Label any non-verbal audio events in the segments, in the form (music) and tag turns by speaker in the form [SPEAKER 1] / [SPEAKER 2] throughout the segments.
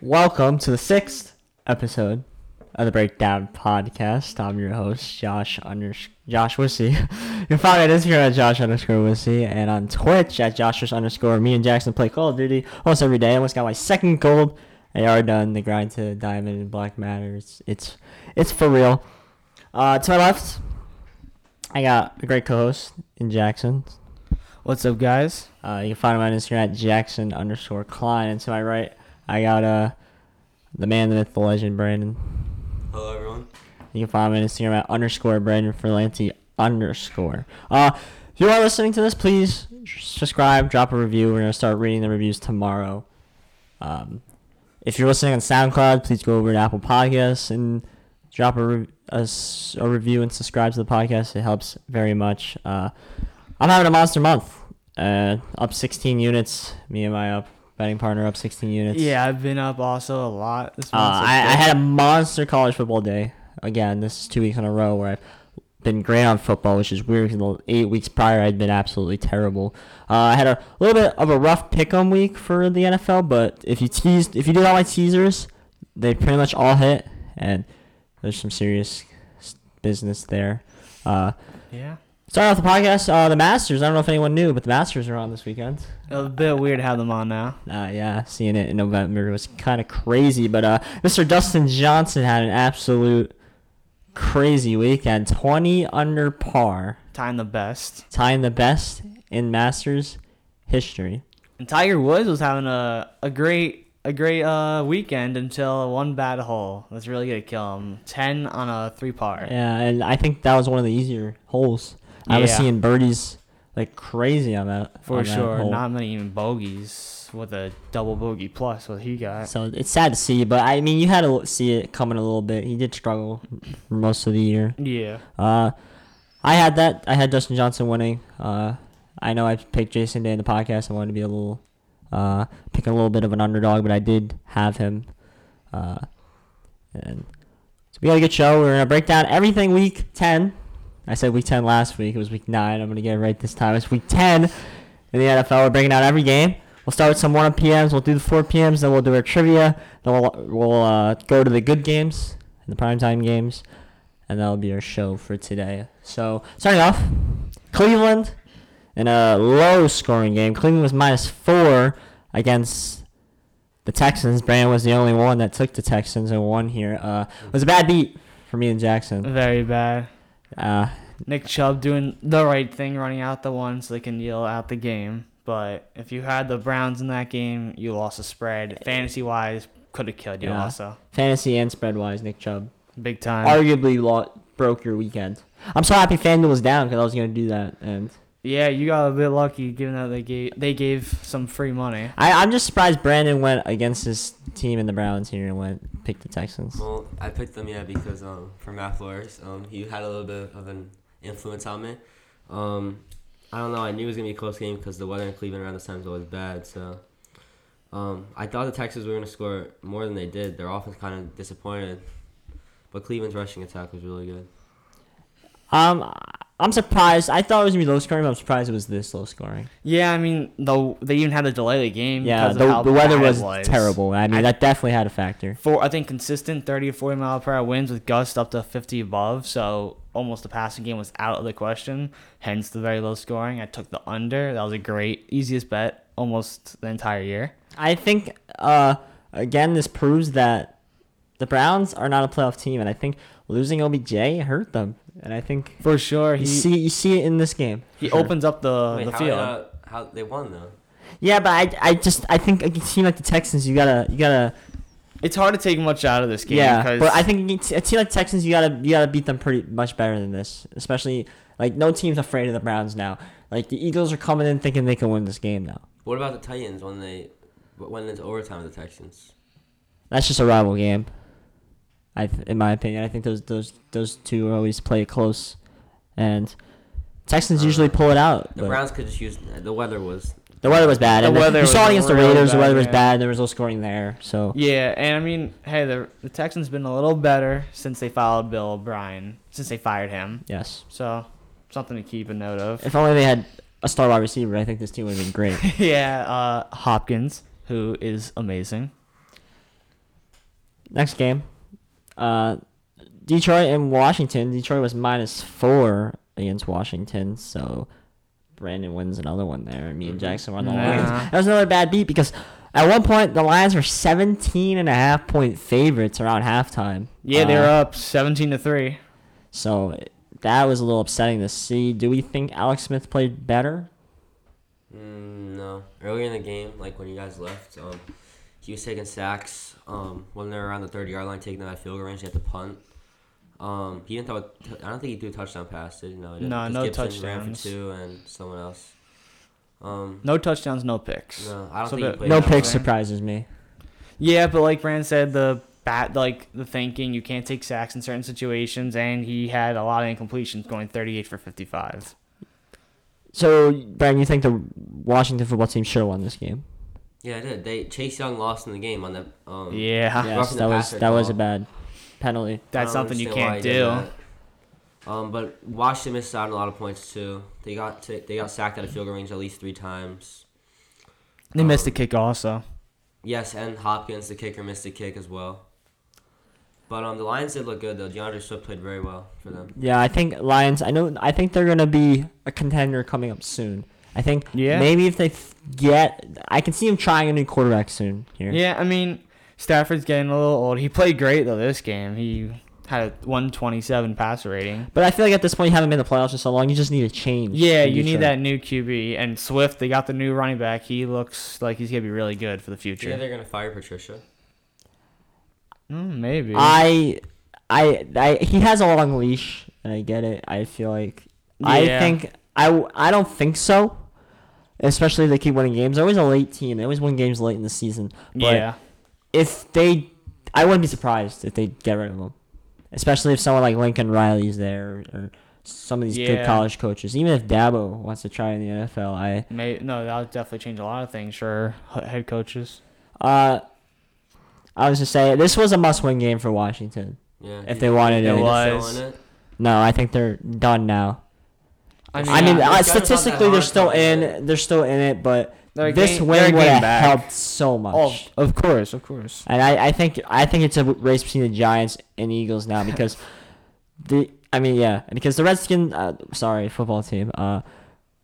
[SPEAKER 1] Welcome to the sixth episode of the Breakdown Podcast. I'm your host, Josh under Josh (laughs) Wissy. you can follow me on Instagram at Josh underscore Wissy and on Twitch at Joshua underscore. Me and Jackson play Call of Duty almost every day. I almost got my second gold. They are done. The grind to diamond and black matter. It's it's, it's for real. Uh, to my left, I got a great co-host in Jackson.
[SPEAKER 2] What's up, guys?
[SPEAKER 1] Uh, you can find him on Instagram at Jackson underscore Klein. And to my right, I got uh, the man, the myth, the legend, Brandon.
[SPEAKER 3] Hello, everyone.
[SPEAKER 1] You can find him on Instagram at underscore Brandon Ferlanti underscore. Uh, if you are listening to this, please subscribe, drop a review. We're going to start reading the reviews tomorrow. Um, if you're listening on SoundCloud, please go over to Apple Podcasts and drop a, re- a s- a review and subscribe to the podcast. It helps very much. Uh, I'm having a monster month. Uh, up 16 units. Me and my up betting partner up 16 units.
[SPEAKER 2] yeah, I've been up also a lot this
[SPEAKER 1] Uh,
[SPEAKER 2] month. so
[SPEAKER 1] I, I
[SPEAKER 2] good.
[SPEAKER 1] had a monster college football day. Again, this is two weeks in a row where I've been great on football, which is weird because the eight weeks prior I'd been absolutely terrible. Uh, I had a little bit of a rough pick'em week for the NFL, but if you teased, if you did all my teasers, they pretty much all hit, and there's some serious s- business there. Uh,
[SPEAKER 2] yeah.
[SPEAKER 1] starting off the podcast, uh, the Masters. I don't know if anyone knew, but the Masters are on this weekend.
[SPEAKER 2] A bit weird to have them on now.
[SPEAKER 1] Uh, yeah, seeing it in November was kind of crazy. But uh, Mr. Dustin Johnson had an absolute crazy weekend. 20 under par,
[SPEAKER 2] Time the best.
[SPEAKER 1] tying the best in Masters history.
[SPEAKER 2] And Tiger Woods was having a, a great a great uh weekend until one bad hole. That's really gonna kill him. Ten on a three par.
[SPEAKER 1] Yeah, and I think that was one of the easier holes. I was
[SPEAKER 2] Yeah.
[SPEAKER 1] seeing birdies like crazy on that.
[SPEAKER 2] For
[SPEAKER 1] on that
[SPEAKER 2] sure.
[SPEAKER 1] hole.
[SPEAKER 2] Not many even bogeys with a double bogey plus what he got.
[SPEAKER 1] so it's sad to see, but I mean, you had to l- see it coming a little bit. He did struggle for most of the year.
[SPEAKER 2] Yeah.
[SPEAKER 1] Uh, I had that. I had Dustin Johnson winning. Uh, I know I picked Jason Day in the podcast. I wanted to be a little, uh, pick a little bit of an underdog, but I did have him. Uh, and so we got a good show. We're gonna break down everything week ten. I said week ten last week. It was week nine. I'm gonna get it right this time. It's week ten in the NFL. We're breaking down every game. We'll start with some 1 PMs. We'll do the 4 PMs. Then we'll do our trivia. Then we'll, we'll uh, go to the good games and the primetime games and that'll be our show for today. So starting off, Cleveland in a low-scoring game. Cleveland was minus four against the Texans. Brandon was the only one that took the Texans and won here. Uh, it was a bad beat for me and Jackson.
[SPEAKER 2] Very bad.
[SPEAKER 1] Uh,
[SPEAKER 2] Nick Chubb doing the right thing, running out the one so they can yell out the game. But if you had the Browns in that game, you lost the spread. Fantasy wise, could have killed you
[SPEAKER 1] Yeah.
[SPEAKER 2] also.
[SPEAKER 1] fantasy and spread-wise, Nick Chubb
[SPEAKER 2] Big time.
[SPEAKER 1] arguably lo- broke your weekend. I'm so happy FanDuel was down because I was gonna do that, and
[SPEAKER 2] yeah, you got a bit lucky given that they gave they gave some free money.
[SPEAKER 1] I, I'm just surprised Brandon went against his team in the Browns here and went picked the Texans.
[SPEAKER 3] Well, I picked them, yeah, because um, for Matt Flores, um, he had a little bit of an influence on me. Um, I don't know. I knew it was gonna be a close game because the weather in Cleveland around this time is always bad. So, um, I thought the Texans were gonna score more than they did. Their offense kind of disappointed, but Cleveland's rushing attack was really good.
[SPEAKER 1] Um, I'm surprised. I thought it was gonna be low scoring, but I'm surprised it was this low scoring.
[SPEAKER 2] Yeah, I mean though they even had to delay the game.
[SPEAKER 1] Yeah,
[SPEAKER 2] because Mm, of
[SPEAKER 1] the,
[SPEAKER 2] how
[SPEAKER 1] the weather
[SPEAKER 2] bad it
[SPEAKER 1] was, terrible. I mean,
[SPEAKER 2] I-
[SPEAKER 1] that definitely had a factor.
[SPEAKER 2] Four, I think consistent 30 or 40 mile per hour winds with gusts up to 50 above. So almost the passing game was out of the question. Hence the very low scoring. I took the under. That was a great, easiest bet almost the entire year.
[SPEAKER 1] I think, uh, again, this proves that the Browns are not a playoff team, and I think losing OBJ hurt them. And I think
[SPEAKER 2] For sure, he
[SPEAKER 1] you see you see it in this game.
[SPEAKER 2] he
[SPEAKER 1] Sure.
[SPEAKER 2] opens up the
[SPEAKER 3] Wait,
[SPEAKER 2] the
[SPEAKER 3] how,
[SPEAKER 2] field.
[SPEAKER 3] uh, how they won though?
[SPEAKER 1] Yeah, but I, I just I think a team like the Texans, you gotta you gotta
[SPEAKER 2] it's hard to take much out of this game.
[SPEAKER 1] yeah.
[SPEAKER 2] because
[SPEAKER 1] But I think against a team like the Texans, you gotta you gotta beat them pretty much better than this. Especially like no team's afraid of the Browns now. Like the Eagles are coming in thinking they can win this game now.
[SPEAKER 3] What about the Titans when they went into overtime with the Texans?
[SPEAKER 1] That's just a rival game. I, th- in my opinion, I think those those those two always play it close, and Texans
[SPEAKER 2] Uh,
[SPEAKER 1] usually pull it out.
[SPEAKER 3] The
[SPEAKER 1] but
[SPEAKER 3] Browns could just use the weather was
[SPEAKER 1] the weather was bad.
[SPEAKER 2] The
[SPEAKER 1] and
[SPEAKER 2] weather
[SPEAKER 1] you saw
[SPEAKER 2] was
[SPEAKER 1] it against the
[SPEAKER 2] really
[SPEAKER 1] Raiders. the
[SPEAKER 2] bad,
[SPEAKER 1] weather was
[SPEAKER 2] yeah.
[SPEAKER 1] bad. There was no scoring there. So
[SPEAKER 2] yeah, and I mean, hey, the the Texans been a little better since they followed Bill O'Brien, since they fired him.
[SPEAKER 1] yes,
[SPEAKER 2] So something to keep a note of.
[SPEAKER 1] if only they had a star wide receiver, I think
[SPEAKER 2] (laughs)
[SPEAKER 1] this team would have been great.
[SPEAKER 2] yeah, uh, Hopkins, who is amazing.
[SPEAKER 1] next game, uh, Detroit and Washington. Detroit was minus four against Washington, so Brandon wins another one there. Me
[SPEAKER 2] Mm-hmm.
[SPEAKER 1] and Jackson won the
[SPEAKER 2] Nah.
[SPEAKER 1] Lions. That was another bad beat because at one point the Lions were 17 and a half point favorites around halftime.
[SPEAKER 2] Yeah, they
[SPEAKER 1] Uh,
[SPEAKER 2] were
[SPEAKER 3] Uh-huh.
[SPEAKER 2] up 17 to 3.
[SPEAKER 1] So that was a little upsetting to see. Do we think Alex Smith played better?
[SPEAKER 3] Mm, no. Earlier in the game, like when you guys left, um, he was taking sacks. Um, when they were around the 30 yard line, taking them at field goal range, he had to punt. Um, he didn't throw. a t- I don't think he threw a touchdown pass. Did he? No, he didn't.
[SPEAKER 2] No,
[SPEAKER 3] 'cause
[SPEAKER 2] no
[SPEAKER 3] Ran
[SPEAKER 2] touchdowns.
[SPEAKER 3] for two and someone else. Um,
[SPEAKER 2] No touchdowns, no picks.
[SPEAKER 3] no, I don't
[SPEAKER 2] So
[SPEAKER 3] think
[SPEAKER 2] the-
[SPEAKER 3] he played.
[SPEAKER 1] no
[SPEAKER 3] that
[SPEAKER 1] pick
[SPEAKER 3] well.
[SPEAKER 1] surprises me.
[SPEAKER 2] Yeah, but like Brand said, the bat, like the thinking, you can't take sacks in certain situations, and he had a lot of incompletions, going 38 for 55.
[SPEAKER 1] So, Brian, you think the Washington football team should have won this game?
[SPEAKER 3] Yeah, I did. They Chase Young lost in the game on that. Um,
[SPEAKER 2] Yeah,
[SPEAKER 1] yes,
[SPEAKER 3] the
[SPEAKER 1] that was
[SPEAKER 3] passer
[SPEAKER 1] that was a
[SPEAKER 3] call.
[SPEAKER 1] bad penalty.
[SPEAKER 2] (laughs) that's
[SPEAKER 3] I don't
[SPEAKER 2] something you
[SPEAKER 3] understand
[SPEAKER 2] can't
[SPEAKER 3] why he did
[SPEAKER 2] do.
[SPEAKER 3] that. Um, but Washington missed out on a lot of points too. They got t- they got sacked out of field goal range at least three times.
[SPEAKER 2] They missed a
[SPEAKER 3] Um,
[SPEAKER 2] kick also.
[SPEAKER 3] Yes, and Hopkins, the kicker, missed a kick as well. But um, the Lions did look good though. DeAndre Swift played very well for them.
[SPEAKER 1] Yeah, I think Lions. I know. I think they're gonna be a contender coming up soon. I think
[SPEAKER 2] Yeah.
[SPEAKER 1] maybe if they f- get, I can see him trying a new quarterback soon here.
[SPEAKER 2] Yeah, I mean Stafford's getting a little old. He played great though this game. He had a 127 passer rating.
[SPEAKER 1] But I feel like at this point you haven't been in the playoffs in so long. You just need a change.
[SPEAKER 2] Yeah,
[SPEAKER 1] in
[SPEAKER 2] you need
[SPEAKER 1] Detroit.
[SPEAKER 2] that new QB and Swift. They got the new running back. He looks like he's gonna be really good for the
[SPEAKER 3] Do you think
[SPEAKER 2] future.
[SPEAKER 3] they're gonna fire Patricia?
[SPEAKER 2] Mm, maybe.
[SPEAKER 1] I, I, I, he has a long leash, and I get it. I feel like I
[SPEAKER 2] Yeah.
[SPEAKER 1] think I, w- I don't think so. Especially if they keep winning games. They're always a late team. They always win games late in the season. But
[SPEAKER 2] yeah.
[SPEAKER 1] if they, I wouldn't be surprised if they get rid of him. Especially if someone like Lincoln Riley's there or some of these good
[SPEAKER 2] Yeah.
[SPEAKER 1] college coaches. Even if Dabo wants to try in the NFL, I
[SPEAKER 2] May, no, that'll definitely change a lot of things for h- head coaches.
[SPEAKER 1] uh, I was just saying this was a must-win game for Washington
[SPEAKER 3] Yeah.
[SPEAKER 1] if they wanted
[SPEAKER 3] they
[SPEAKER 1] it.
[SPEAKER 2] It was-
[SPEAKER 3] it.
[SPEAKER 1] No, I think they're done now.
[SPEAKER 2] I mean,
[SPEAKER 1] I mean,
[SPEAKER 3] Yeah,
[SPEAKER 1] uh,
[SPEAKER 3] it's gotta be
[SPEAKER 1] statistically,
[SPEAKER 3] on that
[SPEAKER 1] they're
[SPEAKER 3] hard
[SPEAKER 1] still
[SPEAKER 3] time,
[SPEAKER 1] in.
[SPEAKER 3] but-
[SPEAKER 1] They're still in it, but
[SPEAKER 2] They're a
[SPEAKER 1] this
[SPEAKER 2] game- they're a
[SPEAKER 1] win would
[SPEAKER 2] game
[SPEAKER 1] have
[SPEAKER 2] back.
[SPEAKER 1] helped so much.
[SPEAKER 2] Oh, of course, of course.
[SPEAKER 1] And I, I think I think it's a race between the Giants and Eagles
[SPEAKER 2] (laughs)
[SPEAKER 1] now because the I mean yeah because the Redskins uh, sorry football team uh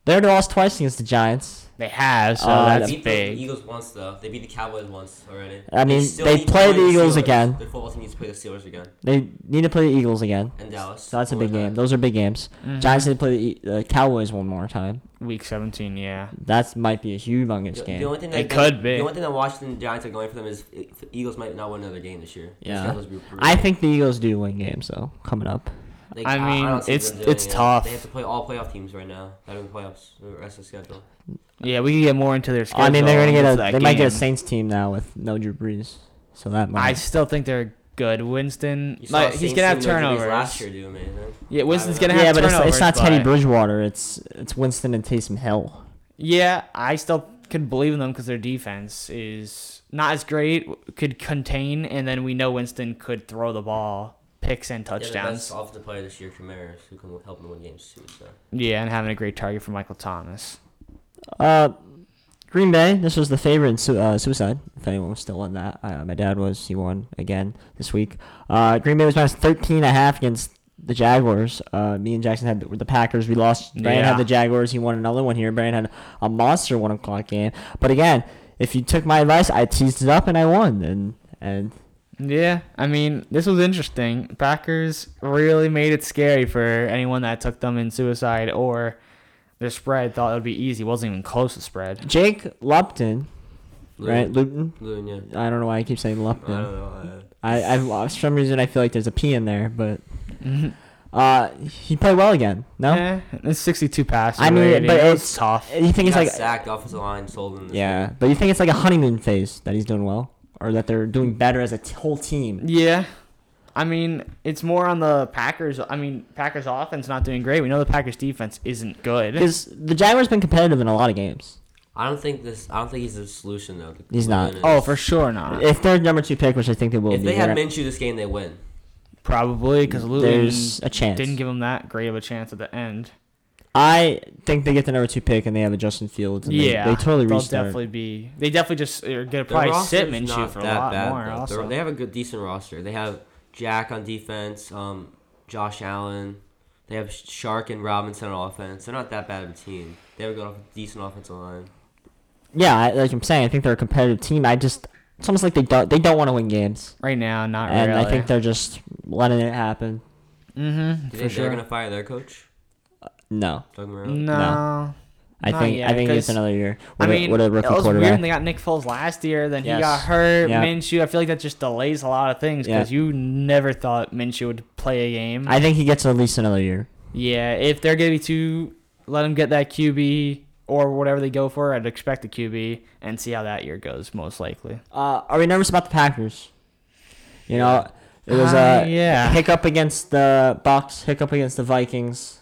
[SPEAKER 1] they're lost twice against the Giants.
[SPEAKER 2] They have, so
[SPEAKER 1] Uh,
[SPEAKER 3] They
[SPEAKER 2] that's
[SPEAKER 3] beat the
[SPEAKER 2] big.
[SPEAKER 3] Eagles once though. They beat the Cowboys once already.
[SPEAKER 1] I mean,
[SPEAKER 3] still
[SPEAKER 1] they
[SPEAKER 3] need to
[SPEAKER 1] play the Eagles
[SPEAKER 3] Steelers.
[SPEAKER 1] again.
[SPEAKER 3] Their football team needs to play the Steelers again.
[SPEAKER 1] They need to play the Eagles again.
[SPEAKER 3] And Dallas.
[SPEAKER 1] So that's a
[SPEAKER 3] Before
[SPEAKER 1] big
[SPEAKER 3] that.
[SPEAKER 1] game. Those are big games.
[SPEAKER 2] Mm-hmm.
[SPEAKER 1] Giants need to play the E- the Cowboys one more time.
[SPEAKER 2] Week 17, yeah.
[SPEAKER 1] That might be a humongous
[SPEAKER 3] The-
[SPEAKER 1] game.
[SPEAKER 3] The only thing
[SPEAKER 2] It
[SPEAKER 3] that
[SPEAKER 2] could be.
[SPEAKER 3] The only thing that Washington Giants are going for them is if the Eagles might not win another game this year.
[SPEAKER 1] Yeah.
[SPEAKER 3] Schedule's brutal.
[SPEAKER 1] I think the Eagles do win games though coming up.
[SPEAKER 3] They-
[SPEAKER 2] I mean,
[SPEAKER 3] don't see
[SPEAKER 2] it's-
[SPEAKER 3] them doing
[SPEAKER 2] it's
[SPEAKER 3] it.
[SPEAKER 2] tough.
[SPEAKER 3] They have to play all playoff teams right now. That are in the playoffs. The rest of the schedule.
[SPEAKER 2] Yeah, we can get more into their schedule.
[SPEAKER 1] I mean they're gonna get
[SPEAKER 2] into
[SPEAKER 1] a they
[SPEAKER 2] that
[SPEAKER 1] might get a
[SPEAKER 2] game.
[SPEAKER 1] Saints team now with no Drew Brees. So that
[SPEAKER 2] I
[SPEAKER 1] might
[SPEAKER 2] still think they're good. Winston,
[SPEAKER 3] You saw
[SPEAKER 2] like, he's
[SPEAKER 3] Saints
[SPEAKER 2] gonna have
[SPEAKER 3] doing those movies
[SPEAKER 2] turnovers.
[SPEAKER 3] Last year, do man.
[SPEAKER 2] Yeah, Winston's
[SPEAKER 3] I don't
[SPEAKER 2] gonna
[SPEAKER 3] know.
[SPEAKER 2] have
[SPEAKER 1] but it's,
[SPEAKER 2] turnovers.
[SPEAKER 1] it's not Teddy
[SPEAKER 2] but-
[SPEAKER 1] Bridgewater. It's it's Winston and Taysom Hill.
[SPEAKER 2] Yeah, I still could believe in them because their defense is not as great. Could contain, and then we know Winston could throw the ball, picks and
[SPEAKER 3] Yeah, the best
[SPEAKER 2] touchdowns.
[SPEAKER 3] offensive player this year, Kamara's, who can help them win games too. So
[SPEAKER 2] Yeah, and having a great target for Michael Thomas.
[SPEAKER 1] Uh, Green Bay. This was the favorite in su- uh, suicide. If anyone was still on that, uh, my dad was. He won again this week. Uh, Green Bay was minus 13 and a half against the Jaguars. Uh, me and Jackson had the, the Packers. We lost. Brian
[SPEAKER 2] Yeah.
[SPEAKER 1] had the Jaguars. He won another one here. Brian had a monster one o'clock game. But again, if you took my advice, I teased it up and I won. And and
[SPEAKER 2] Yeah, I mean, this was interesting. Packers really made it scary for anyone that took them in suicide or their spread thought it would be easy. wasn't even close to spread.
[SPEAKER 1] Jake Lupton, right? Lupton.
[SPEAKER 3] Loon, yeah.
[SPEAKER 1] I don't know why I keep saying
[SPEAKER 3] I
[SPEAKER 1] Lupton.
[SPEAKER 3] don't know. uh,
[SPEAKER 1] I, I for some reason I feel like there's a P in there, but
[SPEAKER 3] Mm-hmm.
[SPEAKER 1] uh, he played well again. No,
[SPEAKER 2] Yeah, it's 62 passes.
[SPEAKER 1] I mean, but it's-
[SPEAKER 2] tough.
[SPEAKER 1] you think
[SPEAKER 3] He
[SPEAKER 1] it's
[SPEAKER 3] got
[SPEAKER 1] like
[SPEAKER 3] sacked offensive line, sold him. this
[SPEAKER 1] yeah,
[SPEAKER 3] year.
[SPEAKER 1] but you think it's like a honeymoon phase that he's doing well, or that they're doing better as a t- whole team.
[SPEAKER 2] Yeah. I mean, it's more on the Packers. I mean, Packers offense not doing great. We know the Packers defense isn't good.
[SPEAKER 1] Because the Jaguars been competitive in a lot of games.
[SPEAKER 3] I don't think this. I don't think he's the solution though. to
[SPEAKER 1] He's not.
[SPEAKER 3] winning
[SPEAKER 2] Oh,
[SPEAKER 3] this.
[SPEAKER 2] for sure not.
[SPEAKER 1] If they're number two pick, which I think they will
[SPEAKER 3] If
[SPEAKER 1] be,
[SPEAKER 3] they had
[SPEAKER 1] they're-
[SPEAKER 3] Minshew this game, they win.
[SPEAKER 2] Probably because Luton
[SPEAKER 1] there's a chance.
[SPEAKER 2] didn't give him that great of a chance at the end.
[SPEAKER 1] I think they get the number two pick and they have a Justin Fields. And
[SPEAKER 2] yeah,
[SPEAKER 1] they, they totally
[SPEAKER 2] they'll
[SPEAKER 1] reach there.
[SPEAKER 2] definitely be. They definitely just uh, are gonna
[SPEAKER 3] Their
[SPEAKER 2] probably
[SPEAKER 3] roster's
[SPEAKER 2] sit Minshew
[SPEAKER 3] not
[SPEAKER 2] for a
[SPEAKER 3] that
[SPEAKER 2] lot
[SPEAKER 3] bad,
[SPEAKER 2] more.
[SPEAKER 3] though. They're-
[SPEAKER 2] Also,
[SPEAKER 3] They have a good, decent roster. They have Jack on defense, um, Josh Allen. They have Sh- Shark and Robinson on offense. They're not that bad of a team. They have a good, off- decent offensive line.
[SPEAKER 1] Yeah, I, like I'm saying, I think they're a competitive team. I just it's almost like they don't they don't want to win games,
[SPEAKER 2] right now, not
[SPEAKER 1] and
[SPEAKER 2] really.
[SPEAKER 1] I think they're just letting it happen.
[SPEAKER 2] Mm-hmm.
[SPEAKER 3] Do
[SPEAKER 1] For
[SPEAKER 3] you think
[SPEAKER 1] sure.
[SPEAKER 3] they're gonna fire their coach?
[SPEAKER 1] No,
[SPEAKER 3] Doug Marone?
[SPEAKER 2] No.
[SPEAKER 1] I
[SPEAKER 2] Not
[SPEAKER 1] think
[SPEAKER 2] yet,
[SPEAKER 1] I think it's
[SPEAKER 2] 'cause-
[SPEAKER 1] another year.
[SPEAKER 2] I
[SPEAKER 1] What, a-
[SPEAKER 2] mean,
[SPEAKER 1] what a
[SPEAKER 2] it
[SPEAKER 1] rookie
[SPEAKER 2] was weird. when
[SPEAKER 1] quarterback.
[SPEAKER 2] They got Nick Foles last year, then
[SPEAKER 1] Yes.
[SPEAKER 2] he got hurt.
[SPEAKER 1] Yeah.
[SPEAKER 2] Minshew. I feel like that just delays a lot of things because you never thought Minshew would play a game.
[SPEAKER 1] I think he gets at least another year.
[SPEAKER 2] yeah, if they're gonna be two, let him get that QB or whatever they go for. I'd expect the QB and see how that year goes. Most likely.
[SPEAKER 1] Uh, are we nervous about the Packers? You know, it was
[SPEAKER 2] Uh,
[SPEAKER 1] a
[SPEAKER 2] yeah.
[SPEAKER 1] hiccup against the Bucks, hiccup against the Vikings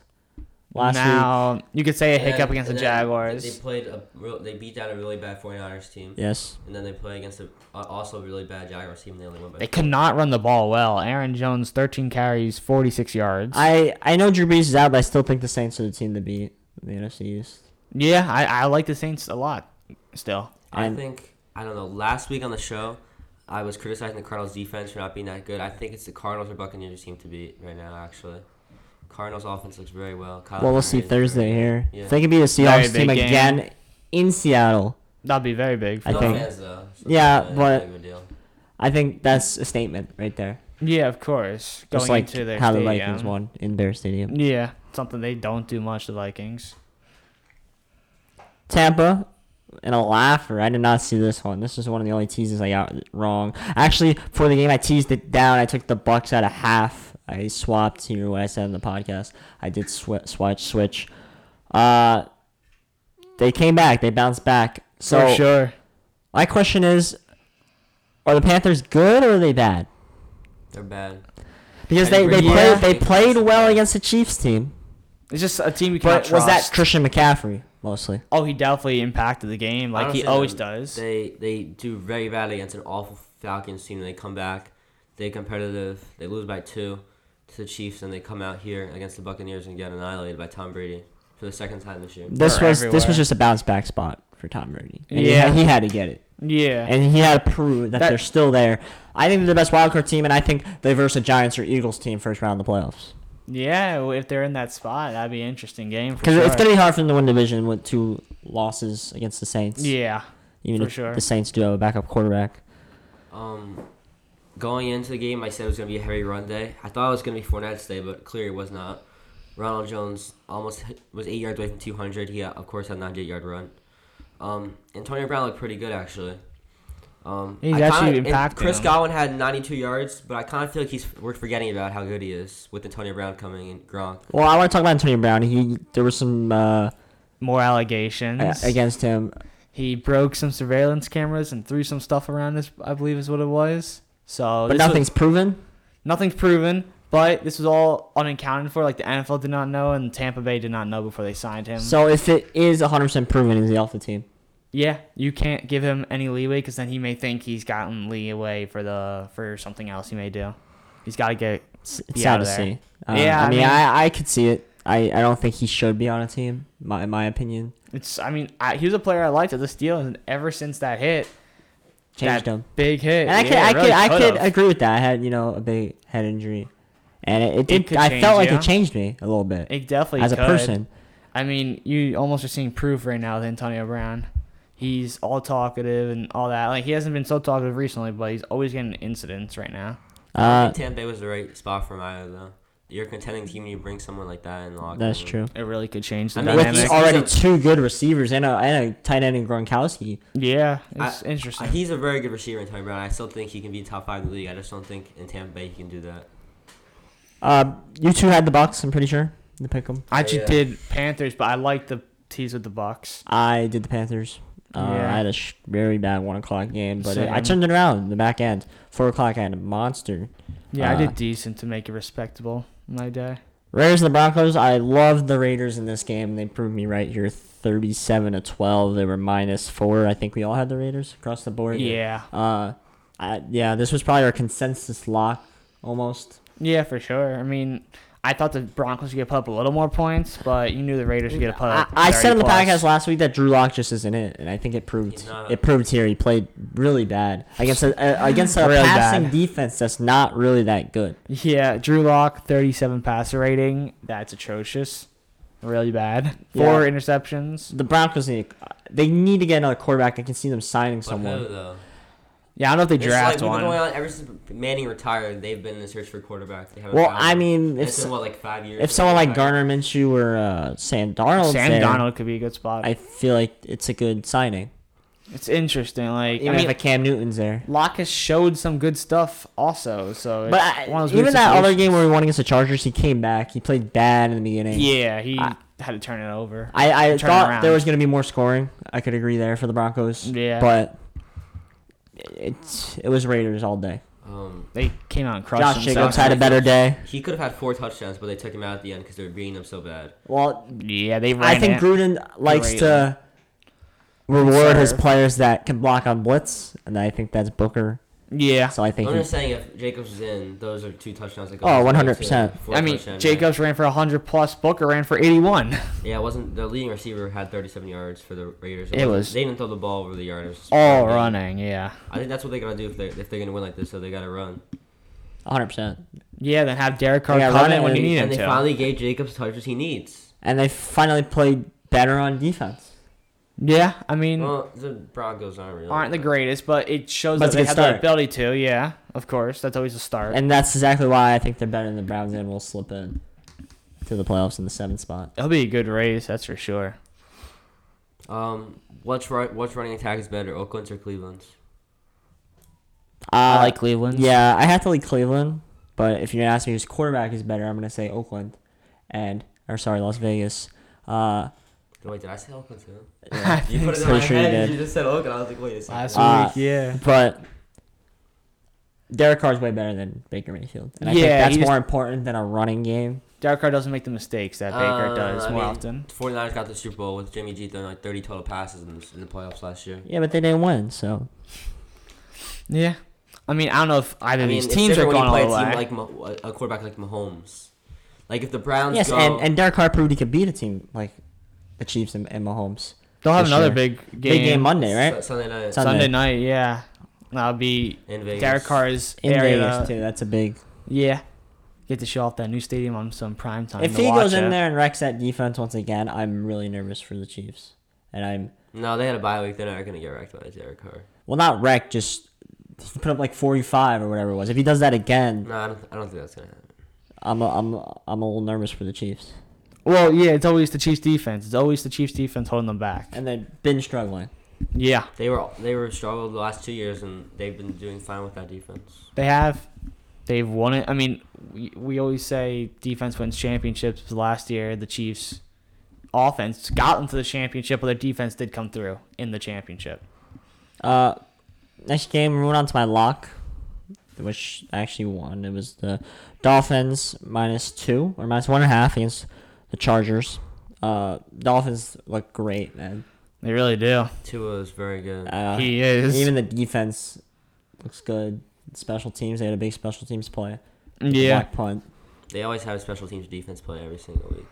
[SPEAKER 1] last
[SPEAKER 2] now you could say a
[SPEAKER 3] And then-
[SPEAKER 2] hiccup against the
[SPEAKER 3] and then
[SPEAKER 2] Jaguars.
[SPEAKER 3] They played a real, they beat down a really bad 49ers team,
[SPEAKER 1] week. Yes,
[SPEAKER 3] and then they play against a uh, also a really bad Jaguars team. They only won by.
[SPEAKER 2] They could not run the ball well. Aaron Jones, 13 carries, 46 yards.
[SPEAKER 1] I I know Drew Brees is out, but I still think the Saints are the team to beat in the NFC East.
[SPEAKER 2] yeah, I, I like the Saints a lot still.
[SPEAKER 3] I
[SPEAKER 1] And-
[SPEAKER 3] think I don't know. Last week on the show, I was criticizing the Cardinals defense for not being that good. I think it's the Cardinals or Buccaneers team to beat right now. Actually, Cardinals offense looks very well. Kyle
[SPEAKER 1] Well, we'll
[SPEAKER 3] Murray
[SPEAKER 1] see
[SPEAKER 3] is
[SPEAKER 1] Thursday
[SPEAKER 3] very-
[SPEAKER 1] here.
[SPEAKER 3] Oh, Yeah.
[SPEAKER 1] If they can beat the
[SPEAKER 2] Very
[SPEAKER 1] Seahawks team
[SPEAKER 2] big game.
[SPEAKER 1] again in Seattle,
[SPEAKER 2] That'd be very big.
[SPEAKER 1] I
[SPEAKER 3] No
[SPEAKER 1] think-
[SPEAKER 3] fans, though, so
[SPEAKER 1] Yeah,
[SPEAKER 3] it's not
[SPEAKER 1] but-
[SPEAKER 3] that big of a deal.
[SPEAKER 1] I think that's a statement right there.
[SPEAKER 2] Yeah, of course. Going
[SPEAKER 1] Just like
[SPEAKER 2] into their
[SPEAKER 1] how the
[SPEAKER 2] stadium.
[SPEAKER 1] Vikings won in their stadium.
[SPEAKER 2] Yeah, something they don't do much, the Vikings.
[SPEAKER 1] Tampa and a laugher. I did not see this one. This is one of the only teases I got wrong. Actually, for the game, I teased it down. I took the Bucks at a half. I swapped here what I said on the podcast. I did sw- switch switch. Uh, they came back. They bounced back. So
[SPEAKER 2] For sure.
[SPEAKER 1] my question is, are the Panthers good or are they bad?
[SPEAKER 3] They're bad.
[SPEAKER 1] Because
[SPEAKER 3] Can
[SPEAKER 1] they, they
[SPEAKER 3] you bring
[SPEAKER 2] it
[SPEAKER 1] played
[SPEAKER 3] up?
[SPEAKER 1] they played well against the Chiefs team,
[SPEAKER 2] It's just a team you can't
[SPEAKER 1] but was that
[SPEAKER 2] trust.
[SPEAKER 1] Christian McCaffrey mostly?
[SPEAKER 2] Oh, he definitely impacted the game like
[SPEAKER 3] Honestly,
[SPEAKER 2] he always
[SPEAKER 3] they-
[SPEAKER 2] does.
[SPEAKER 3] They they do very badly against an awful Falcons team. They come back, they competitive, they lose by two to the Chiefs, and they come out here against the Buccaneers and get annihilated by Tom Brady for the second time this year.
[SPEAKER 1] This
[SPEAKER 2] They're
[SPEAKER 1] was this
[SPEAKER 2] everywhere.
[SPEAKER 1] was just a bounce back spot for Tom Brady. And
[SPEAKER 2] Yeah.
[SPEAKER 1] he had, he had to get it,
[SPEAKER 2] yeah.
[SPEAKER 1] and he had to prove that,
[SPEAKER 2] That-
[SPEAKER 1] they're still there. I think they're the best wildcard team, and I think they versus the Giants or Eagles team first round of the playoffs.
[SPEAKER 2] yeah, well, if they're in that spot, that'd be an interesting game. for
[SPEAKER 1] Because it's
[SPEAKER 2] sure.
[SPEAKER 1] gonna be hard for them to win division with two losses against the Saints.
[SPEAKER 2] Yeah.
[SPEAKER 1] even
[SPEAKER 2] for
[SPEAKER 1] if
[SPEAKER 2] sure.
[SPEAKER 1] the Saints do have a backup quarterback.
[SPEAKER 3] Um, going into the game, I said it was going to be a heavy run day. I thought it was going to be Fournette's day, but clearly it was not. Ronald Jones almost hit, was eight yards away from 200. He, uh, of course, had a 98 yard run. Um, Antonio Brown looked pretty good, actually. Um,
[SPEAKER 2] He's
[SPEAKER 3] I kinda-
[SPEAKER 2] actually
[SPEAKER 3] and
[SPEAKER 2] impacting
[SPEAKER 3] Chris
[SPEAKER 2] him.
[SPEAKER 3] Godwin had 92 yards, but I kind of feel like he's we're forgetting about how good he is with Antonio Brown coming and Gronk.
[SPEAKER 1] Well, I want to talk about Antonio Brown. He there was some uh,
[SPEAKER 2] More allegations.
[SPEAKER 1] a- against him.
[SPEAKER 2] Oh, He broke some surveillance cameras and threw some stuff around us, I believe is what it was. So
[SPEAKER 1] but
[SPEAKER 2] this was-
[SPEAKER 1] nothing's proven.
[SPEAKER 2] nothing's proven, but this was all unaccounted for. Like the NFL did not know and Tampa Bay did not know before they signed him.
[SPEAKER 1] So if it is 100% proven, is he off the team?
[SPEAKER 2] yeah, you can't give him any leeway because then he may think he's gotten leeway for the for something else he may do. He's got to get
[SPEAKER 1] It's,
[SPEAKER 2] Be
[SPEAKER 1] it's sad
[SPEAKER 2] out
[SPEAKER 1] to
[SPEAKER 2] of there.
[SPEAKER 1] see. Uh,
[SPEAKER 2] Yeah,
[SPEAKER 1] I
[SPEAKER 2] I
[SPEAKER 1] mean,
[SPEAKER 2] mean-
[SPEAKER 1] I, I could see it. I, I don't think he should be on a team, my, in my opinion.
[SPEAKER 2] it's. I mean, I, he was a player I liked at the Steelers, and ever since that hit,
[SPEAKER 1] Changed
[SPEAKER 2] that
[SPEAKER 1] him.
[SPEAKER 2] big hit.
[SPEAKER 1] And I could,
[SPEAKER 2] yeah,
[SPEAKER 1] I
[SPEAKER 2] it really
[SPEAKER 1] could, I could
[SPEAKER 2] could've.
[SPEAKER 1] agree with that. I had, you know, a big head injury. And it, it did,
[SPEAKER 2] could
[SPEAKER 1] I
[SPEAKER 2] change
[SPEAKER 1] felt like
[SPEAKER 2] you.
[SPEAKER 1] it changed me a little bit
[SPEAKER 2] It definitely
[SPEAKER 1] as a
[SPEAKER 2] could.
[SPEAKER 1] person.
[SPEAKER 2] I mean, you almost are seeing proof right now with Antonio Brown. He's all talkative and all that. Like he hasn't been so talkative recently, but he's always getting incidents right now.
[SPEAKER 3] I
[SPEAKER 1] Uh,
[SPEAKER 3] think Tampa Bay was the right spot for him either, though. You're a contending team, you bring someone like that in the locker
[SPEAKER 1] that's
[SPEAKER 3] room.
[SPEAKER 1] true.
[SPEAKER 2] It really could change the
[SPEAKER 3] I mean,
[SPEAKER 1] With
[SPEAKER 3] he's
[SPEAKER 2] dynamic.
[SPEAKER 1] already
[SPEAKER 3] a-
[SPEAKER 1] two good receivers and a, and a tight end in Gronkowski.
[SPEAKER 2] yeah, it's
[SPEAKER 3] Uh,
[SPEAKER 2] interesting.
[SPEAKER 3] He's a very good receiver, Antonio Brown. I still think he can be top five in the league. I just don't think in Tampa Bay he can do that.
[SPEAKER 1] Uh, you two had the Bucks, I'm pretty sure. The pick 'em.
[SPEAKER 2] I actually
[SPEAKER 3] Yeah.
[SPEAKER 2] did Panthers, but I like the tease with the Bucks.
[SPEAKER 1] I did the Panthers. Uh,
[SPEAKER 2] Yeah.
[SPEAKER 1] I had a sh- very bad one o'clock game, but I
[SPEAKER 2] Same.
[SPEAKER 1] turned it around in the back end. Four o'clock, I had a monster.
[SPEAKER 2] Yeah, I
[SPEAKER 1] Uh,
[SPEAKER 2] did decent to make it respectable my day.
[SPEAKER 1] Raiders and the Broncos. I loved the Raiders in this game. They proved me right here, thirty-seven to twelve. They were minus four. I think we all had the Raiders across the board.
[SPEAKER 2] Yeah,
[SPEAKER 1] Uh, I, yeah. This was probably our consensus lock, almost.
[SPEAKER 2] yeah, for sure. I mean, I thought the Broncos would get put up a little more points, but you knew the Raiders would get put
[SPEAKER 1] I,
[SPEAKER 2] up.
[SPEAKER 1] I said
[SPEAKER 2] 30
[SPEAKER 1] on the
[SPEAKER 2] plus.
[SPEAKER 1] podcast last week that Drew Lock just isn't it, and I think it proved
[SPEAKER 3] He's not.
[SPEAKER 1] it proved here. He played really bad against a, uh, against a
[SPEAKER 2] Really
[SPEAKER 1] passing
[SPEAKER 2] bad.
[SPEAKER 1] defense that's not really that good.
[SPEAKER 2] Yeah, Drew Lock, 37 passer rating. That's atrocious. Really bad.
[SPEAKER 1] Yeah.
[SPEAKER 2] Four interceptions.
[SPEAKER 1] The Broncos need they need to get another quarterback. I can see them signing
[SPEAKER 3] But who,
[SPEAKER 1] someone.
[SPEAKER 3] though?
[SPEAKER 2] Yeah, I don't know if they
[SPEAKER 3] This is like,
[SPEAKER 2] draft
[SPEAKER 3] we've been going
[SPEAKER 2] one.
[SPEAKER 3] on ever since Manning retired. They've been in the search for quarterback. They haven't
[SPEAKER 1] Well,
[SPEAKER 3] found
[SPEAKER 1] I
[SPEAKER 3] one.
[SPEAKER 1] mean,
[SPEAKER 3] And
[SPEAKER 1] if
[SPEAKER 3] it's been what like five years.
[SPEAKER 1] if
[SPEAKER 3] since
[SPEAKER 1] someone
[SPEAKER 3] they
[SPEAKER 1] like
[SPEAKER 3] retired.
[SPEAKER 1] Garner Minshew or uh, Sam Darnold,
[SPEAKER 2] Sam
[SPEAKER 1] there,
[SPEAKER 2] Donald could be a good spot.
[SPEAKER 1] I feel like it's a good signing.
[SPEAKER 2] it's interesting. Like,
[SPEAKER 1] Even
[SPEAKER 2] I mean,
[SPEAKER 1] if a Cam Newton's there.
[SPEAKER 2] Locke has showed some good stuff also. So, it's
[SPEAKER 1] But I,
[SPEAKER 2] one of those
[SPEAKER 1] even
[SPEAKER 2] weird
[SPEAKER 1] that other
[SPEAKER 2] situations.
[SPEAKER 1] game where we won against the Chargers, he came back. He played bad in the beginning.
[SPEAKER 2] Yeah, he
[SPEAKER 1] I-
[SPEAKER 2] had to turn it over.
[SPEAKER 1] I, I
[SPEAKER 2] Turn it
[SPEAKER 1] thought
[SPEAKER 2] around.
[SPEAKER 1] there was going to be more scoring. I could agree there for the Broncos.
[SPEAKER 2] Yeah.
[SPEAKER 1] But it's it was Raiders all day.
[SPEAKER 3] Um,
[SPEAKER 2] They came out and crushed
[SPEAKER 1] Josh
[SPEAKER 2] themselves.
[SPEAKER 1] Jacobs had a better day.
[SPEAKER 3] he could have had four touchdowns, but they took him out at the end because they were beating him so bad.
[SPEAKER 1] Well,
[SPEAKER 2] yeah, they ran
[SPEAKER 1] I think
[SPEAKER 2] it.
[SPEAKER 1] Gruden likes
[SPEAKER 2] Great.
[SPEAKER 1] to reward his
[SPEAKER 2] Serve.
[SPEAKER 1] players that can block on blitz, and I think that's Booker.
[SPEAKER 2] yeah.
[SPEAKER 1] So I think
[SPEAKER 3] I'm
[SPEAKER 1] he,
[SPEAKER 3] just saying, if Jacobs was in, those are two touchdowns. That go
[SPEAKER 1] Oh,
[SPEAKER 3] his way,
[SPEAKER 1] 100%.
[SPEAKER 3] too. Four
[SPEAKER 2] I mean,
[SPEAKER 3] touchdowns,
[SPEAKER 2] Jacobs ran for 100 plus. Booker ran for 81.
[SPEAKER 3] Yeah, it wasn't the leading receiver had 37 yards for the Raiders.
[SPEAKER 2] It
[SPEAKER 3] wasn't-
[SPEAKER 2] was-
[SPEAKER 3] They didn't throw the ball over the yard. It was just-
[SPEAKER 2] (laughs) All
[SPEAKER 3] they-
[SPEAKER 2] running, yeah.
[SPEAKER 3] I think that's what they gotta do if they if they're gonna win like this. So they gotta run.
[SPEAKER 1] 100%.
[SPEAKER 2] Yeah, then have Derek Carr
[SPEAKER 1] Yeah,
[SPEAKER 2] come
[SPEAKER 1] run
[SPEAKER 2] in
[SPEAKER 1] it
[SPEAKER 2] when you
[SPEAKER 1] and-
[SPEAKER 2] need him
[SPEAKER 3] And they
[SPEAKER 2] to.
[SPEAKER 3] finally gave Jacobs touches he needs.
[SPEAKER 1] And they finally played better on defense.
[SPEAKER 2] yeah, I mean,
[SPEAKER 3] Well, the Broncos aren't really.
[SPEAKER 2] aren't the greatest, but it shows
[SPEAKER 1] But
[SPEAKER 2] that
[SPEAKER 1] it's a
[SPEAKER 2] they
[SPEAKER 1] good
[SPEAKER 2] have
[SPEAKER 1] start.
[SPEAKER 2] the ability to. Yeah, of course, that's always a start.
[SPEAKER 1] And that's exactly why I think they're better than the Browns and will slip in to the playoffs in the seventh spot.
[SPEAKER 2] It'll be a good race, that's for sure.
[SPEAKER 3] Um, what's right? What's running attack is better, Oakland's or Cleveland's?
[SPEAKER 1] Uh,
[SPEAKER 2] Cleveland.
[SPEAKER 1] Yeah, I have to leave Cleveland, but if you're gonna ask me whose quarterback is better, I'm gonna say Oakland, and or sorry, Las Vegas.
[SPEAKER 2] (laughs)
[SPEAKER 1] Uh,
[SPEAKER 3] Wait, did I say Oakland too?
[SPEAKER 1] yeah.
[SPEAKER 3] You put it in
[SPEAKER 1] Pretty
[SPEAKER 3] my
[SPEAKER 1] sure you
[SPEAKER 3] head.
[SPEAKER 1] did.
[SPEAKER 3] You, just said Oakland. I was like, wait a second.
[SPEAKER 2] Last
[SPEAKER 1] Uh,
[SPEAKER 2] week, yeah.
[SPEAKER 1] but Derek Carr's way better than Baker Mayfield, and I think
[SPEAKER 2] Yeah,
[SPEAKER 1] that's
[SPEAKER 2] he just-
[SPEAKER 1] more important than a running game.
[SPEAKER 2] Derek Carr doesn't make the mistakes that Baker
[SPEAKER 3] Uh,
[SPEAKER 2] does
[SPEAKER 3] I
[SPEAKER 2] more
[SPEAKER 3] mean,
[SPEAKER 2] often.
[SPEAKER 3] The 49ers got the Super Bowl with Jimmy G throwing like 30 total passes in the, in the playoffs last year.
[SPEAKER 1] Yeah, but they didn't win, so
[SPEAKER 2] Yeah, I mean, I don't know if either
[SPEAKER 3] I
[SPEAKER 2] of
[SPEAKER 3] mean,
[SPEAKER 2] these
[SPEAKER 3] it's
[SPEAKER 2] teams are
[SPEAKER 3] different
[SPEAKER 2] going all
[SPEAKER 3] when you
[SPEAKER 2] the
[SPEAKER 3] play a
[SPEAKER 2] way.
[SPEAKER 3] team like Mah- a quarterback like Mahomes. Like if the Browns
[SPEAKER 1] yes,
[SPEAKER 3] go,
[SPEAKER 1] and, and Derek Carr proved he could beat a team like the Chiefs and, and Mahomes.
[SPEAKER 2] They'll have
[SPEAKER 1] this
[SPEAKER 2] another
[SPEAKER 1] year.
[SPEAKER 2] big game.
[SPEAKER 1] Big game Monday, right?
[SPEAKER 3] Su- Sunday night
[SPEAKER 1] Sun-
[SPEAKER 2] Sunday
[SPEAKER 1] Sunday.
[SPEAKER 2] night. Yeah, that'll be
[SPEAKER 3] in Vegas.
[SPEAKER 2] Derek Carr's
[SPEAKER 1] In
[SPEAKER 2] area.
[SPEAKER 1] Vegas too. That's a big.
[SPEAKER 2] Yeah, get to show off that new stadium on some prime time.
[SPEAKER 1] If
[SPEAKER 2] to
[SPEAKER 1] he
[SPEAKER 2] watch
[SPEAKER 1] goes
[SPEAKER 2] it.
[SPEAKER 1] in there and wrecks that defense once again, I'm really nervous for the Chiefs, and I'm
[SPEAKER 3] No, they had a bye week. They're not gonna get wrecked by Derek Carr.
[SPEAKER 1] Well, not wreck, just he put up like 45 or whatever it was. If he does that again,
[SPEAKER 3] No, I don't. I don't think that's gonna happen.
[SPEAKER 1] I'm a, I'm a, I'm a little nervous for the Chiefs.
[SPEAKER 2] Well, yeah, it's always the Chiefs' defense. It's always the Chiefs' defense holding them back.
[SPEAKER 1] And they've been struggling.
[SPEAKER 2] Yeah,
[SPEAKER 3] They were they were struggled the last two years, and they've been doing fine with that defense.
[SPEAKER 2] they have. They've won it. I mean, we, we always say defense wins championships. But Last year, the Chiefs' offense got them to the championship, but their defense did come through in the championship.
[SPEAKER 1] Uh, next game, we went on to my lock, which I actually won. It was the Dolphins minus two or minus one and a half against the Chargers. Uh, Dolphins look great, man.
[SPEAKER 2] They really do.
[SPEAKER 3] Tua is very good.
[SPEAKER 1] Uh,
[SPEAKER 2] he is.
[SPEAKER 1] even the defense looks good. Special teams, they had a big special teams play.
[SPEAKER 2] yeah.
[SPEAKER 1] Block punt.
[SPEAKER 3] They always have a special teams defense play every single week.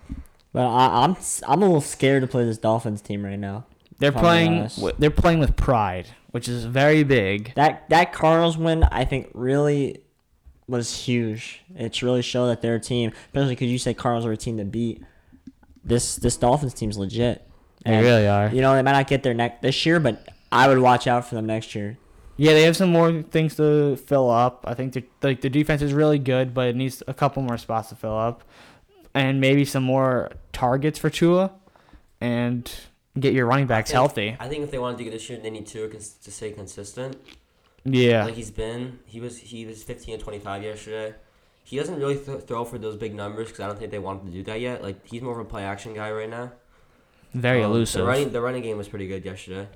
[SPEAKER 1] But I, I'm s- I'm a little scared to play this Dolphins team right now.
[SPEAKER 2] They're
[SPEAKER 1] Probably
[SPEAKER 2] playing.
[SPEAKER 1] honest.
[SPEAKER 2] wi- They're playing with pride, which is very big.
[SPEAKER 1] That that Cardinals win, I think, really was huge. It's really showed that they're a team, especially because you said Cardinals are a team to beat. This this Dolphins team's legit.
[SPEAKER 2] They really are.
[SPEAKER 1] You know they might not get their neck this year, but I would watch out for them next year.
[SPEAKER 2] Yeah, they have some more things to fill up. I think their like their defense is really good, but it needs a couple more spots to fill up, and maybe some more targets for Tua, and get your running backs healthy.
[SPEAKER 3] I think if they wanted to get this year, they need Tua cons- to stay consistent.
[SPEAKER 2] Yeah,
[SPEAKER 3] Like he's been, he was he was 15 and 25 yesterday. He doesn't really th- throw for those big numbers because I don't think they want him to do that yet. Like he's more of a play action guy right now.
[SPEAKER 2] very
[SPEAKER 3] Um,
[SPEAKER 2] elusive.
[SPEAKER 3] The running the running game was pretty good yesterday.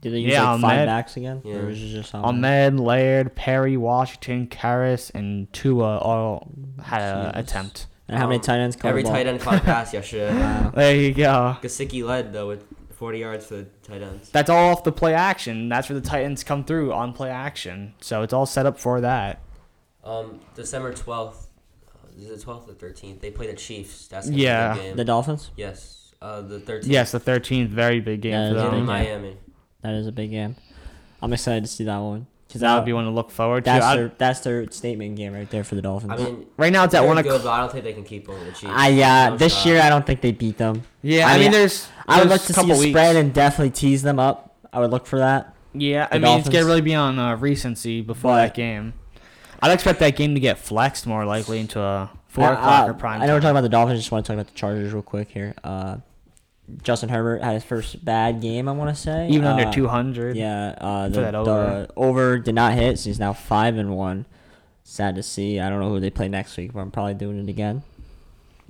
[SPEAKER 1] Did they use
[SPEAKER 2] Yeah,
[SPEAKER 1] like five
[SPEAKER 2] Ahmed.
[SPEAKER 1] backs again?
[SPEAKER 3] Yeah.
[SPEAKER 1] Or was it just Ahmed?
[SPEAKER 2] Ahmed, Laird, Perry, Washington, Karras, and Tua all had an
[SPEAKER 1] Jesus.
[SPEAKER 2] attempt.
[SPEAKER 1] And how many
[SPEAKER 3] Um,
[SPEAKER 1] tight ends caught
[SPEAKER 3] Every
[SPEAKER 1] the ball?
[SPEAKER 3] tight end caught a pass
[SPEAKER 2] (laughs)
[SPEAKER 3] yesterday.
[SPEAKER 1] Wow.
[SPEAKER 2] There you go.
[SPEAKER 3] Gasicki led though with 40 yards for the tight ends.
[SPEAKER 2] That's all off the play action. That's where the Titans come through on play action. So it's all set up for that.
[SPEAKER 3] Um, December 12th, uh, is it twelfth or thirteenth? They play the Chiefs. That's
[SPEAKER 2] Yeah.
[SPEAKER 3] the game.
[SPEAKER 1] The Dolphins.
[SPEAKER 3] yes, uh, the thirteenth.
[SPEAKER 2] Yes, um, the 13th, very big game
[SPEAKER 1] Yeah,
[SPEAKER 2] for
[SPEAKER 1] it's a
[SPEAKER 3] in
[SPEAKER 1] big game.
[SPEAKER 2] them.
[SPEAKER 3] Miami.
[SPEAKER 1] That is a big game. I'm excited to see that one because
[SPEAKER 2] That would be one to look forward to.
[SPEAKER 1] that's
[SPEAKER 2] I-
[SPEAKER 1] their that's their statement game right there for the Dolphins.
[SPEAKER 3] I mean,
[SPEAKER 2] right now, it's at
[SPEAKER 3] they're
[SPEAKER 2] one
[SPEAKER 3] good,
[SPEAKER 2] o'clock.
[SPEAKER 3] but I don't think they can keep over the Chiefs.
[SPEAKER 1] I yeah,
[SPEAKER 3] No
[SPEAKER 1] this
[SPEAKER 3] shot.
[SPEAKER 1] year I don't think they beat them.
[SPEAKER 2] Yeah,
[SPEAKER 1] I
[SPEAKER 2] I,
[SPEAKER 1] mean,
[SPEAKER 2] mean, there's.
[SPEAKER 1] I would
[SPEAKER 2] there's
[SPEAKER 1] look to see
[SPEAKER 2] couple
[SPEAKER 1] a
[SPEAKER 2] weeks.
[SPEAKER 1] spread and definitely tease them up. I would look for that.
[SPEAKER 2] Yeah,
[SPEAKER 1] The
[SPEAKER 2] I mean, it's got to
[SPEAKER 1] Dolphins.
[SPEAKER 2] really be on uh, recency before
[SPEAKER 1] Right.
[SPEAKER 2] that game. I'd expect that game to get flexed more likely into a four
[SPEAKER 1] Now,
[SPEAKER 2] o'clock
[SPEAKER 1] uh,
[SPEAKER 2] or prime.
[SPEAKER 1] I know we're
[SPEAKER 2] time.
[SPEAKER 1] talking about the Dolphins. Just want to talk about the Chargers real quick here. Uh, Justin Herbert had his first bad game. I want to say
[SPEAKER 2] even under
[SPEAKER 1] Uh,
[SPEAKER 2] 200.
[SPEAKER 1] Yeah, uh, the,
[SPEAKER 2] that
[SPEAKER 1] the
[SPEAKER 2] over.
[SPEAKER 1] over. did not hit. So he's now five and one. Sad to see. I don't know who they play next week, but I'm probably doing it again.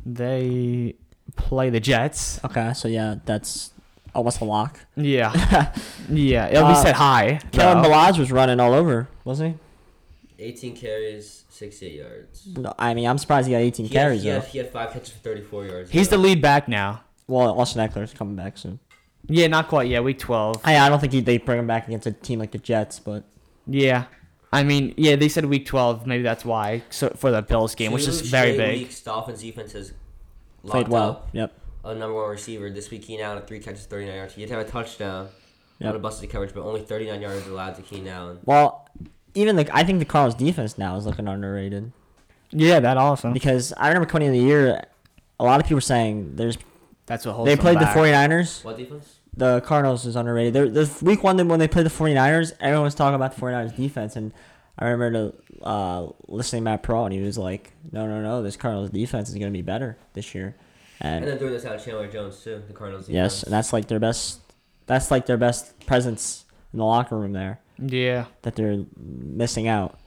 [SPEAKER 2] They play the Jets.
[SPEAKER 1] Okay, so yeah, that's almost a lock. (laughs)
[SPEAKER 2] Yeah, yeah, it'll
[SPEAKER 1] Uh,
[SPEAKER 2] be set high.
[SPEAKER 1] Kellen
[SPEAKER 2] though.
[SPEAKER 1] Balaj was running all over, wasn't
[SPEAKER 3] Eighteen carries, sixty-eight yards.
[SPEAKER 1] he? No, I mean, I'm surprised he got 18
[SPEAKER 3] He had,
[SPEAKER 1] carries.
[SPEAKER 3] he, had,
[SPEAKER 1] though.
[SPEAKER 3] he had five catches for thirty-four yards.
[SPEAKER 2] He's the
[SPEAKER 3] though.
[SPEAKER 2] lead back now.
[SPEAKER 1] Well, Austin Eckler's coming back soon.
[SPEAKER 2] Yeah, not quite. Yeah, week 12.
[SPEAKER 1] I, I don't think he, they bring him back against a team like the Jets, but
[SPEAKER 2] Yeah. I mean, yeah, they said week 12. Maybe that's why so, for the Bills game, which
[SPEAKER 3] Two
[SPEAKER 2] is very
[SPEAKER 3] straight
[SPEAKER 2] big.
[SPEAKER 3] Weeks, Dolphins defense has
[SPEAKER 1] played
[SPEAKER 3] locked
[SPEAKER 1] well.
[SPEAKER 3] up
[SPEAKER 1] Yep.
[SPEAKER 3] a number one receiver this week. Keenan Allen had three catches, thirty-nine yards. He did have a touchdown.
[SPEAKER 1] Yep.
[SPEAKER 3] Not a busted coverage, but only 39 yards allowed to Keenan Allen.
[SPEAKER 1] Well, even the I think the Cardinals defense now is looking underrated
[SPEAKER 2] Yeah, that awesome.
[SPEAKER 1] because I remember coming into the year, a lot of people were saying there's
[SPEAKER 2] That's what holds
[SPEAKER 1] they
[SPEAKER 2] them
[SPEAKER 1] played
[SPEAKER 2] back.
[SPEAKER 1] the 49ers.
[SPEAKER 3] What defense?
[SPEAKER 1] the Cardinals is underrated. There, the week one when they played the 49ers, everyone was talking about the 49ers defense, and I remember the, uh, listening to Matt Pro, and he was like, "No, no, no, this Cardinals defense is going to be better this year."
[SPEAKER 3] And
[SPEAKER 1] And
[SPEAKER 3] then doing this out of Chandler Jones, too, the Cardinals
[SPEAKER 1] yes, and that's like their best. That's like their best presence in the locker room there
[SPEAKER 2] Yeah.
[SPEAKER 1] that they're missing out.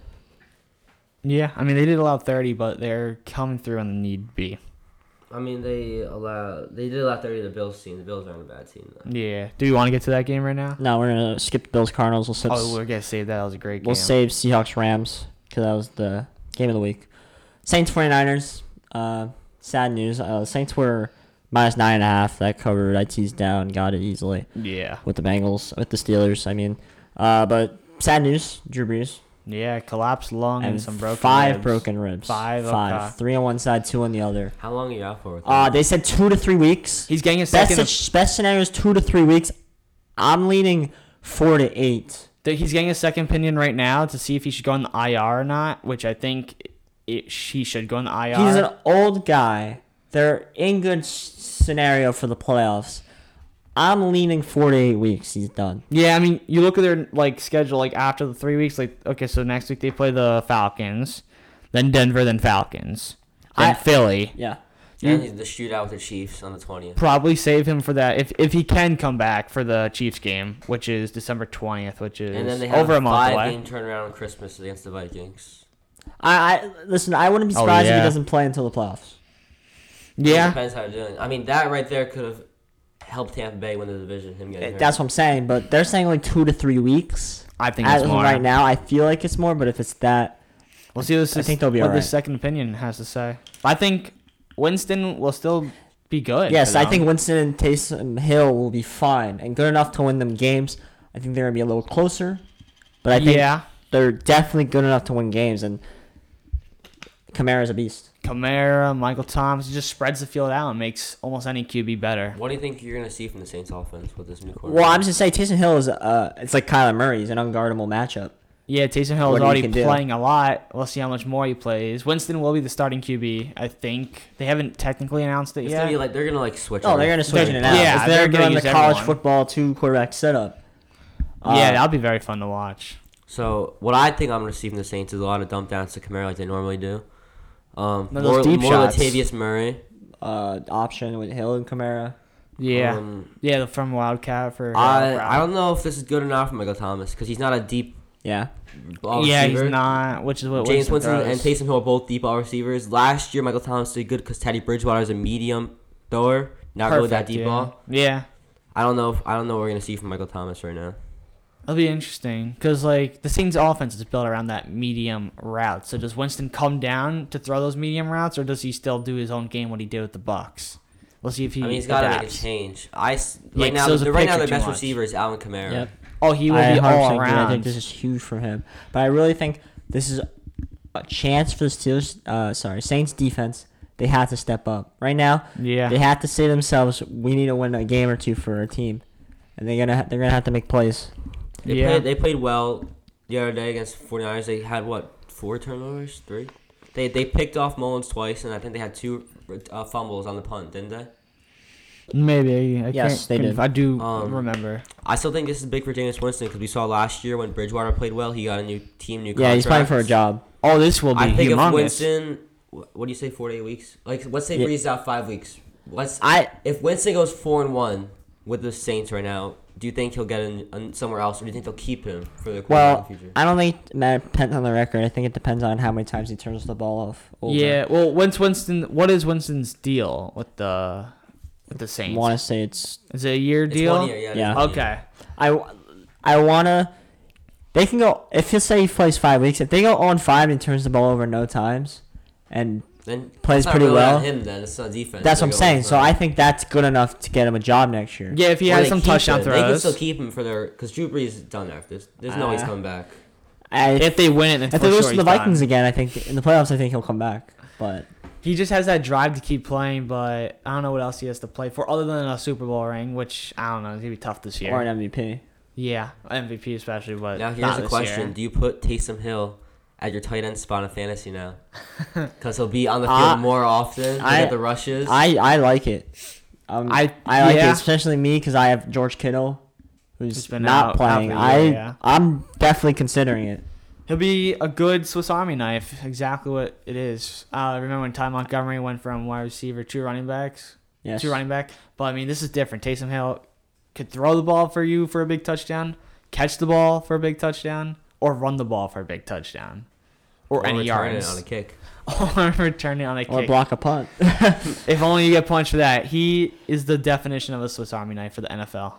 [SPEAKER 2] Yeah. I mean, they did allow 30, but they're coming through when the need be.
[SPEAKER 3] I mean, they allow they did allow 30 to the Bills team. The Bills aren't a bad team, though.
[SPEAKER 2] Yeah. Do you want to get to that game right now?
[SPEAKER 1] No, we're gonna skip the Bills Cardinals. We'll, skip,
[SPEAKER 2] Oh, we're going to save that. That was a great game.
[SPEAKER 1] we'll save Seahawks Rams because that was the game of the week. Saints 49ers. Uh, sad news. Uh, Saints were minus nine and a half. That covered. I teased down. Got it easily
[SPEAKER 2] Yeah.
[SPEAKER 1] with the Bengals. With the Steelers. I mean, uh, but sad news. Drew Brees
[SPEAKER 2] Yeah. Collapsed lung and,
[SPEAKER 1] and
[SPEAKER 2] some broken
[SPEAKER 1] five
[SPEAKER 2] ribs.
[SPEAKER 1] broken ribs.
[SPEAKER 2] Five, okay.
[SPEAKER 1] Three on one side. Two on the other.
[SPEAKER 3] How long are you out for? With
[SPEAKER 1] Uh,
[SPEAKER 3] that?
[SPEAKER 1] they said two to three weeks.
[SPEAKER 2] He's getting his
[SPEAKER 1] Best,
[SPEAKER 2] second.
[SPEAKER 1] best scenario is two to three weeks. I'm leaning four to eight.
[SPEAKER 2] that he's getting a second opinion right now to see if he should go on the IR or not, which I think it, she should go on the IR.
[SPEAKER 1] He's an old guy. They're in good s- scenario for the playoffs. I'm leaning four to eight weeks. He's done.
[SPEAKER 2] yeah, I mean, you look at their like schedule like after the three weeks, like okay, so next week they play the Falcons, then Denver, then Falcons, then
[SPEAKER 1] I-
[SPEAKER 2] Philly.
[SPEAKER 1] Yeah.
[SPEAKER 3] and the shootout with the Chiefs on the 20th.
[SPEAKER 2] Probably save him for that if if he can come back for the Chiefs game, which is December twentieth, which is
[SPEAKER 3] And then they have
[SPEAKER 2] over a month away.
[SPEAKER 3] five game turnaround on Christmas against the Vikings.
[SPEAKER 1] I, I listen. I wouldn't be
[SPEAKER 2] Oh,
[SPEAKER 1] surprised if
[SPEAKER 2] yeah.
[SPEAKER 1] he doesn't play until the playoffs.
[SPEAKER 3] It
[SPEAKER 2] Yeah,
[SPEAKER 3] depends how they're doing. I mean, that right there could have helped Tampa Bay win the division. Him getting hurt.
[SPEAKER 1] That's what I'm saying. But they're saying like two to three weeks.
[SPEAKER 2] I think
[SPEAKER 1] As
[SPEAKER 2] it's
[SPEAKER 1] of
[SPEAKER 2] more.
[SPEAKER 1] right now, I feel like it's more. But if it's that,
[SPEAKER 2] We'll see. what This
[SPEAKER 1] I
[SPEAKER 2] is-
[SPEAKER 1] think they'll be
[SPEAKER 2] what
[SPEAKER 1] alright.
[SPEAKER 2] the second opinion has to say. I think Winston will still be good.
[SPEAKER 1] yes,
[SPEAKER 2] for
[SPEAKER 1] I
[SPEAKER 2] them.
[SPEAKER 1] think Winston and Taysom Hill will be fine and good enough to win them games. I think they're gonna be a little closer, but I think
[SPEAKER 2] yeah,
[SPEAKER 1] they're definitely good enough to win games. And Kamara's a beast.
[SPEAKER 2] Kamara, Michael Thomas it just spreads the field out and makes almost any QB better.
[SPEAKER 3] What do you think you're going to see from the Saints offense with this new quarterback?
[SPEAKER 1] Well, I'm just saying Taysom Hill is uh, it's like Kyler Murray. He's an unguardable matchup.
[SPEAKER 2] Yeah, Taysom Hill
[SPEAKER 1] What
[SPEAKER 2] is
[SPEAKER 1] he
[SPEAKER 2] already
[SPEAKER 1] can do.
[SPEAKER 2] playing a lot. We'll see how much more he plays. Winston will be the starting QB, I think. They haven't technically announced it
[SPEAKER 3] It's
[SPEAKER 2] yet.
[SPEAKER 3] gonna be like they're gonna like switch.
[SPEAKER 1] Oh, they're gonna switch it out.
[SPEAKER 2] yeah,
[SPEAKER 1] Yeah, they're,
[SPEAKER 2] they're gonna
[SPEAKER 1] doing the
[SPEAKER 2] use
[SPEAKER 1] college
[SPEAKER 2] everyone.
[SPEAKER 1] football two quarterback setup. Uh,
[SPEAKER 2] yeah, that'll be very fun to watch.
[SPEAKER 3] So what I think I'm gonna see from the Saints is a lot of dump downs to Kamara like they normally do. Um,
[SPEAKER 2] No,
[SPEAKER 3] more
[SPEAKER 2] those deep
[SPEAKER 3] more
[SPEAKER 2] shots.
[SPEAKER 3] Latavius Murray.
[SPEAKER 1] uh, option with Hill and Kamara.
[SPEAKER 2] Yeah,
[SPEAKER 3] Um,
[SPEAKER 2] yeah, the from Wildcat for.
[SPEAKER 3] I Uh, I don't know if this is good enough for Michael Thomas because he's not a deep
[SPEAKER 1] Yeah,
[SPEAKER 3] ball
[SPEAKER 2] yeah,
[SPEAKER 3] receiver.
[SPEAKER 2] he's not, which is uh, what
[SPEAKER 3] James
[SPEAKER 2] Winston,
[SPEAKER 3] Winston
[SPEAKER 2] throws.
[SPEAKER 3] and Taysom Hill are both deep ball receivers. Last year, Michael Thomas did good because Teddy Bridgewater is a medium thrower, not really that
[SPEAKER 2] Perfect,
[SPEAKER 3] deep
[SPEAKER 2] yeah.
[SPEAKER 3] ball.
[SPEAKER 2] Yeah,
[SPEAKER 3] I don't know. If, I don't know what we're gonna see from Michael Thomas right now.
[SPEAKER 2] That'll be interesting because like the Saints' offense is built around that medium route. So does Winston come down to throw those medium routes, or does he still do his own game what he did with the Bucks? We'll see if he.
[SPEAKER 3] I mean, he's got to make a
[SPEAKER 2] adapts.
[SPEAKER 3] change. I s-
[SPEAKER 2] Yeah,
[SPEAKER 3] right
[SPEAKER 2] 'cause
[SPEAKER 3] now,
[SPEAKER 2] those are
[SPEAKER 3] the, right now,
[SPEAKER 2] picture
[SPEAKER 3] their
[SPEAKER 2] too
[SPEAKER 3] best
[SPEAKER 2] much.
[SPEAKER 3] receiver is Alvin Kamara.
[SPEAKER 1] Yep.
[SPEAKER 2] Oh, he will
[SPEAKER 1] I
[SPEAKER 2] be
[SPEAKER 1] 100%
[SPEAKER 2] all
[SPEAKER 1] agree.
[SPEAKER 2] around.
[SPEAKER 1] I think this is huge for him. But I really think this is a chance for the Steelers. Uh, sorry, Saints defense. They have to step up right now.
[SPEAKER 2] Yeah.
[SPEAKER 1] They have to say to themselves, "We need to win a game or two for our team," and they're gonna ha- they're gonna have to make plays.
[SPEAKER 3] They,
[SPEAKER 2] Yeah.
[SPEAKER 3] played, they played well the other day against 49ers. They had, what, four turnovers? Three? They, they picked off Mullins twice, and I think they had two uh, fumbles on the punt, didn't they?
[SPEAKER 2] Maybe. I
[SPEAKER 1] Yes,
[SPEAKER 2] can't
[SPEAKER 1] they
[SPEAKER 2] conf-
[SPEAKER 1] did.
[SPEAKER 2] I do
[SPEAKER 3] Um,
[SPEAKER 2] remember.
[SPEAKER 3] I still think this is big for Jameis Winston because we saw last year when Bridgewater played well, he got a new team, new
[SPEAKER 1] Yeah, he's playing for a
[SPEAKER 3] contracts.
[SPEAKER 1] job.
[SPEAKER 2] Oh, this will be
[SPEAKER 3] I think
[SPEAKER 2] humongous.
[SPEAKER 3] if Winston, wh- what do you say, four to eight weeks? Like, let's say
[SPEAKER 1] Yeah.
[SPEAKER 3] Breeze out five weeks. Let's
[SPEAKER 1] I
[SPEAKER 3] if Winston goes four and one with the Saints right now. Do you think he'll get in, in somewhere else, or do you think they'll keep him for the quarterback
[SPEAKER 1] well,
[SPEAKER 3] in the future?
[SPEAKER 1] I don't think it ma- depends on the record. I think it depends on how many times he turns the ball off. over.
[SPEAKER 2] Yeah. Well, when's Winston? What is Winston's deal with the with the Saints?
[SPEAKER 1] want to say it's
[SPEAKER 2] Is it a year
[SPEAKER 3] It's
[SPEAKER 2] deal?
[SPEAKER 3] one year, yeah, it is
[SPEAKER 1] Yeah.
[SPEAKER 3] one year.
[SPEAKER 2] Okay.
[SPEAKER 1] I, I wanna. They can go if he'll say he plays five weeks. If they go on five and turns the ball over no times, and
[SPEAKER 3] Then
[SPEAKER 1] Plays
[SPEAKER 3] it's not
[SPEAKER 1] pretty
[SPEAKER 3] really
[SPEAKER 1] well.
[SPEAKER 3] on him then it's not defense.
[SPEAKER 1] that's
[SPEAKER 3] They
[SPEAKER 1] what I'm
[SPEAKER 3] go
[SPEAKER 1] saying. So
[SPEAKER 3] for-
[SPEAKER 1] I think that's good enough to get him a job next year.
[SPEAKER 2] Yeah, if he
[SPEAKER 3] Or
[SPEAKER 2] has
[SPEAKER 3] they
[SPEAKER 2] some
[SPEAKER 3] keep
[SPEAKER 2] touchdown
[SPEAKER 3] him. They can still
[SPEAKER 2] throws.
[SPEAKER 3] keep him for their because Drew Brees is done after this. There's no way he's
[SPEAKER 1] Ah.
[SPEAKER 3] coming back.
[SPEAKER 1] I, if
[SPEAKER 2] If they win it, then
[SPEAKER 1] if
[SPEAKER 2] for
[SPEAKER 1] they lose
[SPEAKER 2] sure
[SPEAKER 1] to the
[SPEAKER 2] he's
[SPEAKER 1] Vikings
[SPEAKER 2] done.
[SPEAKER 1] again, I think in the playoffs, I think he'll come back. But
[SPEAKER 2] he just has that drive to keep playing. But I don't know what else he has to play for other than a Super Bowl ring, which I don't know. It's gonna be tough this year.
[SPEAKER 1] or an MVP.
[SPEAKER 2] yeah, MVP especially, but
[SPEAKER 3] Now here's
[SPEAKER 2] not
[SPEAKER 3] a
[SPEAKER 2] this
[SPEAKER 3] question:
[SPEAKER 2] year.
[SPEAKER 3] Do you put Taysom Hill at your tight end spot in fantasy
[SPEAKER 1] (laughs)
[SPEAKER 3] now? Because he'll be on the field
[SPEAKER 1] Uh,
[SPEAKER 3] more often. He'll
[SPEAKER 1] I-
[SPEAKER 3] get the rushes.
[SPEAKER 1] I, I like it. Um, I
[SPEAKER 2] I-
[SPEAKER 1] I like
[SPEAKER 2] yeah.
[SPEAKER 1] it, especially me because I have George Kittle, who's
[SPEAKER 2] Who's been
[SPEAKER 1] not
[SPEAKER 2] out- out
[SPEAKER 1] playing.
[SPEAKER 2] for a
[SPEAKER 1] I
[SPEAKER 2] year, yeah.
[SPEAKER 1] I'm definitely considering it.
[SPEAKER 2] He'll be a good Swiss Army knife, exactly what it is. Uh, remember when Ty Montgomery went from wide receiver to running backs?
[SPEAKER 1] Yes.
[SPEAKER 2] two running back. But I mean, this is different. Taysom Hill could throw the ball for you for a big touchdown, catch the ball for a big touchdown, or run the ball for a big touchdown, or, any
[SPEAKER 3] return it
[SPEAKER 2] yards,
[SPEAKER 3] on a kick.
[SPEAKER 2] (laughs) or return it on a
[SPEAKER 1] Or
[SPEAKER 2] kick.
[SPEAKER 1] block a punt. (laughs)
[SPEAKER 2] If only you get punched for that. He is the definition of a Swiss Army knife for the NFL.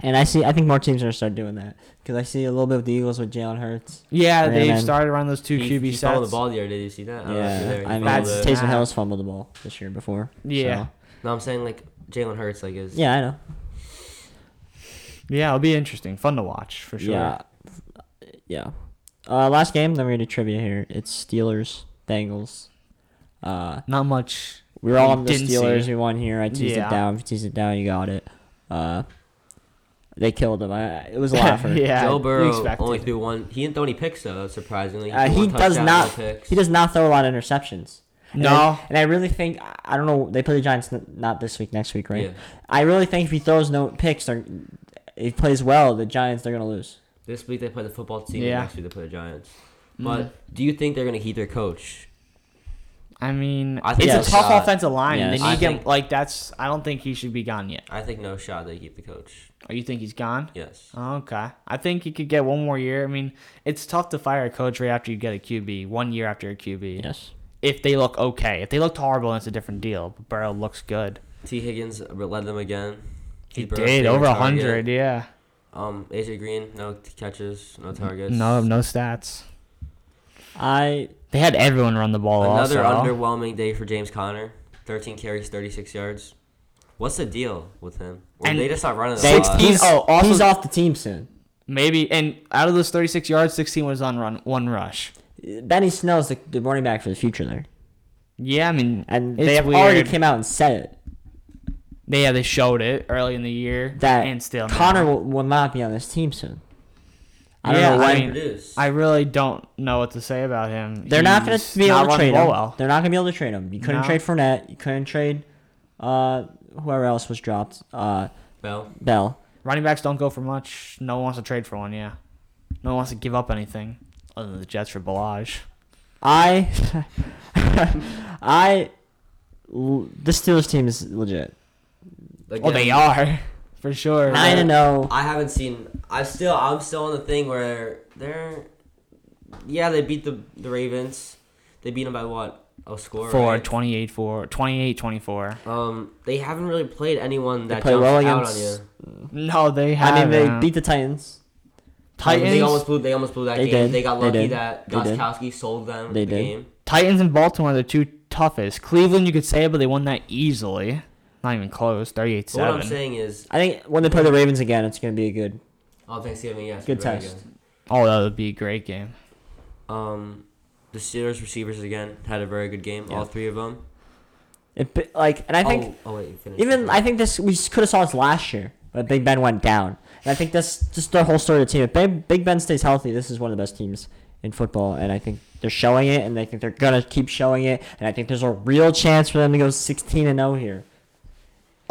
[SPEAKER 1] And I see. I think more teams are gonna start doing that because I see a little bit with the Eagles with Jalen Hurts.
[SPEAKER 2] Yeah,
[SPEAKER 1] And
[SPEAKER 2] they've
[SPEAKER 1] then-
[SPEAKER 2] started around those two
[SPEAKER 3] he,
[SPEAKER 2] QB
[SPEAKER 3] he fumbled
[SPEAKER 2] sets.
[SPEAKER 3] the ball the other day. Did you see that? I don't know if you're
[SPEAKER 1] yeah,
[SPEAKER 3] there.
[SPEAKER 1] I
[SPEAKER 3] He
[SPEAKER 1] mean,
[SPEAKER 2] That's
[SPEAKER 3] fumbled it.
[SPEAKER 1] Taysom
[SPEAKER 2] mad.
[SPEAKER 1] Hill's fumbled the ball this year before.
[SPEAKER 2] Yeah.
[SPEAKER 1] so-
[SPEAKER 3] No, I'm saying like Jalen Hurts. Like is
[SPEAKER 1] Yeah, I know.
[SPEAKER 2] Yeah, it'll be interesting, fun to watch for sure.
[SPEAKER 1] Yeah, yeah. Uh, last game. Then we're gonna do trivia here. It's Steelers Bengals. Uh,
[SPEAKER 2] Not much.
[SPEAKER 1] we were all on the
[SPEAKER 2] Didn't
[SPEAKER 1] Steelers.
[SPEAKER 2] see.
[SPEAKER 1] We won here. I teased
[SPEAKER 2] Yeah.
[SPEAKER 1] it down. If you teased it down, you got it. Uh, they killed him. I, it was a
[SPEAKER 2] (laughs)
[SPEAKER 1] lot for
[SPEAKER 2] yeah,
[SPEAKER 3] Joe
[SPEAKER 2] we
[SPEAKER 3] Burrow
[SPEAKER 2] expected.
[SPEAKER 3] only threw one. He didn't throw any picks though. Surprisingly,
[SPEAKER 1] Uh,
[SPEAKER 3] threw
[SPEAKER 1] he
[SPEAKER 3] one
[SPEAKER 1] does
[SPEAKER 3] touchdown,
[SPEAKER 1] not.
[SPEAKER 3] no picks.
[SPEAKER 1] He does not throw a lot of interceptions. And
[SPEAKER 2] No.
[SPEAKER 1] I, and I really think I- I don't know. They play the Giants n- not this week, next week, right?
[SPEAKER 3] Yeah.
[SPEAKER 1] I really think if he throws no picks, they're, he plays well. The Giants they're gonna lose.
[SPEAKER 3] This week they play the football team.
[SPEAKER 2] Yeah.
[SPEAKER 3] Yeah. Next week they play the Giants. But
[SPEAKER 1] Mm-hmm.
[SPEAKER 3] do you think they're gonna keep their coach?
[SPEAKER 2] I mean,
[SPEAKER 3] I
[SPEAKER 2] it's
[SPEAKER 3] think
[SPEAKER 2] a
[SPEAKER 1] yes.
[SPEAKER 2] tough
[SPEAKER 3] shot.
[SPEAKER 2] offensive line. and
[SPEAKER 1] Yes.
[SPEAKER 2] They need
[SPEAKER 3] I
[SPEAKER 2] to get
[SPEAKER 3] think-
[SPEAKER 2] like that's. I don't think he should be gone yet.
[SPEAKER 3] I think no shot they keep the coach.
[SPEAKER 2] Oh, you think he's gone?
[SPEAKER 3] Yes.
[SPEAKER 2] Oh, Okay. I think he could get one more year. I mean, it's tough to fire a coach right after you get a QB, one year after a QB.
[SPEAKER 1] Yes.
[SPEAKER 2] If they look okay. If they looked horrible, that's a different deal. But Burrow looks good.
[SPEAKER 3] T Higgins led them again.
[SPEAKER 2] He
[SPEAKER 3] He's Burrow's
[SPEAKER 2] did. Over
[SPEAKER 3] favorite
[SPEAKER 2] 100,
[SPEAKER 3] target.
[SPEAKER 2] yeah.
[SPEAKER 3] Um, AJ Green, no t- catches, no targets.
[SPEAKER 2] No, no stats.
[SPEAKER 1] I
[SPEAKER 2] They had everyone run the ball
[SPEAKER 3] Another
[SPEAKER 2] also.
[SPEAKER 3] underwhelming day for James Conner. 13 carries, 36 yards. What's the deal with him? Or
[SPEAKER 2] And
[SPEAKER 3] they just not running the
[SPEAKER 1] they,
[SPEAKER 3] ball.
[SPEAKER 1] he's,
[SPEAKER 2] oh, also-
[SPEAKER 1] he's off the team soon.
[SPEAKER 2] Maybe. And out of those 36 yards, 16 was on run, one rush.
[SPEAKER 1] Benny Snell's the, the running back for the future there,
[SPEAKER 2] Yeah, I mean,
[SPEAKER 1] and
[SPEAKER 2] it's
[SPEAKER 1] they have
[SPEAKER 2] weird.
[SPEAKER 1] already came out and said it
[SPEAKER 2] They- yeah, they showed it early in the year.
[SPEAKER 1] that
[SPEAKER 2] and still
[SPEAKER 1] Connor will, will not be on this team soon. I don't
[SPEAKER 2] Yeah,
[SPEAKER 1] know
[SPEAKER 2] I
[SPEAKER 1] when.
[SPEAKER 2] mean,
[SPEAKER 3] Produce.
[SPEAKER 2] I really don't know what to say about him.
[SPEAKER 1] They're not going
[SPEAKER 2] He's
[SPEAKER 1] to be
[SPEAKER 2] not
[SPEAKER 1] able to
[SPEAKER 2] running
[SPEAKER 1] trade
[SPEAKER 2] the ball
[SPEAKER 1] him.
[SPEAKER 2] well.
[SPEAKER 1] They're not going to be able to trade him. You couldn't
[SPEAKER 2] No.
[SPEAKER 1] trade Fournette. You couldn't trade uh, whoever else was dropped. Uh,
[SPEAKER 3] Bell.
[SPEAKER 1] Bell.
[SPEAKER 2] Running backs don't go for much. No one wants to trade for one, yeah. No one wants to give up anything other than the Jets for Balaj.
[SPEAKER 1] I, (laughs) I, l- the Steelers team is legit.
[SPEAKER 3] Again,
[SPEAKER 2] Oh, they are. (laughs) For sure.
[SPEAKER 1] Nine and oh. zero.
[SPEAKER 3] I haven't seen. I still. I'm still on the thing where they're. Yeah, they beat the the Ravens. They beat them by what? A score.
[SPEAKER 2] For
[SPEAKER 3] right?
[SPEAKER 2] 28 4, 28 24.
[SPEAKER 3] Um, they haven't really played anyone that
[SPEAKER 1] play
[SPEAKER 3] jumps
[SPEAKER 1] well
[SPEAKER 3] out on you.
[SPEAKER 1] against-
[SPEAKER 2] No, they have.
[SPEAKER 1] I mean, they beat the Titans.
[SPEAKER 3] Um, They almost
[SPEAKER 2] Titans,
[SPEAKER 3] blew. They almost blew that
[SPEAKER 1] They
[SPEAKER 3] game.
[SPEAKER 1] did.
[SPEAKER 3] They got
[SPEAKER 1] They
[SPEAKER 3] lucky
[SPEAKER 1] did.
[SPEAKER 3] that
[SPEAKER 1] They did.
[SPEAKER 3] Goskowski sold them
[SPEAKER 1] They
[SPEAKER 3] the
[SPEAKER 1] did.
[SPEAKER 3] game.
[SPEAKER 2] Titans and Baltimore are the two toughest. Cleveland, you could say, but they won that easily. Not even close. 38
[SPEAKER 3] But what I'm
[SPEAKER 2] 7.
[SPEAKER 3] saying is,
[SPEAKER 1] I think when they play the Ravens again, it's going to be a good.
[SPEAKER 3] on Thanksgiving, yes,
[SPEAKER 1] Good
[SPEAKER 3] very
[SPEAKER 1] test.
[SPEAKER 2] Oh, that would be a great game.
[SPEAKER 3] Um, the Steelers receivers again had a very good game.
[SPEAKER 1] Yeah.
[SPEAKER 3] All three of them.
[SPEAKER 1] It, but, like, and I think
[SPEAKER 3] Oh, oh wait, you finished.
[SPEAKER 1] Even
[SPEAKER 3] Okay.
[SPEAKER 1] I think this we could have saw this last year, but Big Ben went down, and I think that's just the whole story of the team. If Ben- Big Ben stays healthy, this is one of the best teams in football, and I think they're showing it, and I think they're gonna keep showing it, and I think there's a real chance for them to go 16 and 0 here.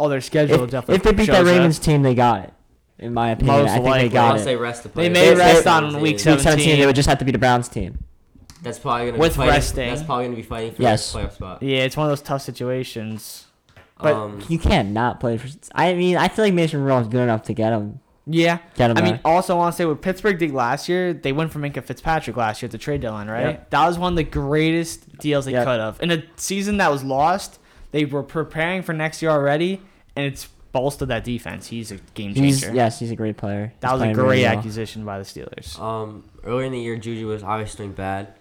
[SPEAKER 2] Oh, their schedule
[SPEAKER 1] If,
[SPEAKER 2] definitely.
[SPEAKER 1] if they beat that
[SPEAKER 2] shows
[SPEAKER 1] Ravens team, they got it. In my opinion,
[SPEAKER 2] Most
[SPEAKER 1] I think
[SPEAKER 2] likely.
[SPEAKER 1] they got
[SPEAKER 3] Unless they
[SPEAKER 1] it.
[SPEAKER 3] rest the
[SPEAKER 2] They
[SPEAKER 3] players.
[SPEAKER 2] may
[SPEAKER 1] They- rest they-
[SPEAKER 2] on week
[SPEAKER 1] Week 17, they
[SPEAKER 2] 17.
[SPEAKER 1] would just have to beat the Browns team.
[SPEAKER 3] That's probably gonna
[SPEAKER 2] With
[SPEAKER 3] be fighting,
[SPEAKER 2] resting.
[SPEAKER 3] That's probably gonna be fighting for
[SPEAKER 1] Yes.
[SPEAKER 3] the playoff spot.
[SPEAKER 2] Yeah, it's one of those tough situations.
[SPEAKER 1] But
[SPEAKER 3] um,
[SPEAKER 1] you can't not play for. I mean, I feel like Mason Rudolph is good enough to get him.
[SPEAKER 2] Yeah.
[SPEAKER 1] Get him.
[SPEAKER 2] I mean,
[SPEAKER 1] there.
[SPEAKER 2] also want to say what Pittsburgh did last year, they went for Minka Fitzpatrick last year at the trade deadline, right?
[SPEAKER 1] Yep.
[SPEAKER 2] That was one of the greatest deals they
[SPEAKER 1] Yep.
[SPEAKER 2] could have. In a season that was lost, they were preparing for next year already, and it's bolstered that defense. He's a game changer.
[SPEAKER 1] he's yes, he's a great player.
[SPEAKER 2] That
[SPEAKER 1] He's
[SPEAKER 2] was a
[SPEAKER 1] playing really
[SPEAKER 2] great
[SPEAKER 1] well.
[SPEAKER 2] acquisition by the Steelers.
[SPEAKER 3] Um, earlier in the year, Juju was obviously doing bad.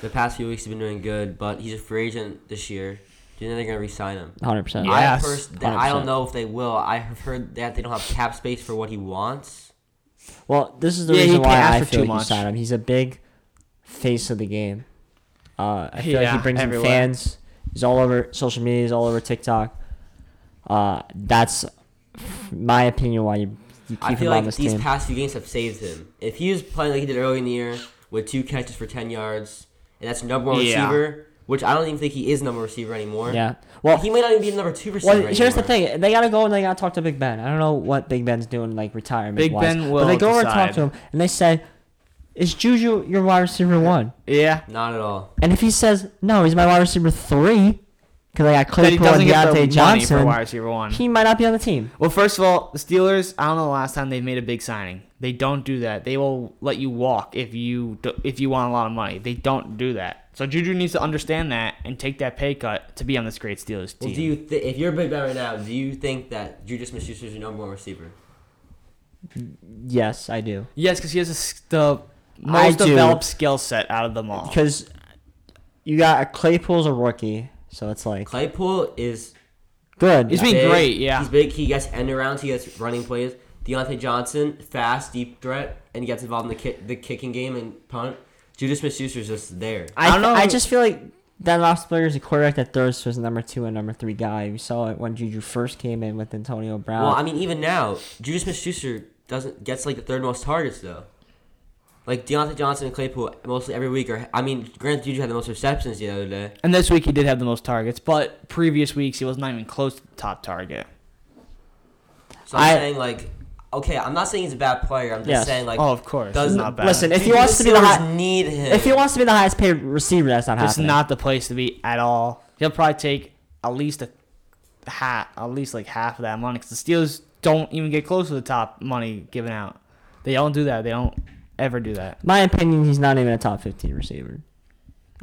[SPEAKER 3] The past few weeks, he's been doing good, but he's a free agent this year. Do you think they're gonna re-sign him?
[SPEAKER 1] 100%.
[SPEAKER 2] Yeah. Yes,
[SPEAKER 3] I first, th- I
[SPEAKER 1] 100%.
[SPEAKER 3] don't know if they will. I have heard that they don't have cap space for what he wants.
[SPEAKER 1] Well, this is the
[SPEAKER 2] Yeah, he
[SPEAKER 1] reason
[SPEAKER 2] can't
[SPEAKER 1] why
[SPEAKER 2] ask
[SPEAKER 1] I
[SPEAKER 2] for
[SPEAKER 1] feel
[SPEAKER 2] too
[SPEAKER 1] like
[SPEAKER 2] much.
[SPEAKER 1] you sign him. He's a big face of the game. Uh, I feel like
[SPEAKER 2] Yeah,
[SPEAKER 1] he brings
[SPEAKER 2] everywhere.
[SPEAKER 1] in fans. He's all over social media. He's all over TikTok. Uh, that's my opinion why you, you keep
[SPEAKER 3] I
[SPEAKER 1] him
[SPEAKER 3] feel
[SPEAKER 1] on
[SPEAKER 3] like
[SPEAKER 1] this
[SPEAKER 3] these
[SPEAKER 1] team.
[SPEAKER 3] past few games have saved him. If he was playing like he did early in the year with two catches for ten yards, and that's number one
[SPEAKER 2] Yeah.
[SPEAKER 3] receiver, which I don't even think he is number receiver anymore.
[SPEAKER 1] yeah. Well,
[SPEAKER 3] he may not even be the number two receiver.
[SPEAKER 1] well here's the
[SPEAKER 3] anymore.
[SPEAKER 1] thing. They got to go and they got to talk to Big Ben. I don't know what Big Ben's doing, like retirement.
[SPEAKER 2] Big Ben
[SPEAKER 1] But they
[SPEAKER 2] will
[SPEAKER 1] go over and talk
[SPEAKER 2] decide.
[SPEAKER 1] to him and they say, Is Juju your wide receiver one?
[SPEAKER 2] Yeah.
[SPEAKER 3] Not at all.
[SPEAKER 1] And if he says, No, he's my wide receiver three, because I got
[SPEAKER 2] That he
[SPEAKER 1] Claypool and
[SPEAKER 2] doesn't get the
[SPEAKER 1] Deontay
[SPEAKER 2] money for
[SPEAKER 1] Johnson.
[SPEAKER 2] wide receiver one.
[SPEAKER 1] He might not be on the team.
[SPEAKER 2] Well, first of all, the Steelers. I don't know the last time they've made a big signing. They don't do that. They will let you walk if you do, if you want a lot of money. They don't do that. So Juju needs to understand that and take that pay cut to be on this great Steelers team.
[SPEAKER 3] Well, do you th- if you're a big man right now, do you think that Juju Smith-Schuster is your number one receiver?
[SPEAKER 1] Yes, I do.
[SPEAKER 2] yes, because he has a s the
[SPEAKER 1] I
[SPEAKER 2] most
[SPEAKER 1] do.
[SPEAKER 2] developed skill set out of them all.
[SPEAKER 1] Because you got a Claypool's a rookie, so it's like
[SPEAKER 3] Claypool is
[SPEAKER 1] good.
[SPEAKER 2] He's been
[SPEAKER 3] big.
[SPEAKER 2] great, yeah.
[SPEAKER 3] He's big. He gets end arounds. He gets running plays. Deontay Johnson, fast, deep threat, and he gets involved in the ki- the kicking game and punt. Judas Smith-Schuster is just there.
[SPEAKER 1] I,
[SPEAKER 2] I
[SPEAKER 1] th-
[SPEAKER 2] don't know.
[SPEAKER 1] I just feel like Dan Roethlisberger is a quarterback that throws to his number two and number three guy. We saw it when Juju first came in with Antonio Brown.
[SPEAKER 3] Well, I mean, even now, Judas Smith-Schuster doesn't gets like the third most targets though. Like Deontay Johnson and Claypool, mostly every week. Or I mean, Grant Juju had the most receptions the other day.
[SPEAKER 2] and this week he did have the most targets, but previous weeks he was not even close to the top target.
[SPEAKER 3] So I'm
[SPEAKER 1] I-
[SPEAKER 3] saying like, okay, I'm not saying he's a bad player. I'm just
[SPEAKER 1] Yes.
[SPEAKER 3] saying like,
[SPEAKER 2] oh, of course,
[SPEAKER 3] does-
[SPEAKER 2] it's not bad.
[SPEAKER 1] Listen, if he
[SPEAKER 3] Dude,
[SPEAKER 1] wants
[SPEAKER 3] the
[SPEAKER 1] to be the
[SPEAKER 3] Steelers
[SPEAKER 1] hot,
[SPEAKER 3] need him.
[SPEAKER 1] if he wants to be the highest paid receiver, that's not
[SPEAKER 2] it's
[SPEAKER 1] happening.
[SPEAKER 2] not the place to be at all. He'll probably take at least a half, at least like half of that money because the Steelers don't even get close to the top money given out. They don't do that. They don't ever do that.
[SPEAKER 1] my opinion. He's not even a top fifteen receiver.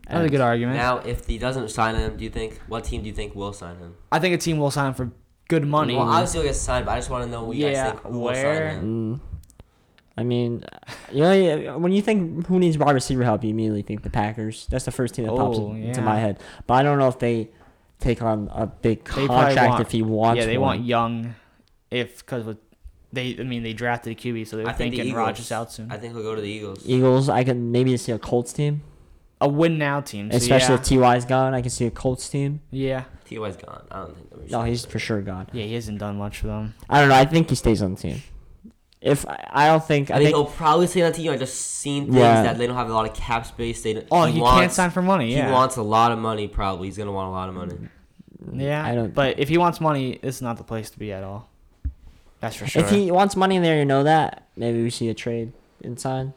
[SPEAKER 2] That's a good argument.
[SPEAKER 3] now, if he doesn't sign him, do you think what team do you think will sign him?
[SPEAKER 2] I think a team will sign him for good money.
[SPEAKER 3] Well, obviously he'll get signed, but I just want to know what you
[SPEAKER 2] Yeah,
[SPEAKER 3] guys think. Who
[SPEAKER 2] where?
[SPEAKER 3] Will sign him.
[SPEAKER 1] Mm. I mean, you know, yeah, when you think who needs wide receiver help, you immediately think the Packers. That's the first team that pops
[SPEAKER 2] Oh,
[SPEAKER 1] into
[SPEAKER 2] yeah.
[SPEAKER 1] my head. But I don't know if they take on a big
[SPEAKER 2] They probably
[SPEAKER 1] contract
[SPEAKER 2] want-
[SPEAKER 1] if he wants.
[SPEAKER 2] yeah, they
[SPEAKER 1] one.
[SPEAKER 2] want young, if because with they, I mean, they drafted a QB, so they're
[SPEAKER 3] I think the
[SPEAKER 2] thinking
[SPEAKER 3] Eagles.
[SPEAKER 2] Rogers out soon.
[SPEAKER 3] I think he'll go to the Eagles.
[SPEAKER 1] Eagles. I can maybe see a Colts team,
[SPEAKER 2] a win now team, so
[SPEAKER 1] especially
[SPEAKER 2] yeah.
[SPEAKER 1] if Ty's gone. I can see a Colts team.
[SPEAKER 2] yeah,
[SPEAKER 3] Ty's gone. I don't think. they'll
[SPEAKER 1] No,
[SPEAKER 3] re-sign
[SPEAKER 1] he's
[SPEAKER 3] him.
[SPEAKER 1] for sure gone.
[SPEAKER 2] yeah, he hasn't done much for them.
[SPEAKER 1] I don't know. I think he stays on the team. If I, I don't think
[SPEAKER 3] I
[SPEAKER 1] I
[SPEAKER 3] think
[SPEAKER 1] think
[SPEAKER 3] he'll probably sign on the team. I just seen things
[SPEAKER 1] Yeah.
[SPEAKER 3] that they don't have a lot of cap space. They don't-
[SPEAKER 2] Oh, he, can't
[SPEAKER 3] wants-
[SPEAKER 2] sign for money. Yeah,
[SPEAKER 3] He wants a lot of money. Probably he's gonna want a lot of money.
[SPEAKER 2] Yeah,
[SPEAKER 1] I don't-
[SPEAKER 2] But if he wants money, it's not the place to be at all. That's for sure.
[SPEAKER 1] if he wants money in there, you know that maybe we see a trade inside.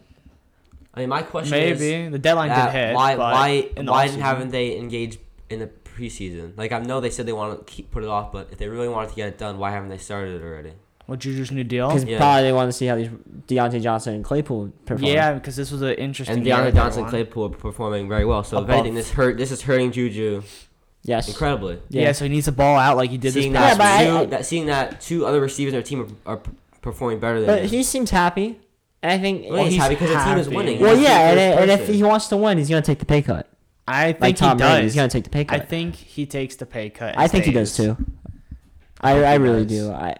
[SPEAKER 3] I mean, my question is
[SPEAKER 2] maybe the deadline
[SPEAKER 3] that
[SPEAKER 2] did hit.
[SPEAKER 3] why
[SPEAKER 2] but
[SPEAKER 3] why
[SPEAKER 2] in the
[SPEAKER 3] why
[SPEAKER 2] offseason-
[SPEAKER 3] didn't, haven't they engaged in the preseason? Like I know they said they want to keep put it off, but if they really wanted to get it done, why haven't they started it already?
[SPEAKER 2] with Juju's new deal?
[SPEAKER 1] Because
[SPEAKER 3] Yeah.
[SPEAKER 1] probably they want to see how these Deontay Johnson and Claypool perform.
[SPEAKER 2] Yeah, because this was an interesting.
[SPEAKER 3] and
[SPEAKER 2] year
[SPEAKER 3] Deontay
[SPEAKER 2] for
[SPEAKER 3] Johnson
[SPEAKER 2] everyone.
[SPEAKER 3] and Claypool are performing very well. So
[SPEAKER 2] Above.
[SPEAKER 3] if anything, this hurt. This is hurting Juju
[SPEAKER 1] Yes.
[SPEAKER 3] incredibly.
[SPEAKER 2] Yeah. so he needs to ball out like he did
[SPEAKER 3] Seeing
[SPEAKER 2] this
[SPEAKER 1] Yeah,
[SPEAKER 3] that,
[SPEAKER 2] past.
[SPEAKER 1] but I-
[SPEAKER 3] two,
[SPEAKER 1] I-
[SPEAKER 3] that seeing that two other receivers on their team are, are p- performing better than
[SPEAKER 1] But
[SPEAKER 3] him.
[SPEAKER 1] he seems happy. And I think.
[SPEAKER 3] Well, he's
[SPEAKER 2] he's
[SPEAKER 3] happy because the team is
[SPEAKER 2] happy.
[SPEAKER 3] winning.
[SPEAKER 1] well,
[SPEAKER 3] He's
[SPEAKER 1] yeah,
[SPEAKER 3] the
[SPEAKER 1] and,
[SPEAKER 3] first
[SPEAKER 1] and if
[SPEAKER 3] person.
[SPEAKER 1] he wants to win, he's going to take the pay cut.
[SPEAKER 2] I think
[SPEAKER 1] Like Tom
[SPEAKER 2] he does.
[SPEAKER 1] Brady, he's going to take the pay
[SPEAKER 2] I
[SPEAKER 1] cut.
[SPEAKER 2] think he takes the pay cut. and
[SPEAKER 1] I think he does
[SPEAKER 2] stays.
[SPEAKER 1] too. I,
[SPEAKER 2] think
[SPEAKER 1] I
[SPEAKER 2] he
[SPEAKER 1] really
[SPEAKER 2] does.
[SPEAKER 1] do. I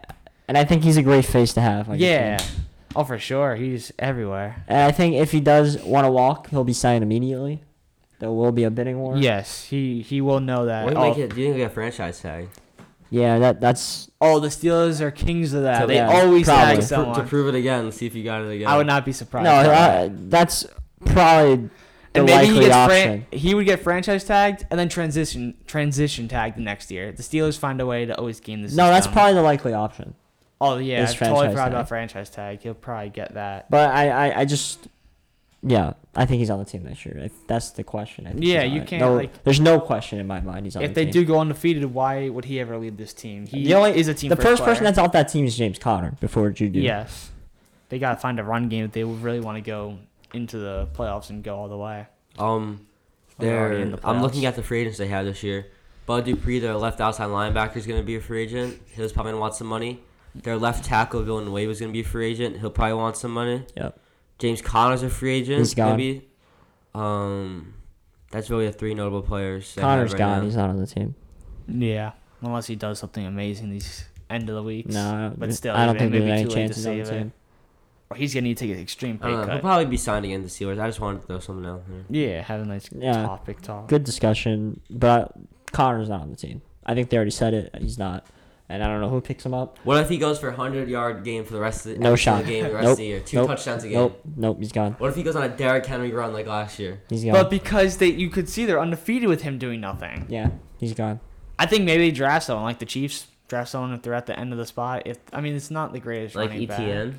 [SPEAKER 1] And I think he's a great face to have. on your
[SPEAKER 2] Yeah.
[SPEAKER 1] team.
[SPEAKER 2] Oh, for sure. He's everywhere.
[SPEAKER 1] And I think if he does want to walk, he'll be signed immediately. there will be a bidding war.
[SPEAKER 2] Yes, he he will know that. Oh,
[SPEAKER 3] What
[SPEAKER 2] all-
[SPEAKER 1] Oh.
[SPEAKER 3] make it, do you think we get franchise tag
[SPEAKER 1] Yeah, that that's
[SPEAKER 2] Oh, the Steelers are kings of that.
[SPEAKER 3] To-
[SPEAKER 2] They
[SPEAKER 1] yeah,
[SPEAKER 2] always
[SPEAKER 1] probably.
[SPEAKER 2] tag
[SPEAKER 1] To
[SPEAKER 3] to, pro- to
[SPEAKER 2] someone.
[SPEAKER 3] prove it again? See if you got it again.
[SPEAKER 2] I would not be surprised.
[SPEAKER 1] no, I, that's probably the
[SPEAKER 2] and maybe he
[SPEAKER 1] likely
[SPEAKER 2] gets
[SPEAKER 1] option.
[SPEAKER 2] fran- he would get franchise tagged and then transition transition tagged the next year. The Steelers find a way to always game this.
[SPEAKER 1] no, that's probably the likely option.
[SPEAKER 2] Oh yeah,
[SPEAKER 1] is
[SPEAKER 2] I totally
[SPEAKER 1] franchise
[SPEAKER 2] forgot
[SPEAKER 1] tag.
[SPEAKER 2] about franchise tag. He'll probably get that.
[SPEAKER 1] But I, I, I just, yeah, I think he's on the team this year. If that's the question. I think
[SPEAKER 2] Yeah,
[SPEAKER 1] he's on
[SPEAKER 2] you
[SPEAKER 1] it.
[SPEAKER 2] can't,
[SPEAKER 1] No,
[SPEAKER 2] like-
[SPEAKER 1] there's no question in my mind he's on
[SPEAKER 2] If
[SPEAKER 1] the
[SPEAKER 2] they
[SPEAKER 1] team.
[SPEAKER 2] do go undefeated, why would he ever leave this team? He
[SPEAKER 1] The only-
[SPEAKER 2] is a team.
[SPEAKER 1] the first person
[SPEAKER 2] player.
[SPEAKER 1] that's off that team is James Conner before Juju.
[SPEAKER 2] yes, they gotta find a run game if they really want to go into the playoffs and go all the way.
[SPEAKER 3] Um,
[SPEAKER 2] We're already in
[SPEAKER 3] they're,
[SPEAKER 2] the
[SPEAKER 3] I'm looking
[SPEAKER 2] playoffs.
[SPEAKER 3] at the free agents they have this year. Bud Dupree, their left outside linebacker, is going to be a free agent. He'll probably want some money. Their left tackle, Villanueva, is going to be a free agent. He'll probably want some money.
[SPEAKER 1] Yep.
[SPEAKER 3] James Connor's a free agent.
[SPEAKER 1] He's gone.
[SPEAKER 3] Maybe. Um, that's really the three notable players. they have
[SPEAKER 1] Connor's
[SPEAKER 3] right
[SPEAKER 1] gone.
[SPEAKER 3] now.
[SPEAKER 1] He's not on the team.
[SPEAKER 2] Yeah, unless he does something amazing these end of the weeks.
[SPEAKER 1] No, I don't-
[SPEAKER 2] but still,
[SPEAKER 1] I don't
[SPEAKER 2] it
[SPEAKER 1] think
[SPEAKER 2] may
[SPEAKER 1] there's
[SPEAKER 2] be
[SPEAKER 1] any
[SPEAKER 2] too late to
[SPEAKER 1] chances on the
[SPEAKER 2] save it.
[SPEAKER 1] team.
[SPEAKER 2] Or he's gonna need to take an extreme
[SPEAKER 3] I
[SPEAKER 2] pay
[SPEAKER 3] don't know. He'll
[SPEAKER 2] cut.
[SPEAKER 3] probably be signed again to Steelers. I just wanted to throw something out there.
[SPEAKER 2] yeah, have a nice
[SPEAKER 1] Yeah.
[SPEAKER 2] topic talk.
[SPEAKER 1] Good discussion, but Connor's not on the team. I think they already said it. He's not, and I don't know who picks him up.
[SPEAKER 3] What if he goes for a hundred yard game for the rest of the,
[SPEAKER 1] No
[SPEAKER 3] every
[SPEAKER 1] shot.
[SPEAKER 3] single game, the rest
[SPEAKER 1] Nope.
[SPEAKER 3] of the year, two
[SPEAKER 1] Nope.
[SPEAKER 3] touchdowns a game.
[SPEAKER 1] Nope, nope, he's gone.
[SPEAKER 3] What if he goes on a Derrick Henry run like last year?
[SPEAKER 1] He's gone.
[SPEAKER 2] But because they, you could see they're undefeated with him doing nothing.
[SPEAKER 1] yeah, he's gone.
[SPEAKER 2] I think maybe they draft someone like the Chiefs draft someone if they're at the end of the spot. If I mean, it's not the greatest
[SPEAKER 3] Like E
[SPEAKER 2] running back.
[SPEAKER 3] ETN.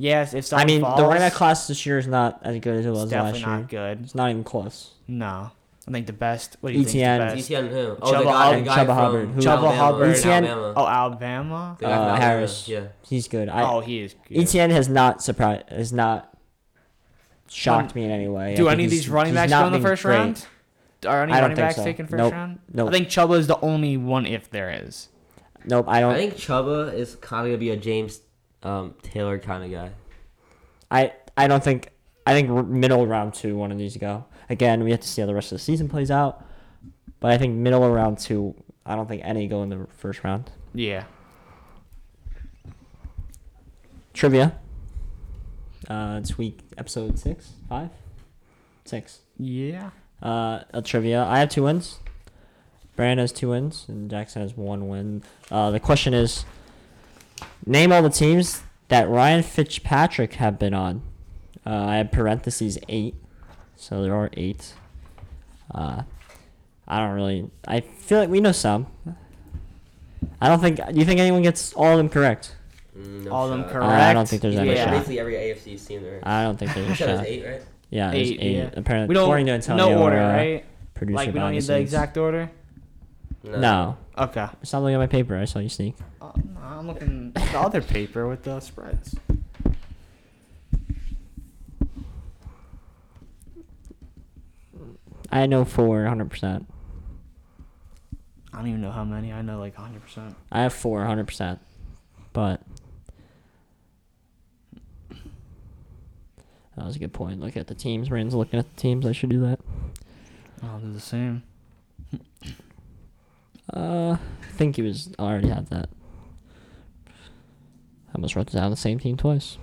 [SPEAKER 2] Yes, if
[SPEAKER 1] I
[SPEAKER 2] someone
[SPEAKER 1] mean,
[SPEAKER 2] falls,
[SPEAKER 1] the running back class this year is not as good as it
[SPEAKER 2] it's
[SPEAKER 1] was last
[SPEAKER 2] definitely
[SPEAKER 1] year.
[SPEAKER 2] not good.
[SPEAKER 1] It's not even close.
[SPEAKER 2] No, I think the best. What do you
[SPEAKER 1] ETN.
[SPEAKER 2] think? is The best?
[SPEAKER 3] ETN who? Oh,
[SPEAKER 2] Chubba Hubbard.
[SPEAKER 1] Chubba Hubbard. Who-
[SPEAKER 3] Alabama.
[SPEAKER 2] Chubba Hubbard.
[SPEAKER 1] ETN.
[SPEAKER 3] Alabama.
[SPEAKER 2] Oh, Alabama.
[SPEAKER 3] The guy from
[SPEAKER 1] Uh,
[SPEAKER 3] Alabama,
[SPEAKER 1] Harris.
[SPEAKER 3] Yeah.
[SPEAKER 1] He's good. I, E
[SPEAKER 2] Oh, he is. Good.
[SPEAKER 1] ETN has not surprised. Has not shocked me in any way. I
[SPEAKER 2] Do
[SPEAKER 1] think
[SPEAKER 2] any of
[SPEAKER 1] he's-
[SPEAKER 2] these running
[SPEAKER 1] he's
[SPEAKER 2] backs
[SPEAKER 1] not
[SPEAKER 2] go in the
[SPEAKER 1] been
[SPEAKER 2] first
[SPEAKER 1] great.
[SPEAKER 2] round? Are any
[SPEAKER 1] I don't
[SPEAKER 2] running
[SPEAKER 1] think
[SPEAKER 2] backs
[SPEAKER 1] so.
[SPEAKER 2] taken first
[SPEAKER 1] Nope.
[SPEAKER 2] round?
[SPEAKER 1] Nope.
[SPEAKER 2] I think Chuba is the only one if there is.
[SPEAKER 1] Nope, I
[SPEAKER 3] I
[SPEAKER 1] don't.
[SPEAKER 3] think Chuba is kind of gonna be a James um, Taylor kind of guy.
[SPEAKER 1] I I don't think I think r- middle of round two one of these go. Again, we have to see how the rest of the season plays out. But I think middle of round two, I don't think any go in the first round.
[SPEAKER 2] Yeah.
[SPEAKER 1] Trivia. Uh, it's week episode six, five, six.
[SPEAKER 2] Yeah.
[SPEAKER 1] Uh, a trivia. I have two wins. Brandon has two wins, and Jackson has one win. Uh, the question is, name all the teams that Ryan Fitzpatrick have been on. Uh, I have parentheses eight, so there are eight. Uh, I don't really. I feel like we know some. I don't think. Do you think anyone gets all of them correct?
[SPEAKER 3] Mm, no
[SPEAKER 2] All of them
[SPEAKER 3] shot.
[SPEAKER 2] correct.
[SPEAKER 1] Uh, I don't think there's any
[SPEAKER 2] Yeah.
[SPEAKER 1] shot.
[SPEAKER 3] Basically every AFC team there.
[SPEAKER 1] I don't think there's
[SPEAKER 2] (laughs)
[SPEAKER 3] You
[SPEAKER 1] a
[SPEAKER 3] said it was
[SPEAKER 1] shot.
[SPEAKER 3] eight, right?
[SPEAKER 1] Yeah, there's eight.
[SPEAKER 2] Eight, yeah.
[SPEAKER 1] Apparently,
[SPEAKER 2] We don't.
[SPEAKER 1] according to Antonio,
[SPEAKER 2] no order,
[SPEAKER 1] uh,
[SPEAKER 2] right?
[SPEAKER 1] Producer
[SPEAKER 2] Like we don't
[SPEAKER 1] behind
[SPEAKER 2] need the
[SPEAKER 1] scenes.
[SPEAKER 2] exact order.
[SPEAKER 1] No,
[SPEAKER 2] Okay.
[SPEAKER 1] it's not looking at my paper. I saw you sneak.
[SPEAKER 2] Uh, no, I'm looking at the other paper with the spreads.
[SPEAKER 1] I know four, 100%.
[SPEAKER 2] I don't even know how many. I know like 100. percent
[SPEAKER 1] I have four, 100%. But. That was a good point. Look at the teams. Rand's looking at the teams. I should do that.
[SPEAKER 2] I'll do Oh, the same.
[SPEAKER 1] Uh, I think he was. I already had that. I almost wrote down the same team twice.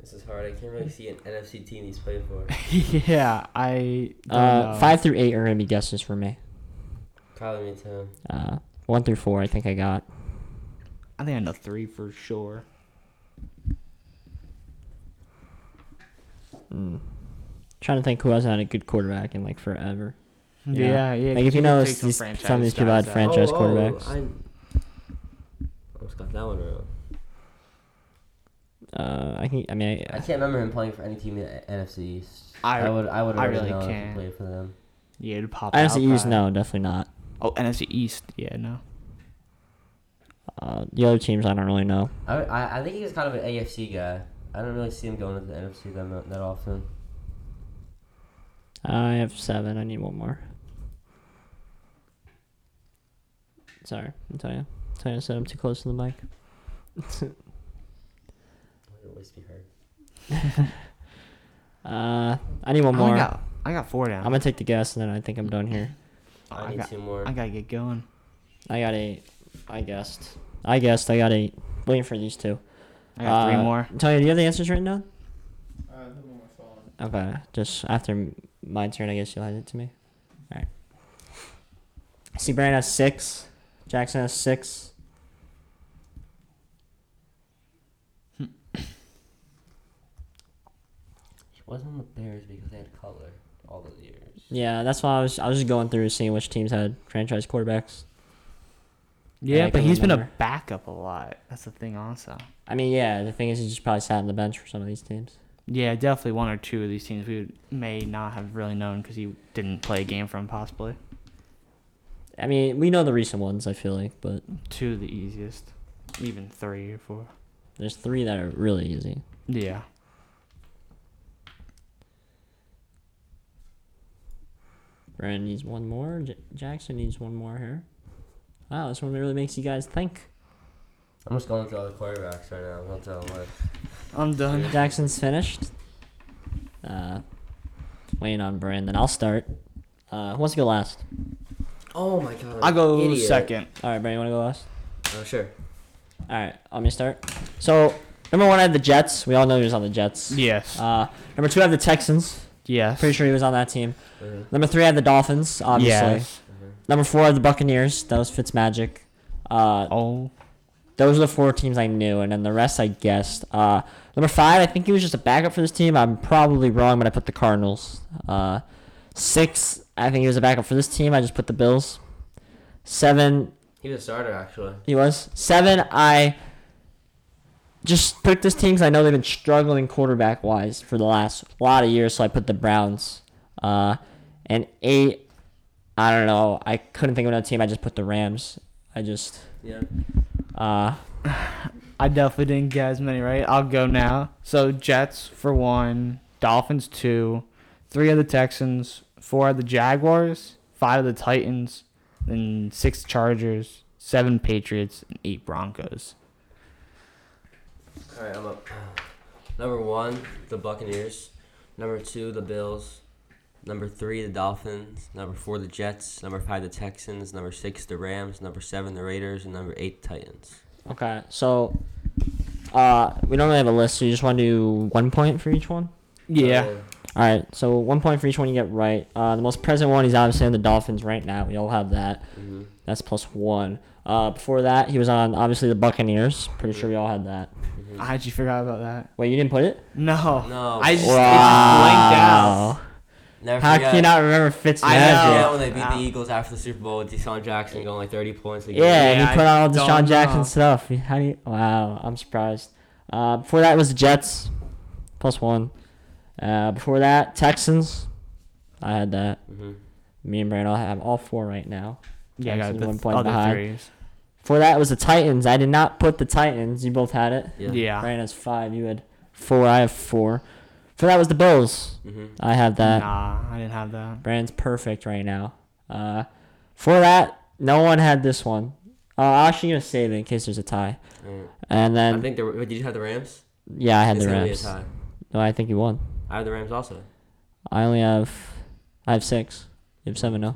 [SPEAKER 3] This is hard. I can't really see an NFC team he's playing
[SPEAKER 1] (laughs)
[SPEAKER 3] for.
[SPEAKER 2] (laughs) yeah, I. Don't
[SPEAKER 1] Uh,
[SPEAKER 2] know.
[SPEAKER 1] five through eight are gonna be guesses for me.
[SPEAKER 3] Probably me too.
[SPEAKER 1] Uh, one through four, I think I got.
[SPEAKER 2] I think I know three for sure.
[SPEAKER 1] Hmm. Trying to think who hasn't had a good quarterback in like forever.
[SPEAKER 2] Yeah, yeah.
[SPEAKER 1] Like if
[SPEAKER 2] 'cause
[SPEAKER 1] you know
[SPEAKER 2] can take
[SPEAKER 1] these, some of these people had
[SPEAKER 2] guys out.
[SPEAKER 1] franchise quarterbacks.
[SPEAKER 3] Oh, I almost got that one wrong.
[SPEAKER 1] Uh, I can. I mean,
[SPEAKER 3] I
[SPEAKER 1] I,
[SPEAKER 3] can't remember him playing for any team in the NFC East.
[SPEAKER 2] I-
[SPEAKER 3] I, would. I would.
[SPEAKER 2] I
[SPEAKER 3] already
[SPEAKER 2] really
[SPEAKER 3] know if he
[SPEAKER 2] can't.
[SPEAKER 3] Played for them.
[SPEAKER 2] Yeah, it'd pop
[SPEAKER 1] I honestly
[SPEAKER 2] out
[SPEAKER 1] use
[SPEAKER 2] by-
[SPEAKER 1] no, definitely not.
[SPEAKER 2] Oh, NFC East. Yeah, no.
[SPEAKER 1] Uh, the other teams I don't really know.
[SPEAKER 3] I, I, I think he's kind of an AFC guy. I don't really see him going to the NFC that, that often.
[SPEAKER 1] I have seven. I need one more. Sorry, Antonio. Antonio said I'm too close to the mic.
[SPEAKER 3] It'll always be hard.
[SPEAKER 1] Uh, I need one
[SPEAKER 2] I
[SPEAKER 1] more.
[SPEAKER 2] got, I got four down.
[SPEAKER 1] I'm gonna take the guess, and then I think I'm done here.
[SPEAKER 2] Oh,
[SPEAKER 3] I,
[SPEAKER 2] I
[SPEAKER 3] need
[SPEAKER 2] got-
[SPEAKER 3] two more.
[SPEAKER 2] I gotta get going.
[SPEAKER 1] I got eight. I guessed. I guessed. I got eight. Waiting for these two.
[SPEAKER 2] I got three
[SPEAKER 1] Uh,
[SPEAKER 2] more.
[SPEAKER 1] Antonio, do you have the answers written down?
[SPEAKER 4] Uh, no more. phone.
[SPEAKER 1] Okay, just after m- my turn, I guess you'll hand it to me. All right. See, Brandon has six. Jackson has six.
[SPEAKER 3] He wasn't on the Bears because they had Cutler all those years.
[SPEAKER 1] Yeah, that's why I was I was just going through seeing which teams had franchise quarterbacks.
[SPEAKER 2] Yeah,
[SPEAKER 1] I
[SPEAKER 2] but
[SPEAKER 1] can
[SPEAKER 2] he's been
[SPEAKER 1] remember.
[SPEAKER 2] a backup a lot. That's the thing, also.
[SPEAKER 1] I mean, yeah, the thing is, he just probably sat on the bench for some of these teams.
[SPEAKER 2] Yeah, definitely one or two of these teams we would- may not have really known because he didn't play a game for him, possibly.
[SPEAKER 1] I mean, we know the recent ones. I feel like, but
[SPEAKER 2] Two of the easiest, even three or four.
[SPEAKER 1] there's three that are really easy.
[SPEAKER 2] Yeah.
[SPEAKER 1] Brandon needs one more. J- Jackson needs one more here. Wow, this one really makes you guys think.
[SPEAKER 3] I'm just going through all the quarterbacks right now. I'm going through all the list.
[SPEAKER 2] I'm done.
[SPEAKER 1] Jackson's finished. Uh, waiting on Brandon. I'll start. Uh, who wants to go last?
[SPEAKER 3] Oh my god.
[SPEAKER 2] I'll go
[SPEAKER 3] idiot.
[SPEAKER 2] second.
[SPEAKER 1] All right, Brandon, you want to go last?
[SPEAKER 3] Oh sure.
[SPEAKER 1] All right, let me start. So, number one, I had the Jets. We all know he was on the Jets.
[SPEAKER 2] Yes.
[SPEAKER 1] Uh, number two, I have the Texans.
[SPEAKER 2] yes.
[SPEAKER 1] Pretty sure he was on that team.
[SPEAKER 3] Uh,
[SPEAKER 1] Number three, I have the Dolphins, obviously.
[SPEAKER 2] Yes.
[SPEAKER 3] mm-hmm.
[SPEAKER 1] Number four, I have the Buccaneers. That was Fitzmagic. Uh,
[SPEAKER 2] Oh.
[SPEAKER 1] those are the four teams I knew, and then the rest I guessed. Uh, number five, I think he was just a backup for this team. I'm probably wrong, but I put the Cardinals. Uh, six, I think he was a backup for this team. I just put the Bills. Seven,
[SPEAKER 3] he was a starter actually.
[SPEAKER 1] he was seven. I just picked this team because I know they've been struggling quarterback wise for the last lot of years, so I put the Browns. Uh, and eight, I don't know. I couldn't think of another team. I just put the Rams. I just
[SPEAKER 3] Yeah.
[SPEAKER 1] uh,
[SPEAKER 2] I definitely didn't get as many right. I'll go now. So Jets for one, Dolphins two, three of the Texans, four of the Jaguars, five of the Titans, then six Chargers, seven Patriots, and eight Broncos.
[SPEAKER 3] All right, I'm up. Number one, the Buccaneers. Number two, the Bills. Number three, the Dolphins. Number four, the Jets. Number five, the Texans. Number six, the Rams. Number seven, the Raiders. And number eight, Titans.
[SPEAKER 1] Okay, so uh, we don't really have a list, so you just want to do one point for each one. Oh.
[SPEAKER 2] Yeah.
[SPEAKER 3] So,
[SPEAKER 1] All right, so one point for each one you get right. Uh, the most present one is obviously on the Dolphins right now. We all have that.
[SPEAKER 3] mhm.
[SPEAKER 1] That's plus one. Uh, before that, he was on obviously the Buccaneers. Pretty sure we all had that.
[SPEAKER 2] I actually forgot about that.
[SPEAKER 1] Wait, you didn't put it?
[SPEAKER 2] No.
[SPEAKER 3] No.
[SPEAKER 2] I just, it just blanked
[SPEAKER 1] Wow.
[SPEAKER 2] out.
[SPEAKER 3] Never
[SPEAKER 1] How
[SPEAKER 3] forget.
[SPEAKER 1] can you not remember Fitzmagic?
[SPEAKER 2] I
[SPEAKER 3] Yeah,
[SPEAKER 2] know.
[SPEAKER 1] Yeah,
[SPEAKER 3] when they beat
[SPEAKER 2] Ow.
[SPEAKER 3] the Eagles after the Super Bowl with Deshaun Jackson going like 30 points a game.
[SPEAKER 1] and
[SPEAKER 2] Yeah,
[SPEAKER 1] he put
[SPEAKER 2] I
[SPEAKER 1] on all Deshaun
[SPEAKER 2] don't know.
[SPEAKER 1] Jackson stuff. How do you? Wow, I'm surprised. Uh, before that was the Jets, plus one. Uh, before that, Texans. I had that.
[SPEAKER 3] Mhm.
[SPEAKER 1] Me and Brandon have all four right now.
[SPEAKER 2] Yeah, I got
[SPEAKER 1] Jackson
[SPEAKER 2] the
[SPEAKER 1] one
[SPEAKER 2] th-
[SPEAKER 1] point
[SPEAKER 2] other
[SPEAKER 1] behind.
[SPEAKER 2] threes.
[SPEAKER 1] For that was the Titans. I did not put the Titans. You both had it.
[SPEAKER 3] Yeah.
[SPEAKER 2] Yeah.
[SPEAKER 1] Brandon has five. You had four. I have four. For that was the Bills.
[SPEAKER 3] hmm
[SPEAKER 1] I have that.
[SPEAKER 2] Nah, I didn't have that.
[SPEAKER 1] Brandon's perfect right now. Uh, for that, no one had this one. Uh, I'm actually gonna save it in case there's a tie. And
[SPEAKER 3] I
[SPEAKER 1] then
[SPEAKER 3] think the. Wait, did you have the Rams?
[SPEAKER 1] yeah, I had
[SPEAKER 3] it's
[SPEAKER 1] the
[SPEAKER 3] gonna be a
[SPEAKER 1] Rams.
[SPEAKER 3] tie.
[SPEAKER 1] No, I think you won.
[SPEAKER 3] I have the Rams also.
[SPEAKER 1] I only have I have six. You have seven. No.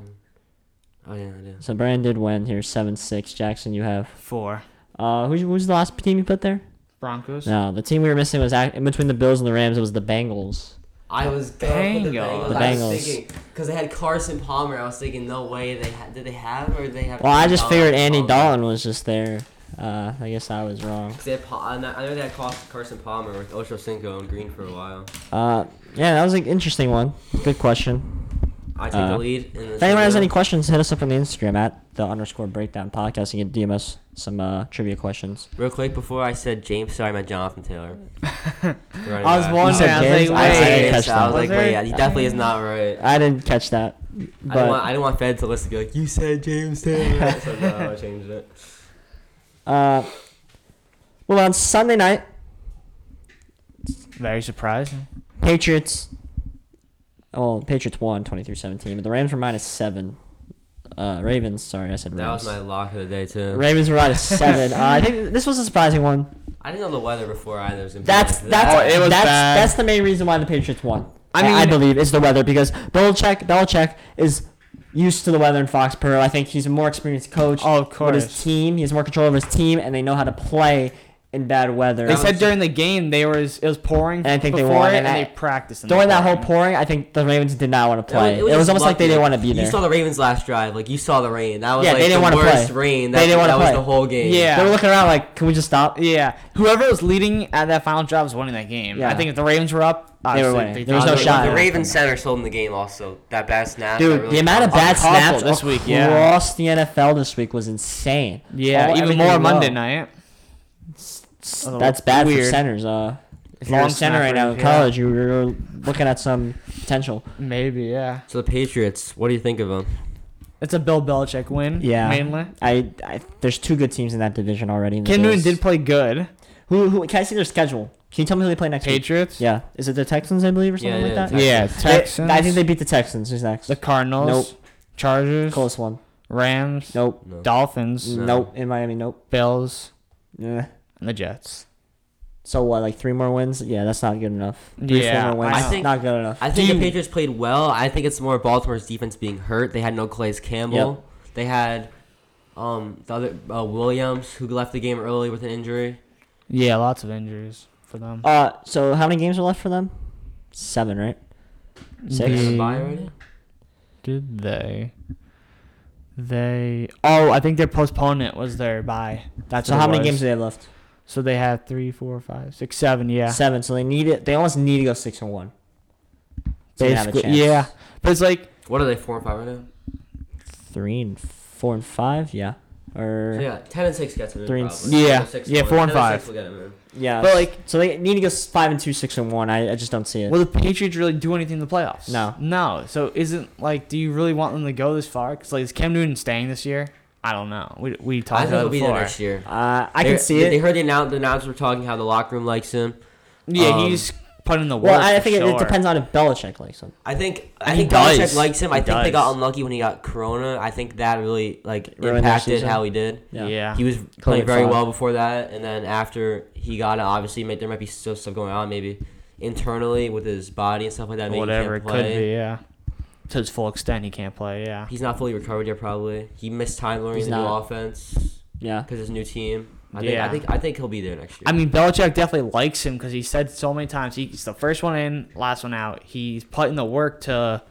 [SPEAKER 3] Oh yeah, I do.
[SPEAKER 1] So Brandon did win here, seven six. Jackson, you have.
[SPEAKER 2] Four.
[SPEAKER 1] Uh, who's who's the last team you put there?
[SPEAKER 2] Broncos.
[SPEAKER 1] No, the team we were missing was act- in between the Bills and the Rams. It was the Bengals.
[SPEAKER 3] I was going for the
[SPEAKER 2] Bengals.
[SPEAKER 3] Bengals.
[SPEAKER 1] The
[SPEAKER 3] I
[SPEAKER 1] Bengals.
[SPEAKER 3] was thinking because they had Carson Palmer. I was thinking, no way they ha- did they have or did they have.
[SPEAKER 1] Well, I just
[SPEAKER 3] Andy
[SPEAKER 1] figured Andy
[SPEAKER 3] Dalton?
[SPEAKER 1] Dalton was just there. Uh, I guess I was wrong.
[SPEAKER 3] 'Cause they had Pa- I kn- I know they had Car- Carson Palmer with Ocho Cinco and Green for a while.
[SPEAKER 1] Uh, yeah, that was an interesting one. Good question.
[SPEAKER 3] I take
[SPEAKER 1] Uh,
[SPEAKER 3] the lead. In this
[SPEAKER 1] If anyone has any
[SPEAKER 3] video.
[SPEAKER 1] questions, hit us up on the Instagram at the underscore breakdown podcast and get DM us some uh, trivia questions.
[SPEAKER 3] Real quick, before I said James, sorry, I meant Jonathan Taylor.
[SPEAKER 2] I was wondering.
[SPEAKER 1] said
[SPEAKER 2] I was
[SPEAKER 1] James?
[SPEAKER 2] like,
[SPEAKER 1] I
[SPEAKER 2] wait.
[SPEAKER 1] said
[SPEAKER 3] I,
[SPEAKER 1] James.
[SPEAKER 3] was
[SPEAKER 1] touchdown.
[SPEAKER 3] like,
[SPEAKER 2] Was
[SPEAKER 3] wait,
[SPEAKER 2] there-
[SPEAKER 3] yeah, he definitely is not right.
[SPEAKER 1] I didn't catch that,
[SPEAKER 3] I didn't, want,
[SPEAKER 1] but
[SPEAKER 3] I didn't want Fed to listen to be like, you said
[SPEAKER 1] (laughs)
[SPEAKER 3] James Taylor. so no, I changed it.
[SPEAKER 1] uh, well, on Sunday night,
[SPEAKER 2] (laughs) Very surprising.
[SPEAKER 1] Patriots. Well, Patriots won 23-17, but the Rams were minus seven. Uh, Ravens. Sorry, I said
[SPEAKER 3] That was
[SPEAKER 1] Rams.
[SPEAKER 3] my lock of the day, too.
[SPEAKER 1] Ravens were
[SPEAKER 3] (laughs)
[SPEAKER 1] minus seven. Uh, I think this was a surprising one.
[SPEAKER 3] I didn't know the weather before either. Was gonna be
[SPEAKER 1] That's
[SPEAKER 3] like
[SPEAKER 1] that's
[SPEAKER 2] Oh, it was
[SPEAKER 1] that's,
[SPEAKER 2] bad.
[SPEAKER 1] that's the main reason why the Patriots won.
[SPEAKER 2] I
[SPEAKER 1] I mean, I
[SPEAKER 2] mean-
[SPEAKER 1] believe is the weather because Belichick Belichick is used to the weather in Foxborough. I think he's a more experienced coach
[SPEAKER 2] Oh, of
[SPEAKER 1] with
[SPEAKER 2] course.
[SPEAKER 1] his team. He has more control over his team, and they know how to play in bad weather. Um,
[SPEAKER 2] They said during the game they were it was pouring
[SPEAKER 1] And I think they
[SPEAKER 2] before
[SPEAKER 1] won,
[SPEAKER 2] it
[SPEAKER 1] and
[SPEAKER 2] and,
[SPEAKER 1] I-
[SPEAKER 2] they practiced. in the
[SPEAKER 1] during that whole
[SPEAKER 2] pouring.
[SPEAKER 1] pouring, I think the Ravens did not want to play. It was,
[SPEAKER 3] just
[SPEAKER 1] almost like they
[SPEAKER 3] lucky.
[SPEAKER 1] didn't want to be there.
[SPEAKER 3] You saw the Ravens last drive. Like you saw the rain. That was
[SPEAKER 1] Yeah,
[SPEAKER 3] like
[SPEAKER 1] they didn't wanna
[SPEAKER 3] the worst
[SPEAKER 1] play.
[SPEAKER 3] rain.
[SPEAKER 1] They
[SPEAKER 3] That,
[SPEAKER 1] didn't wanna
[SPEAKER 3] that was
[SPEAKER 1] play.
[SPEAKER 3] the whole game.
[SPEAKER 2] Yeah.
[SPEAKER 1] They were looking around like, can we just stop?
[SPEAKER 2] Yeah, whoever was leading at that final drive was winning that game.
[SPEAKER 1] Yeah.
[SPEAKER 2] I think if the Ravens were up,
[SPEAKER 1] were
[SPEAKER 2] obviously,
[SPEAKER 1] winning. There was
[SPEAKER 2] thought
[SPEAKER 1] no
[SPEAKER 2] they were
[SPEAKER 1] shot.
[SPEAKER 2] winning.
[SPEAKER 3] The Ravens center sold in the game also. That bad snap. that
[SPEAKER 1] Dude,
[SPEAKER 3] really
[SPEAKER 1] the amount of
[SPEAKER 3] comes-
[SPEAKER 1] bad
[SPEAKER 2] awful
[SPEAKER 1] snaps
[SPEAKER 2] this week, yeah.
[SPEAKER 1] across the NFL this week was insane.
[SPEAKER 2] Yeah,
[SPEAKER 1] All-
[SPEAKER 2] even
[SPEAKER 1] everything
[SPEAKER 2] more
[SPEAKER 1] was low.
[SPEAKER 2] Monday night.
[SPEAKER 1] S-
[SPEAKER 2] Oh,
[SPEAKER 1] That's bad for
[SPEAKER 2] weird.
[SPEAKER 1] centers. Uh, if
[SPEAKER 2] you're
[SPEAKER 1] you're
[SPEAKER 2] a
[SPEAKER 1] a center right now in
[SPEAKER 2] snapper, yeah.
[SPEAKER 1] college, you- you're looking at some potential.
[SPEAKER 2] Maybe yeah.
[SPEAKER 3] So the Patriots. What do you think of them?
[SPEAKER 2] It's a Bill Belichick win.
[SPEAKER 1] Yeah.
[SPEAKER 2] mainly.
[SPEAKER 1] I, I there's two good teams in that division already. in the
[SPEAKER 2] Ken Newton
[SPEAKER 1] Bills.
[SPEAKER 2] did play good.
[SPEAKER 1] Who, who can I see their schedule? Can you tell me who they play next week?
[SPEAKER 2] Patriots.
[SPEAKER 1] Yeah, is it the Texans? I believe or something
[SPEAKER 3] Yeah,
[SPEAKER 1] like
[SPEAKER 3] yeah,
[SPEAKER 1] that.
[SPEAKER 2] Yeah,
[SPEAKER 3] Texans.
[SPEAKER 1] They-
[SPEAKER 2] Texans.
[SPEAKER 1] I think they beat the Texans. Who's next?
[SPEAKER 2] the Cardinals.
[SPEAKER 1] Nope.
[SPEAKER 2] Chargers.
[SPEAKER 1] Close one.
[SPEAKER 2] Rams.
[SPEAKER 1] Nope.
[SPEAKER 3] No.
[SPEAKER 2] Dolphins.
[SPEAKER 3] No.
[SPEAKER 1] Nope. In Miami. Nope.
[SPEAKER 2] Bills.
[SPEAKER 1] Eh.
[SPEAKER 2] And the Jets.
[SPEAKER 1] So what? Like three more wins? Yeah, that's not good enough. Three,
[SPEAKER 2] Yeah,
[SPEAKER 1] four more wins.
[SPEAKER 3] I think-
[SPEAKER 1] not good enough.
[SPEAKER 3] I think
[SPEAKER 2] Dude.
[SPEAKER 3] the Patriots played well. I think it's more Baltimore's defense being hurt. They had no Clay's Campbell. They had um the other uh, Williams who left the game early with an injury.
[SPEAKER 2] Yeah, lots of injuries for them.
[SPEAKER 1] Uh, so how many games are left for them? Seven, right? Six.
[SPEAKER 3] They had a
[SPEAKER 2] Yeah.
[SPEAKER 3] bye already.
[SPEAKER 2] Did they? They. Oh, I think their postponement was their bye. That's
[SPEAKER 1] So
[SPEAKER 2] what
[SPEAKER 1] how
[SPEAKER 2] it
[SPEAKER 1] many
[SPEAKER 2] was.
[SPEAKER 1] games do they have left?
[SPEAKER 2] So they had three, four, five, six, seven. Yeah.
[SPEAKER 1] Seven. So they need it. They almost need to go six and one. So they have a
[SPEAKER 2] Basically,
[SPEAKER 1] chance.
[SPEAKER 2] yeah. But it's like
[SPEAKER 3] What are they four and five right now?
[SPEAKER 1] Three and four and five. Yeah.
[SPEAKER 3] So
[SPEAKER 1] Or yeah.
[SPEAKER 3] yeah, ten and six gets them in.
[SPEAKER 1] Three and
[SPEAKER 3] probably.
[SPEAKER 2] s- Yeah.
[SPEAKER 3] So six
[SPEAKER 2] Yeah,
[SPEAKER 3] wins.
[SPEAKER 2] four and
[SPEAKER 3] 10
[SPEAKER 2] five.
[SPEAKER 3] six will get them in.
[SPEAKER 1] But
[SPEAKER 2] But,
[SPEAKER 1] like,
[SPEAKER 2] like-
[SPEAKER 1] so they need to go s- five and two, six and one. I, I just don't see it.
[SPEAKER 2] Will the Patriots really do anything in the playoffs?
[SPEAKER 1] No.
[SPEAKER 2] No. So isn't like, do you really want them to go this far? Because like, is Cam Newton staying this year? I don't know. We we
[SPEAKER 3] I
[SPEAKER 2] talked
[SPEAKER 3] think it'll
[SPEAKER 2] about it
[SPEAKER 3] be there
[SPEAKER 2] before.
[SPEAKER 3] next year.
[SPEAKER 1] uh, I
[SPEAKER 3] They-
[SPEAKER 1] can see
[SPEAKER 3] they,
[SPEAKER 1] it.
[SPEAKER 3] They heard the announcer, the announcer were talking how the locker room likes him.
[SPEAKER 2] Yeah,
[SPEAKER 3] Um,
[SPEAKER 2] he's putting in the work.
[SPEAKER 1] well, I think it, it
[SPEAKER 2] sure.
[SPEAKER 1] depends on if Belichick likes him.
[SPEAKER 3] I think I
[SPEAKER 2] And he
[SPEAKER 3] think Belichick
[SPEAKER 2] does.
[SPEAKER 3] likes him. I
[SPEAKER 2] He
[SPEAKER 3] think they got
[SPEAKER 2] does.
[SPEAKER 3] unlucky when he got Corona. I think that really like
[SPEAKER 1] Ruined their
[SPEAKER 3] impacted
[SPEAKER 1] season.
[SPEAKER 3] how he did.
[SPEAKER 1] Yeah.
[SPEAKER 2] Yeah.
[SPEAKER 3] He was playing very
[SPEAKER 1] five.
[SPEAKER 3] well before that, and then after he got it, obviously may- there might be still stuff going on, maybe internally with his body and stuff like that. Maybe
[SPEAKER 2] Whatever
[SPEAKER 3] Whatever he
[SPEAKER 2] it
[SPEAKER 3] can't
[SPEAKER 2] could
[SPEAKER 3] play.
[SPEAKER 2] be. Yeah. To his full extent, he can't play. Yeah.
[SPEAKER 3] He's not fully recovered yet. Probably he missed time learning
[SPEAKER 1] He's
[SPEAKER 3] the
[SPEAKER 1] not.
[SPEAKER 3] new offense
[SPEAKER 1] Yeah.
[SPEAKER 3] because his new team. I
[SPEAKER 2] Yeah.
[SPEAKER 3] think I think I think he'll be there next year.
[SPEAKER 2] I mean, Belichick definitely likes him because he said so many times he's the first one in, last one out. He's putting the work to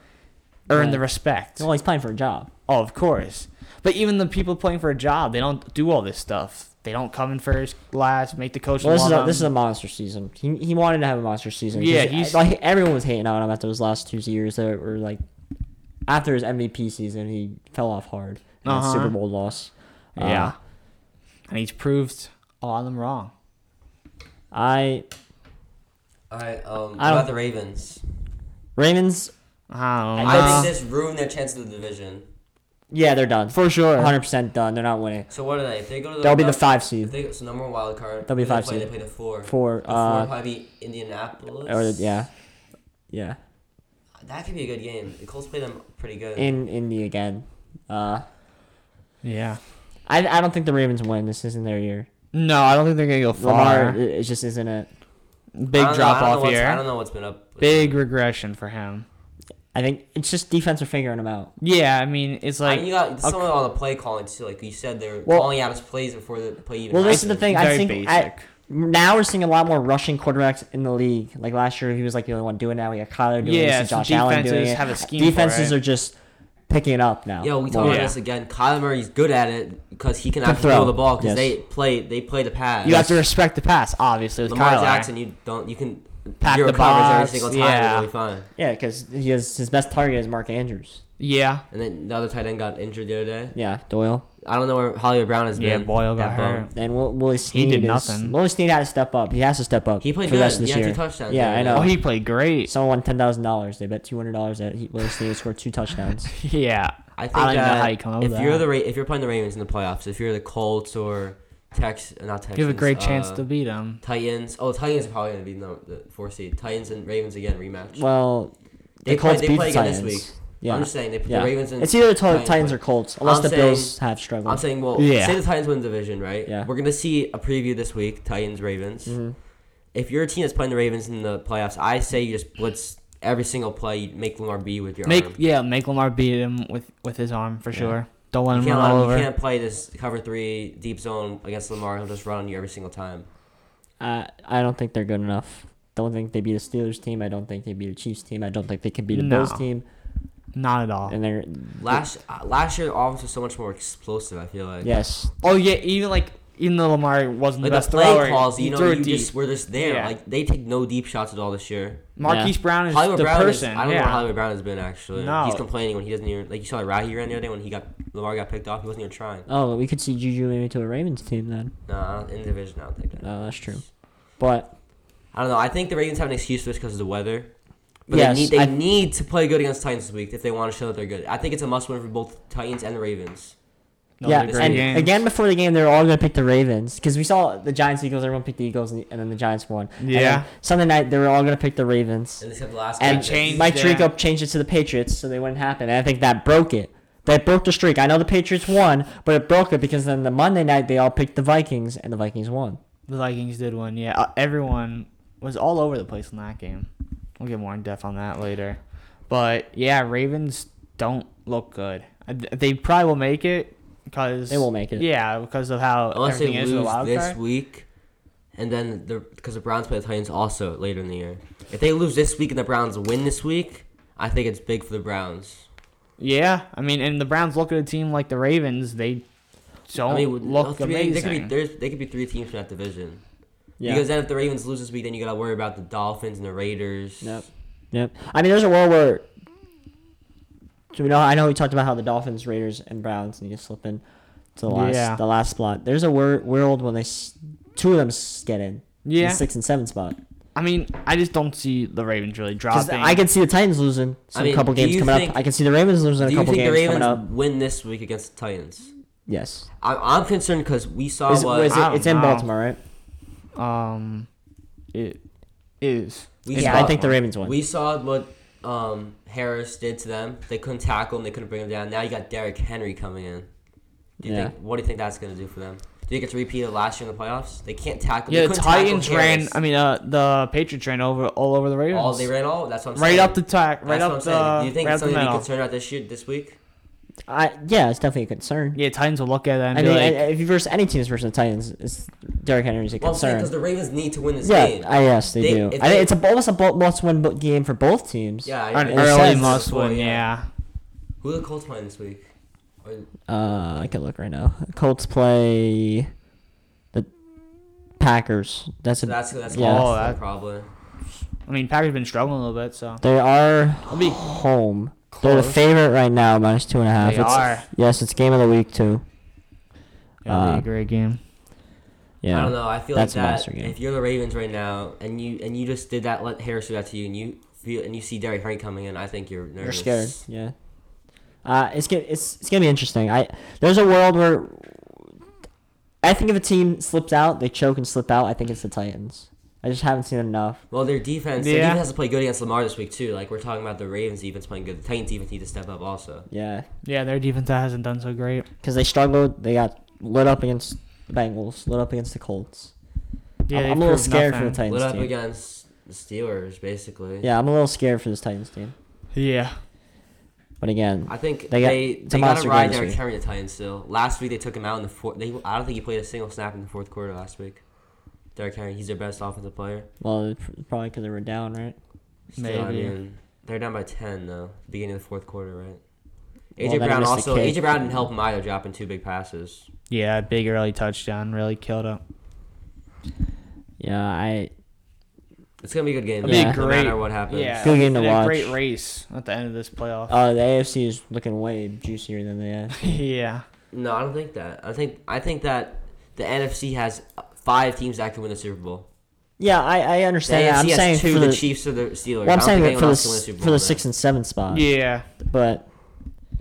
[SPEAKER 2] earn
[SPEAKER 1] Yeah.
[SPEAKER 2] the respect.
[SPEAKER 1] Well, he's playing for a job.
[SPEAKER 2] Oh, of course. But even the people playing for a job, they don't do all this stuff. They don't come in first, last, make the coach.
[SPEAKER 1] Well, this is
[SPEAKER 2] love
[SPEAKER 1] a, this is
[SPEAKER 2] 'em.
[SPEAKER 1] a monster season. He, he wanted to have a monster season. 'cause
[SPEAKER 2] Yeah,
[SPEAKER 1] I-
[SPEAKER 2] he's-
[SPEAKER 1] like everyone was hating on him after those last two years that were like after his MVP season, he fell off hard. in that
[SPEAKER 2] Uh-huh.
[SPEAKER 1] Super Bowl loss. Uh,
[SPEAKER 2] yeah, and he's proved a lot of them wrong.
[SPEAKER 1] I
[SPEAKER 3] all right. Um,
[SPEAKER 1] I don't-
[SPEAKER 3] about the Ravens,
[SPEAKER 1] Ravens.
[SPEAKER 2] I don't know.
[SPEAKER 3] I
[SPEAKER 1] Uh,
[SPEAKER 3] think this ruined their chance of the division.
[SPEAKER 1] Yeah, they're done.
[SPEAKER 2] for sure.
[SPEAKER 1] 100 percent done. They're not winning.
[SPEAKER 3] So what are they? If they go to the
[SPEAKER 1] They'll be the
[SPEAKER 3] round-
[SPEAKER 1] five
[SPEAKER 3] If
[SPEAKER 1] seed
[SPEAKER 3] they go, so number one wild card.
[SPEAKER 1] They'll be
[SPEAKER 3] who they
[SPEAKER 1] five
[SPEAKER 3] play,
[SPEAKER 1] seed.
[SPEAKER 3] They play the four.
[SPEAKER 1] for
[SPEAKER 3] The four would
[SPEAKER 1] uh
[SPEAKER 3] probably be Indianapolis.
[SPEAKER 1] or yeah, yeah
[SPEAKER 3] That could be a good game. The Colts play them pretty good.
[SPEAKER 1] in Indy again. Uh,
[SPEAKER 2] yeah.
[SPEAKER 1] I I don't think the Ravens win. This isn't their year.
[SPEAKER 2] No, I don't think they're gonna go far.
[SPEAKER 1] Lamar, it, it just isn't it.
[SPEAKER 3] I
[SPEAKER 2] Big
[SPEAKER 3] don't know- I
[SPEAKER 2] drop
[SPEAKER 3] don't know
[SPEAKER 2] off
[SPEAKER 3] what's- I
[SPEAKER 2] here.
[SPEAKER 3] don't know what's been up. with
[SPEAKER 2] Big
[SPEAKER 3] them.
[SPEAKER 2] regression for him.
[SPEAKER 1] I think it's just defense are figuring them out.
[SPEAKER 2] Yeah, I mean, it's
[SPEAKER 3] I
[SPEAKER 2] like
[SPEAKER 3] mean, you got some of all the play calling too. Like you said, they're
[SPEAKER 1] Well-
[SPEAKER 3] calling out his plays before the play even.
[SPEAKER 1] Well, this is the
[SPEAKER 3] happened.
[SPEAKER 1] thing. I
[SPEAKER 2] very
[SPEAKER 1] think I,
[SPEAKER 2] basic.
[SPEAKER 1] now we're seeing a lot more rushing quarterbacks in the league. Like last year, he was like the only one doing that. We got Kyler doing
[SPEAKER 2] Yeah,
[SPEAKER 1] this,
[SPEAKER 2] so
[SPEAKER 1] and Josh Allen doing
[SPEAKER 2] defenses
[SPEAKER 1] it.
[SPEAKER 2] have a scheme for
[SPEAKER 1] defenses
[SPEAKER 2] it.
[SPEAKER 1] are just picking it up now.
[SPEAKER 3] Yeah, we
[SPEAKER 1] Well,
[SPEAKER 3] talk about
[SPEAKER 2] Yeah.
[SPEAKER 3] this again. Kyler Murray's good at it because he can
[SPEAKER 1] Can
[SPEAKER 3] actually
[SPEAKER 1] throw.
[SPEAKER 3] throw the ball
[SPEAKER 1] Yes.
[SPEAKER 3] because they play they play the pass.
[SPEAKER 2] you have to respect the pass. Obviously, with
[SPEAKER 3] Lamar
[SPEAKER 2] Kyler.
[SPEAKER 3] Jackson. You don't. You can
[SPEAKER 2] Pack
[SPEAKER 3] zero
[SPEAKER 2] the
[SPEAKER 3] covers every
[SPEAKER 2] box,
[SPEAKER 3] single time.
[SPEAKER 2] yeah.
[SPEAKER 3] Yeah. Really fine.
[SPEAKER 1] Yeah, because he has his best target is Mark Andrews.
[SPEAKER 2] Yeah,
[SPEAKER 3] And then the other tight end got injured the other day.
[SPEAKER 1] Yeah, Doyle.
[SPEAKER 3] I don't know where Hollywood Brown has
[SPEAKER 2] yeah.
[SPEAKER 3] been.
[SPEAKER 2] Boyle
[SPEAKER 3] That
[SPEAKER 2] got
[SPEAKER 3] bum.
[SPEAKER 2] hurt.
[SPEAKER 1] And Will, Willie Sneed.
[SPEAKER 2] did
[SPEAKER 1] is-
[SPEAKER 2] nothing.
[SPEAKER 1] Willie Sneed had to step up. He has to step up.
[SPEAKER 3] He played
[SPEAKER 1] for the
[SPEAKER 3] good.
[SPEAKER 1] rest of this
[SPEAKER 3] He had two
[SPEAKER 1] year.
[SPEAKER 3] touchdowns
[SPEAKER 1] Yeah,
[SPEAKER 3] the other
[SPEAKER 1] I
[SPEAKER 3] day.
[SPEAKER 1] know.
[SPEAKER 2] Oh, he played great.
[SPEAKER 1] Someone won ten thousand dollars. They bet two hundred dollars that he, Willie Sneed would score two
[SPEAKER 2] (laughs)
[SPEAKER 1] touchdowns.
[SPEAKER 2] Yeah.
[SPEAKER 3] I think
[SPEAKER 2] don't even know
[SPEAKER 3] that
[SPEAKER 2] how you come up
[SPEAKER 3] if
[SPEAKER 2] with
[SPEAKER 3] you're
[SPEAKER 2] that.
[SPEAKER 3] the Ra- if you're playing the Ravens in the playoffs, if you're the Colts or Tex, not Texans,
[SPEAKER 2] You have a great
[SPEAKER 3] uh,
[SPEAKER 2] chance to beat him.
[SPEAKER 3] Titans. Oh, Titans are probably gonna be the, the four seed. Titans and Ravens again rematch.
[SPEAKER 1] well,
[SPEAKER 3] They
[SPEAKER 1] the
[SPEAKER 3] play-
[SPEAKER 1] Colts
[SPEAKER 3] they
[SPEAKER 1] beat
[SPEAKER 3] play
[SPEAKER 1] the
[SPEAKER 3] again
[SPEAKER 1] Titans.
[SPEAKER 3] this week.
[SPEAKER 1] Yeah.
[SPEAKER 3] I'm just saying they put
[SPEAKER 1] Yeah.
[SPEAKER 3] the Ravens. And
[SPEAKER 1] it's either the Titans,
[SPEAKER 3] play.
[SPEAKER 1] or Colts, unless
[SPEAKER 3] I'm
[SPEAKER 1] the
[SPEAKER 3] saying-
[SPEAKER 1] Bills have struggled.
[SPEAKER 3] I'm saying, well,
[SPEAKER 2] Yeah.
[SPEAKER 3] say the Titans win the division, right?
[SPEAKER 1] Yeah.
[SPEAKER 3] We're gonna see a preview this week, Titans Ravens.
[SPEAKER 2] Mm-hmm.
[SPEAKER 1] Mhm.
[SPEAKER 3] If you're a team that's playing the Ravens in the playoffs, I say you just blitz every single play. You make Lamar be with your
[SPEAKER 2] Make
[SPEAKER 3] arm.
[SPEAKER 2] yeah, make Lamar beat him with with his arm for sure. Don't let
[SPEAKER 3] You
[SPEAKER 2] him
[SPEAKER 3] can't,
[SPEAKER 2] run all
[SPEAKER 3] allow- you
[SPEAKER 2] over.
[SPEAKER 3] can't play this cover three deep zone against Lamar. He'll just run on you every single time.
[SPEAKER 1] I I don't think they're good enough. Don't think they beat a Steelers team. I don't think they beat a Chiefs team. I don't think they can beat a Bills
[SPEAKER 2] No.
[SPEAKER 1] team.
[SPEAKER 2] Not at all.
[SPEAKER 1] And they're
[SPEAKER 3] Last uh, last year, the offense was so much more explosive. I feel like
[SPEAKER 1] yes,
[SPEAKER 2] Oh yeah, even like even though Lamar wasn't
[SPEAKER 3] like the
[SPEAKER 2] the best
[SPEAKER 3] play
[SPEAKER 2] thrower,
[SPEAKER 3] calls.
[SPEAKER 2] he
[SPEAKER 3] You know,
[SPEAKER 2] threw it
[SPEAKER 3] you
[SPEAKER 2] deep.
[SPEAKER 3] just were just there.
[SPEAKER 2] Yeah.
[SPEAKER 3] Like they take no deep shots at all this year.
[SPEAKER 2] Marquise Brown is
[SPEAKER 3] Hollywood
[SPEAKER 2] the
[SPEAKER 3] Brown
[SPEAKER 2] person.
[SPEAKER 3] Is, I don't know
[SPEAKER 2] yeah.
[SPEAKER 3] where Hollywood Brown has been actually.
[SPEAKER 2] No.
[SPEAKER 3] He's complaining when he doesn't even like you saw the route he ran the other day when he got Lamar got picked off. He wasn't even trying.
[SPEAKER 1] Oh, we could see Juju maybe to a Ravens team then.
[SPEAKER 3] Nah, in the division, I don't think that.
[SPEAKER 1] No, that's true. But
[SPEAKER 3] I don't know. I think the Ravens have an excuse for this because of the weather. But
[SPEAKER 1] Yes,
[SPEAKER 3] they need they
[SPEAKER 1] I-
[SPEAKER 3] need to play good against Titans this week if they want to show that they're good. I think it's a must win for both Titans and the Ravens.
[SPEAKER 2] Those
[SPEAKER 1] yeah,
[SPEAKER 2] are great
[SPEAKER 1] and
[SPEAKER 2] games.
[SPEAKER 1] again before the game, they were all gonna pick the Ravens because we saw the Giants, Eagles. Everyone picked the Eagles, and, the- and then the Giants won. And then
[SPEAKER 2] Yeah.
[SPEAKER 1] Sunday night, they were all gonna pick the Ravens,
[SPEAKER 3] And they said the last
[SPEAKER 1] and
[SPEAKER 3] game-
[SPEAKER 2] changed
[SPEAKER 1] Mike
[SPEAKER 2] their-
[SPEAKER 1] Tirico changed it to the Patriots, so they wouldn't happen. And I think that broke it. That broke the streak. I know the Patriots won, but it broke it because then the Monday night they all picked the Vikings, and the Vikings won.
[SPEAKER 2] the Vikings did one. Yeah, uh, everyone was all over the place in that game. We'll get more in depth on that later. But yeah, Ravens don't look good. I- They probably will make it because
[SPEAKER 1] They will make it.
[SPEAKER 2] Yeah, because of how
[SPEAKER 3] Unless they
[SPEAKER 2] everything is
[SPEAKER 3] lose
[SPEAKER 2] in the wild
[SPEAKER 3] this
[SPEAKER 2] card.
[SPEAKER 3] week, and then the because the Browns play the Titans also later in the year. If they lose this week and the Browns win this week, I think it's big for the Browns.
[SPEAKER 2] Yeah, I mean, and the Browns look at a team like the Ravens. They don't
[SPEAKER 3] I mean,
[SPEAKER 2] look
[SPEAKER 3] three,
[SPEAKER 2] amazing.
[SPEAKER 3] They could be there's they could be three teams from that division.
[SPEAKER 1] Yeah.
[SPEAKER 3] Because then if the Ravens lose this week, then you gotta worry about the Dolphins and the Raiders.
[SPEAKER 1] Yep. Yep. I mean, there's a world where. So we know. I know we talked about how the Dolphins, Raiders, and Browns need to slip in to the last
[SPEAKER 2] Yeah.
[SPEAKER 1] the last spot. There's a wor- world when they s- two of them s- get in.
[SPEAKER 2] Yeah.
[SPEAKER 1] The six and seven spot.
[SPEAKER 2] I mean, I just don't see the Ravens really
[SPEAKER 1] 'Cause
[SPEAKER 2] dropping.
[SPEAKER 1] I can see the Titans losing some
[SPEAKER 3] I mean,
[SPEAKER 1] couple
[SPEAKER 3] do
[SPEAKER 1] games
[SPEAKER 3] you
[SPEAKER 1] coming
[SPEAKER 3] think-
[SPEAKER 1] up. I can see the Ravens losing
[SPEAKER 3] Do
[SPEAKER 1] a
[SPEAKER 3] you
[SPEAKER 1] couple
[SPEAKER 3] think
[SPEAKER 1] games
[SPEAKER 3] the
[SPEAKER 1] coming up.
[SPEAKER 3] Ravens win this week against the Titans?
[SPEAKER 1] Yes.
[SPEAKER 3] I, I'm concerned because we saw
[SPEAKER 1] Is it-
[SPEAKER 3] what
[SPEAKER 1] is it-
[SPEAKER 2] I don't
[SPEAKER 1] it's in
[SPEAKER 2] know.
[SPEAKER 1] Baltimore, right?
[SPEAKER 2] um, it is.
[SPEAKER 3] we
[SPEAKER 1] yeah,
[SPEAKER 3] saw,
[SPEAKER 1] I think the Ravens won.
[SPEAKER 3] we saw what um, Harris did to them. They couldn't tackle him. They couldn't bring him down. Now you got Derrick Henry coming in. Do you
[SPEAKER 1] Yeah.
[SPEAKER 3] think, what do you think that's gonna do for them? Do you think it's repeated last year in the playoffs? They can't tackle.
[SPEAKER 2] Yeah,
[SPEAKER 3] they
[SPEAKER 2] the
[SPEAKER 3] couldn't tackle
[SPEAKER 2] Titans ran.
[SPEAKER 3] Harris.
[SPEAKER 2] I mean, uh, the Patriots ran over all over the Ravens.
[SPEAKER 3] all they ran all. That's what I'm
[SPEAKER 2] right
[SPEAKER 3] saying.
[SPEAKER 2] up the tack, right
[SPEAKER 3] That's
[SPEAKER 2] up
[SPEAKER 3] what I'm
[SPEAKER 2] the.
[SPEAKER 3] saying. Do you think
[SPEAKER 2] right
[SPEAKER 3] it's
[SPEAKER 2] up
[SPEAKER 3] something
[SPEAKER 2] the
[SPEAKER 3] to be
[SPEAKER 2] middle.
[SPEAKER 3] concerned about this year, this week?
[SPEAKER 1] I, yeah, it's definitely a concern.
[SPEAKER 2] Yeah, Titans will look at that and
[SPEAKER 1] I
[SPEAKER 2] be
[SPEAKER 1] mean,
[SPEAKER 2] like,
[SPEAKER 1] I- if you verse any teams versus the Titans, it's Derrick Henry's a
[SPEAKER 3] Well, I'm
[SPEAKER 1] concern.
[SPEAKER 3] saying because the Ravens need to win this
[SPEAKER 1] Yeah,
[SPEAKER 3] game.
[SPEAKER 1] I yes they,
[SPEAKER 3] They-
[SPEAKER 1] do. I
[SPEAKER 3] if
[SPEAKER 1] think
[SPEAKER 3] they-
[SPEAKER 1] it's a, almost a bo- must-win bo- game for both teams.
[SPEAKER 3] yeah, I,
[SPEAKER 2] an
[SPEAKER 3] I-
[SPEAKER 1] it
[SPEAKER 2] early
[SPEAKER 1] says-
[SPEAKER 2] E must
[SPEAKER 3] before,
[SPEAKER 2] win. Yeah.
[SPEAKER 3] Who are the Colts playing this week? Or-
[SPEAKER 1] Uh, I can look right now. Colts play the Packers. That's a
[SPEAKER 3] So that's that's
[SPEAKER 1] yeah.
[SPEAKER 3] Colts,
[SPEAKER 2] Oh,
[SPEAKER 3] then,
[SPEAKER 2] that-
[SPEAKER 3] probably.
[SPEAKER 2] I mean, Packers been struggling a little bit, so
[SPEAKER 1] they are
[SPEAKER 2] be
[SPEAKER 1] home. They're the
[SPEAKER 2] close.
[SPEAKER 1] favorite right now, minus two and a half.
[SPEAKER 2] They
[SPEAKER 1] It's-
[SPEAKER 2] are.
[SPEAKER 1] Yes, it's game of the week too.
[SPEAKER 2] it'll be
[SPEAKER 1] Uh,
[SPEAKER 2] a great game.
[SPEAKER 1] Yeah,
[SPEAKER 3] I don't know. I feel
[SPEAKER 1] that's a
[SPEAKER 3] like
[SPEAKER 1] monster
[SPEAKER 3] that.
[SPEAKER 1] game.
[SPEAKER 3] If you're the Ravens right now, and you and you just did that, let Harris do that to you, and you feel and you see Derrick Henry coming in, I think you're
[SPEAKER 1] you're
[SPEAKER 3] nervous.
[SPEAKER 1] scared. Yeah, uh, it's gonna it's, it's gonna be interesting. I there's a world where I think if a team slips out, they choke and slip out. I think it's the Titans. I just haven't seen enough.
[SPEAKER 3] Well, their defense, their
[SPEAKER 2] Yeah.
[SPEAKER 3] defense has to play good against Lamar this week too. Like we're talking about the Ravens defense playing good. The Titans defense need to step up also.
[SPEAKER 1] Yeah,
[SPEAKER 2] Yeah, their defense hasn't done so great.
[SPEAKER 1] because they struggled. They got lit up against the Bengals, lit up against the Colts.
[SPEAKER 2] Yeah,
[SPEAKER 1] I'm, I'm
[SPEAKER 2] they
[SPEAKER 1] a little
[SPEAKER 2] proved
[SPEAKER 1] scared for
[SPEAKER 2] nothing.
[SPEAKER 1] the Titans
[SPEAKER 3] Lit up
[SPEAKER 1] team.
[SPEAKER 3] against the Steelers, basically.
[SPEAKER 1] Yeah, I'm a little scared for this Titans team.
[SPEAKER 2] Yeah.
[SPEAKER 1] But again,
[SPEAKER 3] I think
[SPEAKER 1] They
[SPEAKER 3] they
[SPEAKER 1] got-
[SPEAKER 3] they,
[SPEAKER 1] it's a
[SPEAKER 3] gotta
[SPEAKER 1] monster game
[SPEAKER 3] ride
[SPEAKER 1] this
[SPEAKER 3] Derrick
[SPEAKER 1] week.
[SPEAKER 3] Henry the Titans still. Last week they took him out in the fourth. They I don't think he played a single snap in the fourth quarter last week. Derrick Henry, he's their best offensive player.
[SPEAKER 1] well, it's pr- probably because they were down, right?
[SPEAKER 3] Still, I
[SPEAKER 2] Maybe.
[SPEAKER 3] mean, they're down by ten though. Beginning of the fourth quarter, right?
[SPEAKER 1] Well, then
[SPEAKER 3] AJ
[SPEAKER 1] he
[SPEAKER 3] Brown
[SPEAKER 1] missed the
[SPEAKER 3] also.
[SPEAKER 1] kick.
[SPEAKER 3] AJ Brown didn't help him either, dropping two big passes.
[SPEAKER 2] Yeah, a big early touchdown really killed him.
[SPEAKER 1] Yeah, I
[SPEAKER 3] It's gonna be a good game.
[SPEAKER 2] It'll be
[SPEAKER 1] Yeah.
[SPEAKER 2] a
[SPEAKER 3] No
[SPEAKER 2] great
[SPEAKER 3] matter what happens.
[SPEAKER 2] Yeah,
[SPEAKER 1] Good game to
[SPEAKER 2] and a
[SPEAKER 1] watch.
[SPEAKER 2] Great race at the end of this playoff.
[SPEAKER 1] uh, the AFC is looking way juicier than the uh,
[SPEAKER 2] (laughs) yeah.
[SPEAKER 3] No, I don't think that. I think I think that the NFC has five teams that can win the Super Bowl.
[SPEAKER 1] yeah. I, I
[SPEAKER 3] The
[SPEAKER 1] understand.
[SPEAKER 3] AFC
[SPEAKER 1] that. I'm
[SPEAKER 3] has
[SPEAKER 1] saying
[SPEAKER 3] two:
[SPEAKER 1] for
[SPEAKER 3] the,
[SPEAKER 1] the,
[SPEAKER 3] Chiefs or the
[SPEAKER 1] well,
[SPEAKER 3] Steelers. I
[SPEAKER 1] I'm
[SPEAKER 3] don't
[SPEAKER 1] saying that
[SPEAKER 3] think
[SPEAKER 1] for
[SPEAKER 3] anyone
[SPEAKER 1] the
[SPEAKER 3] else can win
[SPEAKER 1] s-
[SPEAKER 3] Super
[SPEAKER 1] for the
[SPEAKER 3] Bowl,
[SPEAKER 1] six and seven spot.
[SPEAKER 2] Yeah.
[SPEAKER 1] But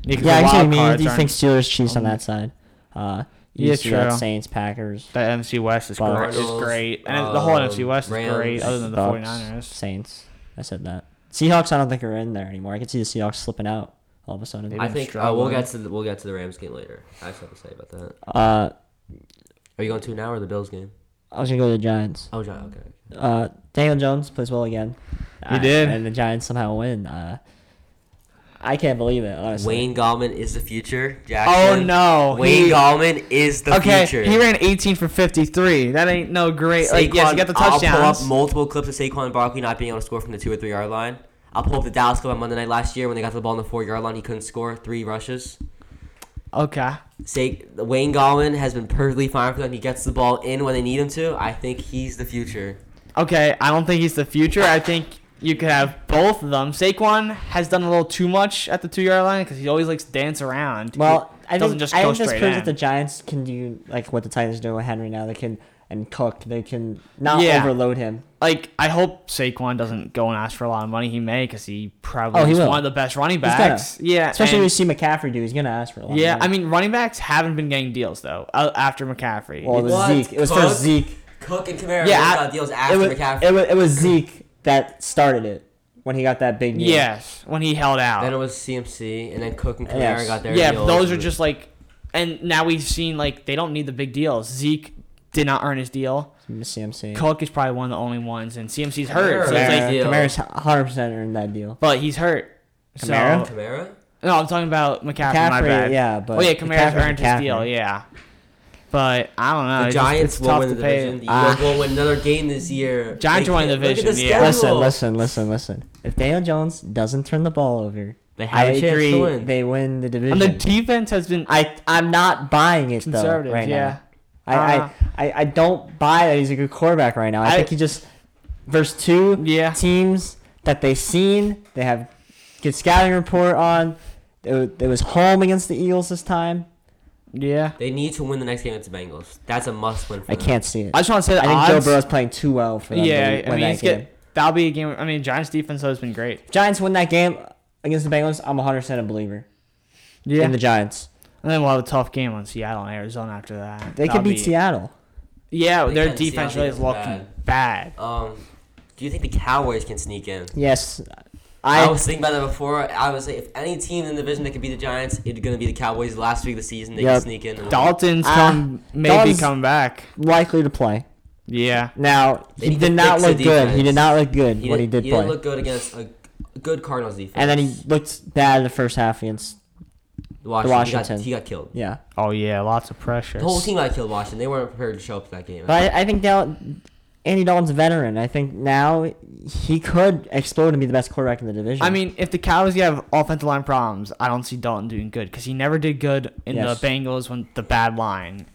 [SPEAKER 2] Yeah, 'cause
[SPEAKER 1] yeah,
[SPEAKER 2] the
[SPEAKER 1] I'm saying uh,
[SPEAKER 2] wild
[SPEAKER 1] me.
[SPEAKER 2] cards
[SPEAKER 1] Do you
[SPEAKER 2] aren't-
[SPEAKER 1] think Steelers, Chiefs on
[SPEAKER 2] Um,
[SPEAKER 1] that side? Uh, you
[SPEAKER 2] yeah,
[SPEAKER 1] see that
[SPEAKER 2] true.
[SPEAKER 1] Saints, Packers,
[SPEAKER 2] The NFC West is
[SPEAKER 1] Well,
[SPEAKER 2] great. Is
[SPEAKER 3] Cardinals,
[SPEAKER 2] great. And the whole
[SPEAKER 3] um,
[SPEAKER 2] NFC West is
[SPEAKER 3] Rams,
[SPEAKER 2] great, other than the
[SPEAKER 1] Bucks,
[SPEAKER 2] 49ers.
[SPEAKER 1] Saints. I said that. Seahawks, I don't think are in there anymore. I can see the Seahawks slipping out all of a sudden.
[SPEAKER 2] They've
[SPEAKER 3] I
[SPEAKER 2] been
[SPEAKER 3] think uh, we'll
[SPEAKER 2] struggling.
[SPEAKER 3] get to the, we'll get to the Rams game later. I have something to say about that.
[SPEAKER 1] Uh,
[SPEAKER 3] Are you going to now or the Bills game?
[SPEAKER 1] I was gonna go to the Giants.
[SPEAKER 3] Oh, John. Okay.
[SPEAKER 1] Uh, Daniel Jones plays well again.
[SPEAKER 2] He
[SPEAKER 1] I-
[SPEAKER 2] did.
[SPEAKER 1] and the Giants somehow win. Uh, I can't believe it. Honestly.
[SPEAKER 3] Wayne Gallman is the future.
[SPEAKER 2] Oh
[SPEAKER 3] Jackson.
[SPEAKER 2] no,
[SPEAKER 3] Wayne
[SPEAKER 2] he-
[SPEAKER 3] Gallman is the
[SPEAKER 2] Okay,
[SPEAKER 3] future.
[SPEAKER 2] he ran 18 for 53. That ain't no great. like, yes, he got the
[SPEAKER 3] I'll
[SPEAKER 2] touchdowns.
[SPEAKER 3] pull up multiple clips of Saquon Barkley not being able to score from the two or three yard line. I'll pull up the Dallas clip on Monday night last year when they got the ball on the four yard line. He couldn't score three rushes.
[SPEAKER 2] okay.
[SPEAKER 3] Say Wayne Gallman has been perfectly fine for them. He gets the ball in when they need him to. I think he's the future.
[SPEAKER 2] Okay, I don't think he's the future. I think you could have both of them. Saquon has done a little too much at the two yard line because he always likes to dance around.
[SPEAKER 1] Well,
[SPEAKER 2] He
[SPEAKER 1] I
[SPEAKER 2] doesn't
[SPEAKER 1] think,
[SPEAKER 2] just
[SPEAKER 1] I
[SPEAKER 2] go
[SPEAKER 1] think this
[SPEAKER 2] straight
[SPEAKER 1] proves that
[SPEAKER 2] in.
[SPEAKER 1] the Giants can do like what the Titans do with Henry now. They can and Cook. They can not
[SPEAKER 2] Yeah.
[SPEAKER 1] overload him.
[SPEAKER 2] like I hope Saquon doesn't go and ask for a lot of money. He may because he probably
[SPEAKER 1] Oh, he
[SPEAKER 2] is
[SPEAKER 1] will.
[SPEAKER 2] one of the best running
[SPEAKER 1] He's
[SPEAKER 2] backs. Yeah,
[SPEAKER 1] Especially
[SPEAKER 2] and-
[SPEAKER 1] when you see McCaffrey do, he's gonna ask for a lot. of
[SPEAKER 2] yeah.
[SPEAKER 1] money.
[SPEAKER 2] I mean, running backs haven't been getting deals though uh, after McCaffrey.
[SPEAKER 1] well, it was
[SPEAKER 3] What?
[SPEAKER 1] Zeke. It was
[SPEAKER 3] Cook?
[SPEAKER 1] first Zeke.
[SPEAKER 3] Cook and Kamara
[SPEAKER 2] Yeah,
[SPEAKER 3] both
[SPEAKER 2] I-
[SPEAKER 3] got deals
[SPEAKER 1] It
[SPEAKER 3] after
[SPEAKER 1] was,
[SPEAKER 3] McCaffrey.
[SPEAKER 1] it was it was Zeke that started it when he got that big. deal.
[SPEAKER 2] Yes, when he held out.
[SPEAKER 3] then it was CMC, and then Cook and Kamara
[SPEAKER 1] Yes.
[SPEAKER 3] got their
[SPEAKER 2] yeah, but
[SPEAKER 3] deals.
[SPEAKER 2] those are just like, and now we've seen like they don't need the big deals. Zeke did not earn his deal.
[SPEAKER 1] CMC.
[SPEAKER 2] Cook is probably one of the only ones, and CMC's hurt. So
[SPEAKER 3] Kamara.
[SPEAKER 2] it's like,
[SPEAKER 1] Kamara,
[SPEAKER 3] deal.
[SPEAKER 1] Kamara's 100 percent earned that deal.
[SPEAKER 2] but he's hurt.
[SPEAKER 1] Kamara?
[SPEAKER 2] So
[SPEAKER 3] Kamara.
[SPEAKER 2] no, I'm talking about McCaffrey. my
[SPEAKER 1] McCaffrey,
[SPEAKER 2] bad.
[SPEAKER 1] yeah, but
[SPEAKER 2] oh yeah, Kamara's
[SPEAKER 1] McCaffrey's
[SPEAKER 2] earned
[SPEAKER 1] McCaffrey.
[SPEAKER 2] his deal. Yeah, but I don't know.
[SPEAKER 3] The
[SPEAKER 2] Uh, it's just-
[SPEAKER 3] Giants
[SPEAKER 2] it's
[SPEAKER 3] will
[SPEAKER 2] tough
[SPEAKER 3] win the
[SPEAKER 2] to pay.
[SPEAKER 3] division. The
[SPEAKER 1] Ah.
[SPEAKER 3] Eagles will win another game this year.
[SPEAKER 2] Giants
[SPEAKER 3] They
[SPEAKER 2] will win the
[SPEAKER 3] can't- look at
[SPEAKER 2] division,
[SPEAKER 3] the
[SPEAKER 2] yeah.
[SPEAKER 1] Listen,
[SPEAKER 3] schedule.
[SPEAKER 1] listen, listen, listen. If Daniel Jones doesn't turn the ball over,
[SPEAKER 3] They have
[SPEAKER 1] I
[SPEAKER 3] a chance to
[SPEAKER 1] agree
[SPEAKER 3] win.
[SPEAKER 1] they win the division.
[SPEAKER 2] And the defense has been
[SPEAKER 1] I I'm not buying it though
[SPEAKER 2] conservative.
[SPEAKER 1] right
[SPEAKER 2] yeah,
[SPEAKER 1] now. I,
[SPEAKER 2] Uh.
[SPEAKER 1] I, I I don't buy that he's a good quarterback right now. I,
[SPEAKER 2] I-
[SPEAKER 1] think he just versus two
[SPEAKER 2] Yeah.
[SPEAKER 1] teams that they've seen they have good scouting report on. It, wa- it was home against the Eagles this time.
[SPEAKER 2] yeah.
[SPEAKER 3] They need to win the next game against the Bengals. That's a must win for
[SPEAKER 1] I
[SPEAKER 3] them.
[SPEAKER 1] can't see it.
[SPEAKER 2] I just want to say
[SPEAKER 1] I
[SPEAKER 2] that
[SPEAKER 1] think Joe
[SPEAKER 2] odds,
[SPEAKER 1] Burrow's playing too well for them
[SPEAKER 2] Yeah,
[SPEAKER 1] to win
[SPEAKER 2] I mean,
[SPEAKER 1] that
[SPEAKER 2] it's
[SPEAKER 1] game.
[SPEAKER 2] get, that'll be a game. I mean, Giants defense though has been great.
[SPEAKER 1] Giants win that game against the Bengals. I'm 100 percent a believer
[SPEAKER 2] Yeah,
[SPEAKER 1] in
[SPEAKER 2] and,
[SPEAKER 1] the Giants.
[SPEAKER 2] then we'll have a tough game on Seattle and Arizona after that.
[SPEAKER 1] They could
[SPEAKER 2] That'll
[SPEAKER 1] beat
[SPEAKER 2] be-
[SPEAKER 1] Seattle.
[SPEAKER 2] Yeah,
[SPEAKER 3] They
[SPEAKER 2] their
[SPEAKER 3] can.
[SPEAKER 2] defense
[SPEAKER 3] Seattle
[SPEAKER 2] really is
[SPEAKER 3] defense
[SPEAKER 2] looking
[SPEAKER 3] is
[SPEAKER 2] bad.
[SPEAKER 3] Um, do you think the Cowboys can sneak in?
[SPEAKER 1] Yes,
[SPEAKER 3] I,
[SPEAKER 1] I.
[SPEAKER 3] was thinking about that before. I was like, if any team in the division that could beat the Giants, it's gonna be the Cowboys. Last week of the season, they
[SPEAKER 1] Yep.
[SPEAKER 3] can sneak in. and win.
[SPEAKER 2] Dalton's
[SPEAKER 1] Ah,
[SPEAKER 2] come maybe
[SPEAKER 1] Dalton's-
[SPEAKER 2] come back.
[SPEAKER 1] likely to play.
[SPEAKER 2] Yeah,
[SPEAKER 1] Now
[SPEAKER 3] They
[SPEAKER 1] he
[SPEAKER 3] need to
[SPEAKER 1] did not
[SPEAKER 3] fix the
[SPEAKER 1] look good. He
[SPEAKER 3] defense.
[SPEAKER 1] did not look good
[SPEAKER 3] He
[SPEAKER 1] when he
[SPEAKER 3] didn't-
[SPEAKER 1] did
[SPEAKER 3] he
[SPEAKER 1] play,
[SPEAKER 3] didn't look good against a, a good Cardinals defense.
[SPEAKER 1] and then he looked bad in the first half against.
[SPEAKER 3] Washington,
[SPEAKER 1] Washington.
[SPEAKER 3] He, got, he got killed.
[SPEAKER 1] Yeah,
[SPEAKER 2] oh yeah, lots of pressure.
[SPEAKER 3] The whole team got killed. Washington. They weren't prepared to show up to that game.
[SPEAKER 1] but I, I think Dal- Andy Dalton's a veteran. I think now he could explode and be the best quarterback in the division.
[SPEAKER 2] I mean, if the Cowboys have offensive line problems, I don't see Dalton doing good because he never did good in
[SPEAKER 1] Yes.
[SPEAKER 2] the Bengals when the bad line.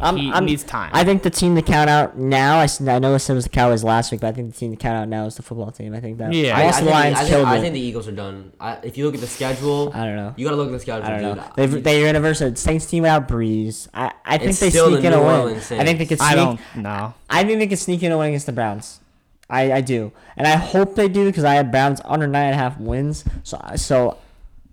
[SPEAKER 1] I'm-
[SPEAKER 2] he
[SPEAKER 1] I'm-
[SPEAKER 2] needs time.
[SPEAKER 1] I think the team to count out now. I, s- I know I said it was the Cowboys last week, but I think the team to count out now is the football team. I think that
[SPEAKER 2] Yeah.
[SPEAKER 1] lost the
[SPEAKER 3] think
[SPEAKER 1] Lions
[SPEAKER 3] I think,
[SPEAKER 1] killed
[SPEAKER 3] I
[SPEAKER 1] it.
[SPEAKER 3] think the Eagles are done. I, if you look at the schedule,
[SPEAKER 1] I don't know.
[SPEAKER 3] you gotta look at the schedule.
[SPEAKER 1] I don't
[SPEAKER 3] dude.
[SPEAKER 1] know. They've, they're in a verse of Saints team without Breeze. I, I think
[SPEAKER 3] It's
[SPEAKER 1] they
[SPEAKER 3] still the
[SPEAKER 1] sneak in
[SPEAKER 3] New
[SPEAKER 1] a win.
[SPEAKER 3] Orleans
[SPEAKER 1] I think they
[SPEAKER 3] Saints.
[SPEAKER 1] could sneak.
[SPEAKER 2] I don't know.
[SPEAKER 1] I think they could sneak in a win against the Browns. I, I do, and I hope they do because I have Browns under nine and a half wins. So I- so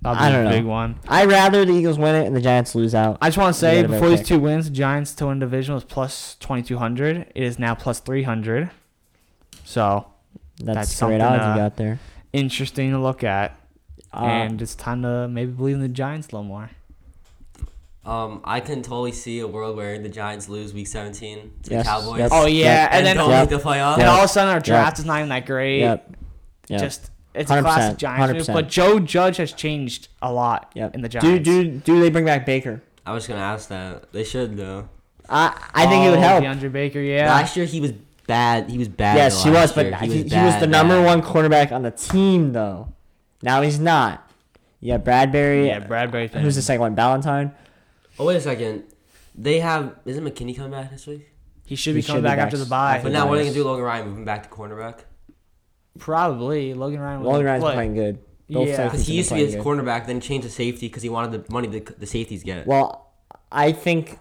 [SPEAKER 2] That'll be
[SPEAKER 1] I
[SPEAKER 2] a
[SPEAKER 1] don't know.
[SPEAKER 2] big one.
[SPEAKER 1] I rather the Eagles win it and the Giants lose out.
[SPEAKER 2] I just want to
[SPEAKER 1] You
[SPEAKER 2] say
[SPEAKER 1] got a better
[SPEAKER 2] before these
[SPEAKER 1] pick.
[SPEAKER 2] two wins, the Giants to win division was plus twenty two hundred. It is now plus three hundred. So
[SPEAKER 1] That's,
[SPEAKER 2] that's
[SPEAKER 1] great
[SPEAKER 2] something,
[SPEAKER 1] odds
[SPEAKER 2] uh,
[SPEAKER 1] you got there.
[SPEAKER 2] interesting to look at,
[SPEAKER 1] Uh,
[SPEAKER 2] and it's time to maybe believe in the Giants a little more.
[SPEAKER 3] Um, I can totally see a world where the Giants lose Week 17 to
[SPEAKER 1] Yes,
[SPEAKER 3] the Cowboys.
[SPEAKER 1] yep.
[SPEAKER 2] Oh yeah,
[SPEAKER 1] Yep.
[SPEAKER 3] and,
[SPEAKER 2] and then
[SPEAKER 3] don't
[SPEAKER 1] Yep.
[SPEAKER 3] make the playoffs.
[SPEAKER 2] and
[SPEAKER 1] Yep.
[SPEAKER 2] all of a sudden our draft is not even that great.
[SPEAKER 1] yep. Yep.
[SPEAKER 2] Just it's a
[SPEAKER 1] 100%,
[SPEAKER 2] classic Giants move.
[SPEAKER 1] 100%.
[SPEAKER 2] But Joe Judge has changed a lot
[SPEAKER 1] yep.
[SPEAKER 2] in the Giants.
[SPEAKER 1] do do do they bring back Baker?
[SPEAKER 3] I was gonna ask that. They should though.
[SPEAKER 1] I I think it would
[SPEAKER 2] Oh,
[SPEAKER 1] help.
[SPEAKER 2] DeAndre Baker, yeah.
[SPEAKER 3] Last year he was bad. He was bad.
[SPEAKER 1] Yes,
[SPEAKER 3] though
[SPEAKER 1] he was,
[SPEAKER 3] last
[SPEAKER 1] but
[SPEAKER 3] year.
[SPEAKER 1] he, he was the
[SPEAKER 3] bad,
[SPEAKER 1] number
[SPEAKER 3] bad.
[SPEAKER 1] one quarterback on the team, though. Now he's not. You got Bradbury.
[SPEAKER 2] yeah, Bradbury's been
[SPEAKER 1] Who's the second one? Valentine.
[SPEAKER 3] Oh wait a second. They have isn't McKinney coming back this week?
[SPEAKER 2] he should be
[SPEAKER 1] He
[SPEAKER 2] coming
[SPEAKER 1] should be
[SPEAKER 2] back,
[SPEAKER 1] back.
[SPEAKER 2] after the bye.
[SPEAKER 3] But now what are they gonna do? with Logan Ryan moving back to cornerback
[SPEAKER 2] Probably Logan Ryan.
[SPEAKER 1] Logan Ryan's
[SPEAKER 2] play.
[SPEAKER 1] playing good. Both
[SPEAKER 2] Yeah.
[SPEAKER 1] safeties
[SPEAKER 3] because he
[SPEAKER 1] have
[SPEAKER 3] used to
[SPEAKER 1] been
[SPEAKER 3] be his
[SPEAKER 1] playing good.
[SPEAKER 3] cornerback, then changed to safety because he wanted the money the, the safeties get.
[SPEAKER 1] Well, I think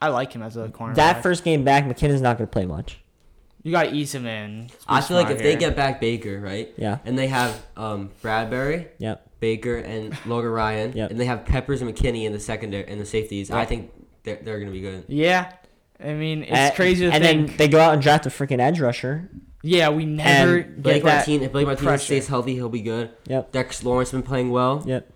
[SPEAKER 2] I like him as a corner.
[SPEAKER 1] that first game back, McKinnon's not going to play much.
[SPEAKER 2] you got to ease him in.
[SPEAKER 3] I feel like if they
[SPEAKER 2] Smart here.
[SPEAKER 3] get back Baker, right?
[SPEAKER 1] Yeah.
[SPEAKER 3] And they have um, Bradbury,
[SPEAKER 1] Yep.
[SPEAKER 3] Baker, and Logan Ryan,
[SPEAKER 1] Yep.
[SPEAKER 3] and they have Peppers and McKinney in the secondary in the safeties. I think they're, they're gonna be good.
[SPEAKER 2] yeah, I mean it's
[SPEAKER 1] And-
[SPEAKER 2] crazy to
[SPEAKER 1] and
[SPEAKER 2] think.
[SPEAKER 1] then they go out and draft a freaking edge rusher.
[SPEAKER 2] yeah, we never
[SPEAKER 1] and
[SPEAKER 2] get
[SPEAKER 3] Blake
[SPEAKER 2] that.
[SPEAKER 3] Martin, if Blake Martinez
[SPEAKER 2] pressure.
[SPEAKER 3] stays healthy, he'll be good.
[SPEAKER 1] Yep.
[SPEAKER 3] Dex Lawrence been playing well.
[SPEAKER 1] Yep.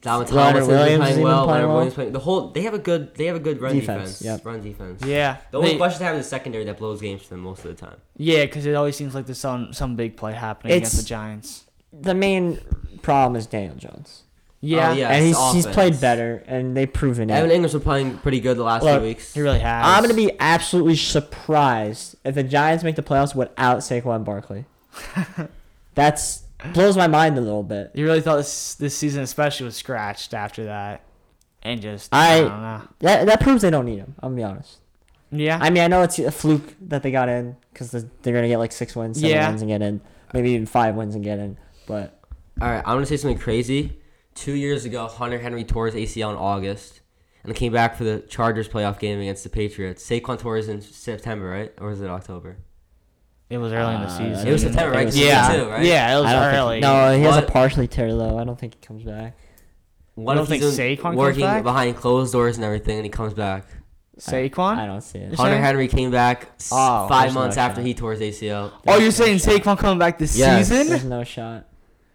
[SPEAKER 3] Dalvin
[SPEAKER 1] Leonard
[SPEAKER 3] Thomas
[SPEAKER 1] Williams
[SPEAKER 3] been
[SPEAKER 1] has
[SPEAKER 3] playing
[SPEAKER 1] even
[SPEAKER 3] well.
[SPEAKER 1] played
[SPEAKER 3] Leonard
[SPEAKER 1] well.
[SPEAKER 3] Williams playing. The whole they have a good they have a good run
[SPEAKER 1] Defense,
[SPEAKER 3] defense.
[SPEAKER 1] yep.
[SPEAKER 3] Run defense.
[SPEAKER 2] Yeah,
[SPEAKER 3] The only
[SPEAKER 2] they-
[SPEAKER 3] question they have is the secondary that blows games for them most of the time.
[SPEAKER 2] yeah, because it always seems like there's some some big play happening
[SPEAKER 1] It's-
[SPEAKER 3] Oh,
[SPEAKER 2] against the Giants.
[SPEAKER 1] The main problem is Daniel Jones.
[SPEAKER 2] Yeah,
[SPEAKER 3] yeah.
[SPEAKER 1] and
[SPEAKER 3] it's
[SPEAKER 1] he's, he's played
[SPEAKER 3] offense.
[SPEAKER 1] better, and they've proven
[SPEAKER 3] Evan
[SPEAKER 1] it.
[SPEAKER 3] Ingram's been playing pretty good the last
[SPEAKER 1] Look,
[SPEAKER 3] few weeks.
[SPEAKER 2] he really has.
[SPEAKER 1] I'm gonna be absolutely surprised if the Giants make the playoffs without Saquon
[SPEAKER 2] (laughs)
[SPEAKER 1] Barkley. That's blows my mind a little bit.
[SPEAKER 2] You really thought this this season especially was scratched after that, and just
[SPEAKER 1] I-
[SPEAKER 2] I, don't know.
[SPEAKER 1] That that proves they don't need him. I'm gonna be honest.
[SPEAKER 2] Yeah,
[SPEAKER 1] I mean, I know it's a fluke that they got in because they're gonna get like six wins, seven
[SPEAKER 2] Yeah.
[SPEAKER 1] wins, and get in. Maybe even five wins and get in. But
[SPEAKER 3] All right, I'm gonna say something crazy. Two years ago, Hunter Henry tore his ACL in August, and came back for the Chargers playoff game against the Patriots. Saquon tore his in September, right? Or was it October?
[SPEAKER 2] it was early in
[SPEAKER 1] Uh,
[SPEAKER 2] the season.
[SPEAKER 3] It was September,
[SPEAKER 1] I
[SPEAKER 3] right?
[SPEAKER 1] think it was
[SPEAKER 2] yeah,
[SPEAKER 3] Season two, right?
[SPEAKER 2] yeah, it was
[SPEAKER 1] I don't
[SPEAKER 2] early.
[SPEAKER 1] Think, no, he has a
[SPEAKER 3] But-
[SPEAKER 1] partially tear though. I don't think he comes back.
[SPEAKER 3] What
[SPEAKER 2] don't
[SPEAKER 3] if he's
[SPEAKER 2] think
[SPEAKER 3] been
[SPEAKER 2] Saquon comes
[SPEAKER 3] working
[SPEAKER 2] back?
[SPEAKER 3] behind closed doors and everything, and he comes back?
[SPEAKER 2] Saquon.
[SPEAKER 1] I don't see it.
[SPEAKER 2] You're
[SPEAKER 3] Hunter
[SPEAKER 2] saying?
[SPEAKER 3] Henry came back s-
[SPEAKER 1] Oh,
[SPEAKER 3] five
[SPEAKER 1] there's no
[SPEAKER 3] months after
[SPEAKER 1] shot.
[SPEAKER 3] he tore his ACL.
[SPEAKER 2] oh, you're saying Saquon coming back this
[SPEAKER 3] Yes.
[SPEAKER 2] season?
[SPEAKER 1] There's no shot.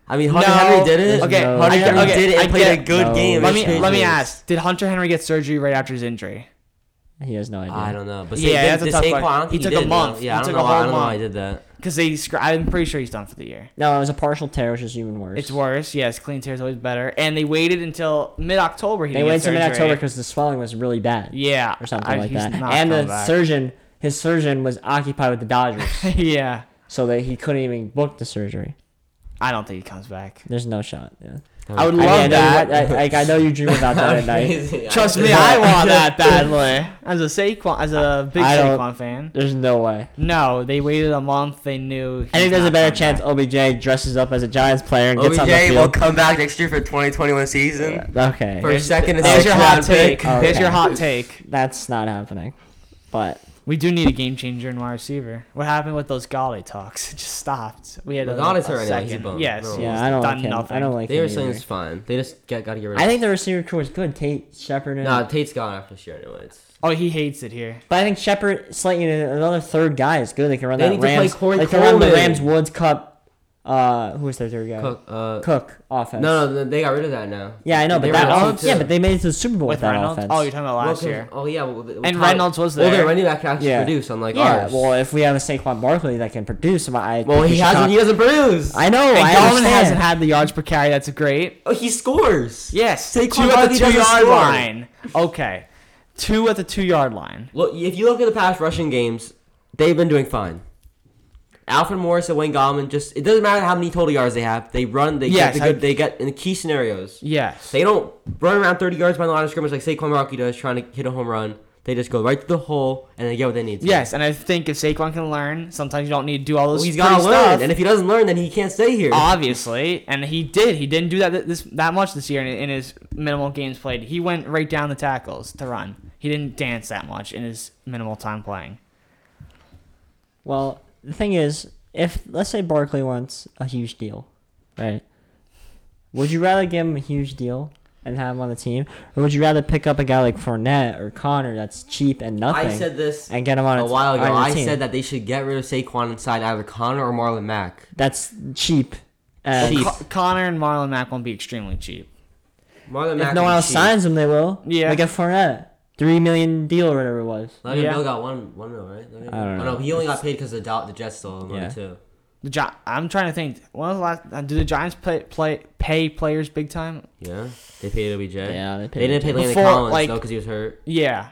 [SPEAKER 3] I mean, Hunter
[SPEAKER 2] No.
[SPEAKER 3] Henry did it.
[SPEAKER 2] Okay,
[SPEAKER 1] No.
[SPEAKER 2] Hunter
[SPEAKER 3] I get-
[SPEAKER 2] Henry
[SPEAKER 3] he did it
[SPEAKER 2] okay,
[SPEAKER 3] and
[SPEAKER 2] I
[SPEAKER 3] played
[SPEAKER 2] get-
[SPEAKER 3] a good
[SPEAKER 1] No.
[SPEAKER 3] game.
[SPEAKER 2] Let
[SPEAKER 1] It's
[SPEAKER 2] me
[SPEAKER 3] against
[SPEAKER 2] let me
[SPEAKER 3] Patriots.
[SPEAKER 2] ask: Did Hunter Henry get surgery right after his injury?
[SPEAKER 1] He has no idea.
[SPEAKER 3] I don't know, but
[SPEAKER 2] Yeah,
[SPEAKER 3] yeah,
[SPEAKER 2] that's a tough
[SPEAKER 3] Saquon,
[SPEAKER 2] one.
[SPEAKER 3] I don't
[SPEAKER 2] He
[SPEAKER 3] think
[SPEAKER 2] took a
[SPEAKER 3] did, though. Yeah,
[SPEAKER 2] month. He
[SPEAKER 3] I don't
[SPEAKER 2] took
[SPEAKER 3] know.
[SPEAKER 2] a
[SPEAKER 3] why- I
[SPEAKER 2] whole
[SPEAKER 3] don't know why
[SPEAKER 2] month.
[SPEAKER 3] he did that.
[SPEAKER 2] Because they, scr- I'm pretty sure he's done for the year.
[SPEAKER 1] No, it was a partial tear, which is even worse.
[SPEAKER 2] It's worse. Yes, clean tear is always better. And they waited until mid-October. He
[SPEAKER 1] They
[SPEAKER 2] didn't get
[SPEAKER 1] waited till mid
[SPEAKER 2] surgery.
[SPEAKER 1] October because the swelling was really bad.
[SPEAKER 2] Yeah,
[SPEAKER 1] or something
[SPEAKER 2] I-
[SPEAKER 1] like
[SPEAKER 2] he's
[SPEAKER 1] that.
[SPEAKER 2] not
[SPEAKER 1] And the
[SPEAKER 2] coming back.
[SPEAKER 1] surgeon, his surgeon was occupied with the Dodgers,
[SPEAKER 2] (laughs) yeah,
[SPEAKER 1] so that he couldn't even book the surgery.
[SPEAKER 2] I don't think he comes back.
[SPEAKER 1] There's no shot. Yeah.
[SPEAKER 2] I would
[SPEAKER 1] I, mean, I
[SPEAKER 2] love
[SPEAKER 1] know
[SPEAKER 2] that.
[SPEAKER 1] you- I- like I know you dream about
[SPEAKER 2] (laughs)
[SPEAKER 1] that at night.
[SPEAKER 3] (laughs) Amazing.
[SPEAKER 2] Trust me, I want
[SPEAKER 3] (laughs)
[SPEAKER 2] that badly. As a Saquon, as a big
[SPEAKER 1] I don't-
[SPEAKER 2] Saquon fan.
[SPEAKER 1] There's no way.
[SPEAKER 2] No, they waited a month. They knew.
[SPEAKER 1] I think
[SPEAKER 2] he's
[SPEAKER 1] there's a
[SPEAKER 2] not
[SPEAKER 1] better
[SPEAKER 2] coming
[SPEAKER 1] chance
[SPEAKER 2] back.
[SPEAKER 1] OBJ dresses up as a Giants player and gets on the
[SPEAKER 3] OBJ will
[SPEAKER 1] field.
[SPEAKER 3] come back next year for the 2021 season.
[SPEAKER 1] Okay,
[SPEAKER 3] For a second and
[SPEAKER 2] There's
[SPEAKER 3] sixth
[SPEAKER 2] your hot
[SPEAKER 3] round pick.
[SPEAKER 2] take. There's
[SPEAKER 1] Oh, Okay.
[SPEAKER 2] your hot take.
[SPEAKER 1] that's not happening. But
[SPEAKER 2] We do need a game changer in wide receiver. What happened with those Galladay talks? (laughs) It just stopped. We had a,
[SPEAKER 3] Lagalade's
[SPEAKER 2] a
[SPEAKER 3] hurt right now. He's a
[SPEAKER 2] second.
[SPEAKER 3] bum.
[SPEAKER 2] Yes.
[SPEAKER 3] No.
[SPEAKER 2] he's
[SPEAKER 1] yeah, I don't
[SPEAKER 2] done
[SPEAKER 1] like him.
[SPEAKER 2] nothing.
[SPEAKER 1] I don't like
[SPEAKER 3] They
[SPEAKER 1] him
[SPEAKER 3] were saying
[SPEAKER 1] either.
[SPEAKER 3] it's fine. They just got, got to get rid of
[SPEAKER 1] I think the receiver core is good. Tate Shepard and
[SPEAKER 3] No, Tate's gone after this year, anyways.
[SPEAKER 2] Oh, he hates it here.
[SPEAKER 1] But I think Shepard, Slayton, and another third guy is good. They can run
[SPEAKER 3] They
[SPEAKER 1] that
[SPEAKER 3] need to play
[SPEAKER 1] Rams.
[SPEAKER 3] Corey
[SPEAKER 1] they can run the
[SPEAKER 3] Coleman.
[SPEAKER 1] Rams Woods Cup. Uh, who was their third
[SPEAKER 2] Oh.
[SPEAKER 1] guy? Cook,
[SPEAKER 3] Cook, uh,
[SPEAKER 1] offense.
[SPEAKER 3] no, no, they got rid of that now.
[SPEAKER 1] Yeah, I know, but
[SPEAKER 3] They
[SPEAKER 1] that
[SPEAKER 3] were down
[SPEAKER 1] off- yeah,
[SPEAKER 3] two.
[SPEAKER 1] but they made it to the Super Bowl with,
[SPEAKER 2] With
[SPEAKER 1] that
[SPEAKER 2] Reynolds.
[SPEAKER 1] offense.
[SPEAKER 2] Oh, you're talking about last
[SPEAKER 3] Well, 'cause-
[SPEAKER 2] year.
[SPEAKER 3] Oh yeah, well, the-
[SPEAKER 2] And
[SPEAKER 3] Ty-
[SPEAKER 2] Reynolds was
[SPEAKER 3] Well,
[SPEAKER 2] there.
[SPEAKER 3] their running back can actually
[SPEAKER 1] Yeah.
[SPEAKER 3] produce, unlike
[SPEAKER 1] yeah.
[SPEAKER 3] ours.
[SPEAKER 1] Well, if we have a Saquon Barkley that can produce, I'm- I
[SPEAKER 3] Well,
[SPEAKER 1] think
[SPEAKER 3] he
[SPEAKER 1] we should
[SPEAKER 3] hasn't.
[SPEAKER 1] talk-
[SPEAKER 3] He doesn't produce.
[SPEAKER 1] I know.
[SPEAKER 2] and
[SPEAKER 1] I
[SPEAKER 2] Gallman
[SPEAKER 1] understand.
[SPEAKER 2] hasn't had the yards per carry. That's great.
[SPEAKER 3] Oh, he scores.
[SPEAKER 2] Yes.
[SPEAKER 3] Saquon
[SPEAKER 2] two at
[SPEAKER 3] Barkley
[SPEAKER 2] the two
[SPEAKER 3] doesn't
[SPEAKER 2] yard
[SPEAKER 3] score.
[SPEAKER 2] line. Okay. Two at the two yard line.
[SPEAKER 3] Look, if you look at the past rushing games, they've been doing fine. Alfred Morris and Wayne Gallman just it doesn't matter how many total yards they have, they run, they get
[SPEAKER 2] Yes,
[SPEAKER 3] the good,
[SPEAKER 2] I-
[SPEAKER 3] they get in the key scenarios.
[SPEAKER 2] Yes.
[SPEAKER 3] They don't run around 30 yards by the line of scrimmage like Saquon Rocky does trying to hit a home run. They just go right to the hole and they get what they need. to.
[SPEAKER 2] Yes, and I think if Saquon can learn, sometimes you don't need to do all those.
[SPEAKER 3] Well, he's
[SPEAKER 2] got
[SPEAKER 3] gotta
[SPEAKER 2] to
[SPEAKER 3] learn, and if he doesn't learn, then he can't stay here.
[SPEAKER 1] Ah,
[SPEAKER 2] obviously, and he did. He didn't do that th- this that much this year in, in his minimal games played. He went right down the tackles to run. He didn't dance that much in his minimal time playing.
[SPEAKER 1] Well, the thing is, if let's say Barkley wants a huge deal, right? Would you rather give him a huge deal and have him on the team, or would you rather pick up a guy like Fournette or Connor that's cheap and nothing?
[SPEAKER 3] I said this
[SPEAKER 1] and get him on
[SPEAKER 3] a
[SPEAKER 1] a t-
[SPEAKER 3] while ago.
[SPEAKER 1] on your
[SPEAKER 3] I
[SPEAKER 1] team.
[SPEAKER 3] said that they should get rid of Saquon inside either Connor or Marlon Mack.
[SPEAKER 1] that's cheap. And
[SPEAKER 3] Cheap.
[SPEAKER 2] Co- Connor and Marlon Mack won't be extremely cheap.
[SPEAKER 3] Marlon
[SPEAKER 1] If
[SPEAKER 3] Mack.
[SPEAKER 1] no
[SPEAKER 3] would
[SPEAKER 1] one
[SPEAKER 3] be
[SPEAKER 1] else
[SPEAKER 3] cheap.
[SPEAKER 1] signs him, they will.
[SPEAKER 2] Yeah.
[SPEAKER 1] Like a Fournette, three million deal or whatever it was.
[SPEAKER 3] Le'Veon
[SPEAKER 2] Yeah.
[SPEAKER 3] Bell got one, one mil, right? Le'Veon-
[SPEAKER 1] I don't
[SPEAKER 3] oh,
[SPEAKER 1] know.
[SPEAKER 3] No, he only got paid because the, Dol- the Jets stole him
[SPEAKER 1] Yeah.
[SPEAKER 3] yeah. too.
[SPEAKER 2] The Gi- I'm trying to think. When was the last? uh, Do the Giants play, play pay players big time?
[SPEAKER 3] Yeah, they paid OBJ.
[SPEAKER 1] Yeah, they paid
[SPEAKER 3] They didn't pay Landon
[SPEAKER 2] Before,
[SPEAKER 3] Collins
[SPEAKER 2] like-
[SPEAKER 3] though because he was hurt.
[SPEAKER 2] Yeah,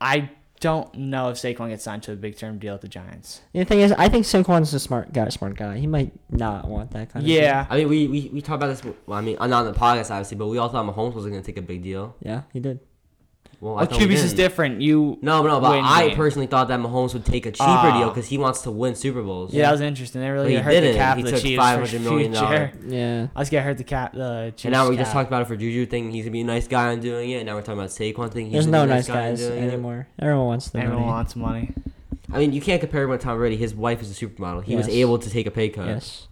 [SPEAKER 2] I don't know if Saquon gets signed to a big term deal at the Giants.
[SPEAKER 1] The thing is, I think Saquon's a smart guy. Smart guy. He might not want that kind of.
[SPEAKER 2] Yeah,
[SPEAKER 3] I mean, we, we, we talked about this. Well, I mean, uh, not on the podcast obviously, but we all thought Mahomes was going to take a big deal.
[SPEAKER 1] Deal. Yeah, he did.
[SPEAKER 3] Well, I
[SPEAKER 2] well,
[SPEAKER 3] thought we
[SPEAKER 2] QBs is
[SPEAKER 3] didn't.
[SPEAKER 2] different. You
[SPEAKER 3] No, no, but
[SPEAKER 2] win
[SPEAKER 3] I
[SPEAKER 2] games.
[SPEAKER 3] personally thought that Mahomes would take a cheaper
[SPEAKER 2] Ah.
[SPEAKER 3] deal because he wants to win Super Bowls.
[SPEAKER 2] Yeah, that was interesting. They really
[SPEAKER 3] he
[SPEAKER 2] hurt the
[SPEAKER 3] didn't.
[SPEAKER 2] cap
[SPEAKER 3] He
[SPEAKER 2] of the
[SPEAKER 3] took
[SPEAKER 2] Chiefs
[SPEAKER 3] $500
[SPEAKER 2] for
[SPEAKER 3] million
[SPEAKER 2] (laughs) future.
[SPEAKER 1] Yeah.
[SPEAKER 2] I was gonna hurt the cap the Chiefs.
[SPEAKER 3] And now we just
[SPEAKER 2] cap.
[SPEAKER 3] talked about it for Juju thing. He's gonna be a nice guy on doing it. And now we're talking about Saquon thing. He's
[SPEAKER 1] There's
[SPEAKER 3] gonna
[SPEAKER 1] no
[SPEAKER 3] be a
[SPEAKER 1] nice
[SPEAKER 3] on
[SPEAKER 1] guys
[SPEAKER 3] doing it.
[SPEAKER 1] anymore. Everyone wants the
[SPEAKER 2] Everyone
[SPEAKER 1] money.
[SPEAKER 2] wants money.
[SPEAKER 3] I mean, you can't compare him with Tom Brady. His wife is a supermodel. He was
[SPEAKER 1] Yes.
[SPEAKER 3] able to take a pay cut.
[SPEAKER 1] Yes.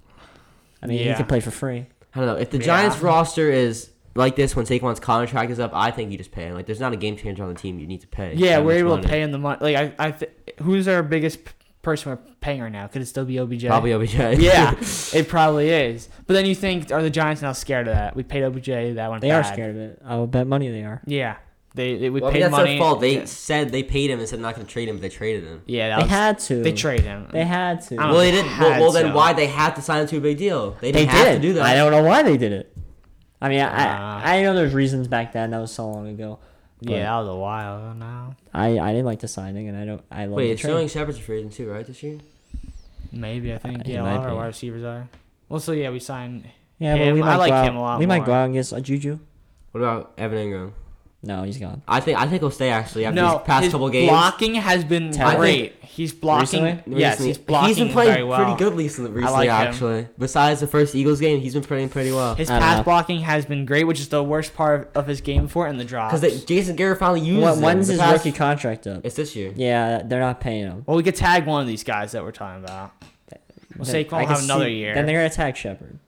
[SPEAKER 1] I mean, he
[SPEAKER 2] Yeah.
[SPEAKER 1] could play for free.
[SPEAKER 3] I don't know. If the
[SPEAKER 2] Yeah.
[SPEAKER 3] Giants roster is like this when Saquon's contract is up, I think you just pay him. Like, there's not a game changer on the team. You need to pay.
[SPEAKER 2] Yeah,
[SPEAKER 3] that
[SPEAKER 2] we're
[SPEAKER 3] much
[SPEAKER 2] able
[SPEAKER 3] money.
[SPEAKER 2] to pay him the money. Like I, I th- who's our biggest p- person we're paying right now? Could it still be OBJ?
[SPEAKER 3] Probably OBJ. (laughs)
[SPEAKER 2] yeah, it probably is. But then you think, are the Giants now scared of that? We paid OBJ that one.
[SPEAKER 1] They are
[SPEAKER 2] bad.
[SPEAKER 1] scared of it. I will bet money they are.
[SPEAKER 2] Yeah, They, they we
[SPEAKER 3] Well, I mean,
[SPEAKER 2] paid
[SPEAKER 3] that's
[SPEAKER 2] money.
[SPEAKER 3] their fault. They
[SPEAKER 2] yeah,
[SPEAKER 3] said they paid him and said not going to trade him. but They traded him.
[SPEAKER 2] yeah that
[SPEAKER 1] They
[SPEAKER 2] was-
[SPEAKER 1] had to.
[SPEAKER 2] They trade him.
[SPEAKER 1] They had to.
[SPEAKER 2] I don't
[SPEAKER 3] Well,
[SPEAKER 2] know.
[SPEAKER 3] they did.
[SPEAKER 2] Had
[SPEAKER 3] Well, well, then
[SPEAKER 2] to.
[SPEAKER 3] why they had to sign him to a big deal? They
[SPEAKER 1] They
[SPEAKER 3] didn't have
[SPEAKER 1] did.
[SPEAKER 3] to do that.
[SPEAKER 1] I don't know why they did it. I mean, I,
[SPEAKER 2] Uh.
[SPEAKER 1] I, I know there's reasons back then. That was so long ago. But
[SPEAKER 2] Yeah, that was a while ago now.
[SPEAKER 1] I, I didn't like the signing, and I don't. I love
[SPEAKER 3] Wait,
[SPEAKER 1] the
[SPEAKER 3] it's
[SPEAKER 1] trade.
[SPEAKER 3] showing Shepard's a free agent too, right? This year.
[SPEAKER 2] Maybe I
[SPEAKER 3] Uh,
[SPEAKER 2] think
[SPEAKER 1] he
[SPEAKER 2] yeah, a lot
[SPEAKER 1] might
[SPEAKER 2] of our
[SPEAKER 1] be.
[SPEAKER 2] wide receivers are. Well, so yeah, we signed.
[SPEAKER 1] Yeah, but
[SPEAKER 2] him.
[SPEAKER 1] we
[SPEAKER 2] I
[SPEAKER 1] might
[SPEAKER 2] like
[SPEAKER 1] go out,
[SPEAKER 2] him a lot
[SPEAKER 1] We might
[SPEAKER 2] more.
[SPEAKER 1] go out and get a Juju.
[SPEAKER 3] What about Evan Ingram?
[SPEAKER 1] No, he's gone.
[SPEAKER 3] I think I think he'll stay actually after
[SPEAKER 2] no,
[SPEAKER 3] these past
[SPEAKER 2] his
[SPEAKER 3] couple games.
[SPEAKER 2] blocking has been
[SPEAKER 1] Terrible.
[SPEAKER 2] great. He's blocking.
[SPEAKER 1] Recently?
[SPEAKER 2] Yes,
[SPEAKER 3] Recently-
[SPEAKER 2] he's blocking
[SPEAKER 3] He's been playing
[SPEAKER 2] very well.
[SPEAKER 3] pretty good recently. recently
[SPEAKER 2] like him.
[SPEAKER 3] actually, besides the first Eagles game, he's been playing pretty well.
[SPEAKER 2] His
[SPEAKER 1] I don't
[SPEAKER 2] pass
[SPEAKER 1] know.
[SPEAKER 2] blocking has been great, which is the worst part of his game for, it, and the drops.
[SPEAKER 3] Because Jason Garrett finally used
[SPEAKER 1] What,
[SPEAKER 3] him.
[SPEAKER 1] when's
[SPEAKER 3] The
[SPEAKER 1] his
[SPEAKER 3] past-
[SPEAKER 1] rookie contract up?
[SPEAKER 3] It's this year.
[SPEAKER 1] Yeah, they're not paying him.
[SPEAKER 2] well, we could tag one of these guys that we're talking about. Well,
[SPEAKER 1] Then
[SPEAKER 2] Saquon
[SPEAKER 1] I
[SPEAKER 2] will
[SPEAKER 1] can
[SPEAKER 2] have another
[SPEAKER 1] see-
[SPEAKER 2] year.
[SPEAKER 1] Then they're gonna attack Shepard.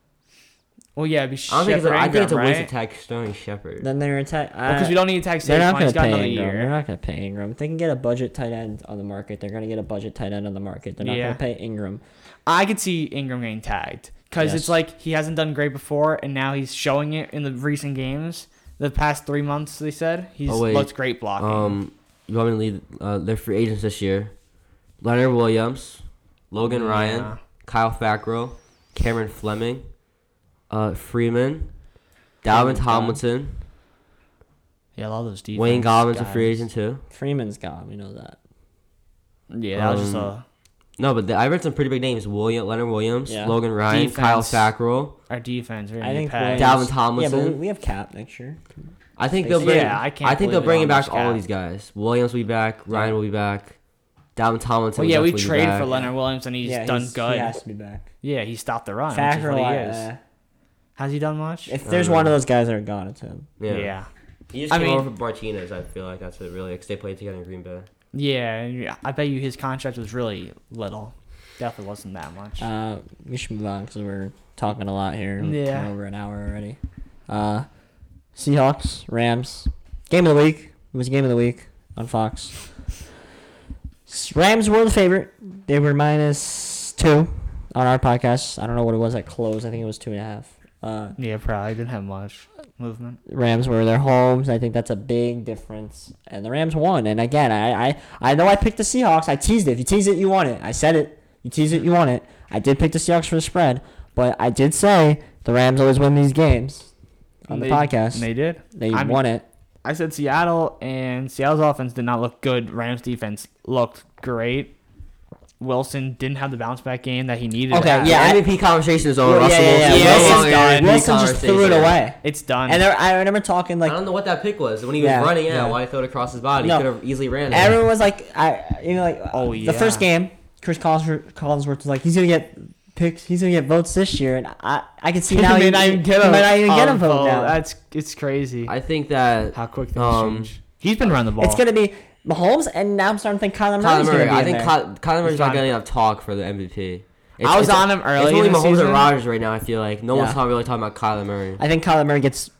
[SPEAKER 2] well, yeah, it'd be
[SPEAKER 3] I don't think it's. A,
[SPEAKER 2] Shepard
[SPEAKER 3] I think it's a
[SPEAKER 2] Ingram,
[SPEAKER 3] waste
[SPEAKER 2] right?
[SPEAKER 3] attack Sterling Shepard.
[SPEAKER 1] Then they're gonna attack. uh,
[SPEAKER 2] Because we don't need to tag
[SPEAKER 1] They're not
[SPEAKER 2] Saquon.
[SPEAKER 1] going
[SPEAKER 2] He's
[SPEAKER 1] to
[SPEAKER 2] got
[SPEAKER 1] pay
[SPEAKER 2] another
[SPEAKER 1] Ingram. They're
[SPEAKER 2] year.
[SPEAKER 1] not going to pay Ingram. If they can get a budget tight end on the market, they're going to get a budget tight end on the market. They're not going
[SPEAKER 2] Yeah.
[SPEAKER 1] to pay Ingram.
[SPEAKER 2] I could see Ingram getting tagged because
[SPEAKER 1] Yes.
[SPEAKER 2] it's like he hasn't done great before, and now he's showing it in the recent games. The past three months, they said he's
[SPEAKER 3] Oh, wait.
[SPEAKER 2] looked great blocking.
[SPEAKER 3] Um, you want me to lead? Uh, their free agents this year: Leonard Williams, Logan
[SPEAKER 2] Yeah.
[SPEAKER 3] Ryan, Kyle Fackrell, Cameron Fleming, uh, Freeman, Dalvin
[SPEAKER 1] Freeman.
[SPEAKER 3] Tomlinson,
[SPEAKER 2] yeah, all those defense.
[SPEAKER 3] Wayne Goblin's a free
[SPEAKER 2] guys.
[SPEAKER 3] agent too.
[SPEAKER 1] Freeman's gone. We know that.
[SPEAKER 2] Yeah, that was just
[SPEAKER 3] Um,
[SPEAKER 2] a,
[SPEAKER 3] No, but the, I read some pretty big names: William, Leonard Williams,
[SPEAKER 1] Yeah.
[SPEAKER 3] Logan Ryan, Kyle
[SPEAKER 2] Defense.
[SPEAKER 3] Fackrell.
[SPEAKER 2] our defense. We're
[SPEAKER 1] I
[SPEAKER 2] gonna
[SPEAKER 1] think
[SPEAKER 2] get
[SPEAKER 1] Williams-
[SPEAKER 2] tagged.
[SPEAKER 3] Dalvin
[SPEAKER 1] Yeah, but we,
[SPEAKER 3] Tomlinson.
[SPEAKER 1] we have cap next year.
[SPEAKER 3] I think they'll bring.
[SPEAKER 2] Yeah, I
[SPEAKER 3] I,
[SPEAKER 2] can't.
[SPEAKER 3] think they'll
[SPEAKER 2] believe
[SPEAKER 3] bring
[SPEAKER 2] it
[SPEAKER 3] him
[SPEAKER 2] on this
[SPEAKER 3] back all
[SPEAKER 2] guy.
[SPEAKER 3] these guys. Williams will be back. Ryan will be back. Dalvin Tomlinson.
[SPEAKER 2] Well,
[SPEAKER 3] will
[SPEAKER 2] yeah,
[SPEAKER 3] definitely
[SPEAKER 2] we
[SPEAKER 3] be
[SPEAKER 2] traded
[SPEAKER 3] back.
[SPEAKER 2] for Leonard Williams, and he's
[SPEAKER 1] yeah,
[SPEAKER 2] done
[SPEAKER 1] he's-
[SPEAKER 2] good.
[SPEAKER 1] He has to be back.
[SPEAKER 2] yeah, he stopped the run. Which is
[SPEAKER 1] Fackrell,
[SPEAKER 2] what he
[SPEAKER 1] I-
[SPEAKER 2] is.
[SPEAKER 1] uh,
[SPEAKER 2] Has he done much?
[SPEAKER 1] if
[SPEAKER 3] I
[SPEAKER 1] there's
[SPEAKER 3] don't
[SPEAKER 1] one of
[SPEAKER 3] know.
[SPEAKER 1] those guys that are gone, it's him.
[SPEAKER 2] yeah.
[SPEAKER 3] Yeah.
[SPEAKER 2] yeah,
[SPEAKER 3] He just
[SPEAKER 2] I
[SPEAKER 3] came
[SPEAKER 2] mean-
[SPEAKER 3] over for Martinez. I feel like that's it, really. Because they played together in Green Bay.
[SPEAKER 2] and I bet you his contract was really little. Definitely wasn't that much.
[SPEAKER 1] Uh, we should move on because we're talking a lot here. We're
[SPEAKER 2] Yeah.
[SPEAKER 1] coming over an hour already. Uh, Seahawks, Rams. Game of the week. It was game of the week on Fox. S- Rams were the favorite. They were minus two on our podcast. I don't know what it was at close. I think it was two and a half. Uh,
[SPEAKER 2] yeah, probably didn't have much movement.
[SPEAKER 1] Rams were their homes. I think that's a big difference. And the Rams won. And again, I, I, I know I picked the Seahawks. I teased it. If you tease it, you want it. I said it. You tease it, you want it. I did pick the Seahawks for the spread, but I did say the Rams always win these games on the
[SPEAKER 2] They-
[SPEAKER 1] podcast. They,
[SPEAKER 2] They did. I mean,
[SPEAKER 1] won it.
[SPEAKER 2] I said Seattle, and Seattle's offense did not look good. Rams defense looked great. Wilson didn't have the bounce back game that he needed.
[SPEAKER 1] Okay,
[SPEAKER 2] to
[SPEAKER 1] yeah,
[SPEAKER 2] have.
[SPEAKER 1] I-
[SPEAKER 3] MVP conversation is over.
[SPEAKER 1] Well, yeah, yeah,
[SPEAKER 3] Russell
[SPEAKER 1] yeah.
[SPEAKER 3] Wilson.
[SPEAKER 2] Wilson's
[SPEAKER 3] No longer
[SPEAKER 2] done.
[SPEAKER 3] MVP
[SPEAKER 1] Wilson just threw it
[SPEAKER 3] conversation.
[SPEAKER 1] away.
[SPEAKER 2] it's done.
[SPEAKER 1] And there, I remember talking
[SPEAKER 3] I
[SPEAKER 1] like
[SPEAKER 3] don't know what that pick was. When he was
[SPEAKER 1] Yeah,
[SPEAKER 3] running out,
[SPEAKER 1] yeah.
[SPEAKER 3] why he throw it across his body?
[SPEAKER 1] No.
[SPEAKER 3] He could have easily ran it.
[SPEAKER 1] everyone was like, I you know like
[SPEAKER 2] Oh,
[SPEAKER 1] the
[SPEAKER 2] yeah.
[SPEAKER 1] first game, Chris Collinsworth, Collinsworth was like he's gonna get picks, he's gonna get votes this year, and I I can see
[SPEAKER 2] (laughs) He
[SPEAKER 1] now
[SPEAKER 2] may
[SPEAKER 1] he,
[SPEAKER 2] not even
[SPEAKER 1] he
[SPEAKER 2] get a,
[SPEAKER 1] might not even get a
[SPEAKER 2] um,
[SPEAKER 1] vote now.
[SPEAKER 2] That's it's crazy
[SPEAKER 3] I think that
[SPEAKER 2] how quick things
[SPEAKER 3] um,
[SPEAKER 2] change. He's been running the ball.
[SPEAKER 1] It's gonna be Mahomes, and now I'm starting to think Kyler
[SPEAKER 3] Kyler
[SPEAKER 1] Murray's
[SPEAKER 3] Murray.
[SPEAKER 1] gonna be
[SPEAKER 3] I
[SPEAKER 1] in
[SPEAKER 3] think
[SPEAKER 1] there.
[SPEAKER 3] Ky- Kyler Murray's
[SPEAKER 2] He's
[SPEAKER 3] not
[SPEAKER 2] not-
[SPEAKER 3] getting enough talk for the MVP.
[SPEAKER 2] I was on him early
[SPEAKER 3] It's only
[SPEAKER 2] in the
[SPEAKER 3] Mahomes
[SPEAKER 2] season.
[SPEAKER 3] and Rodgers right now. I feel like no
[SPEAKER 1] Yeah.
[SPEAKER 3] one's not really talking about Kyler Murray.
[SPEAKER 1] I think Kyler Murray gets.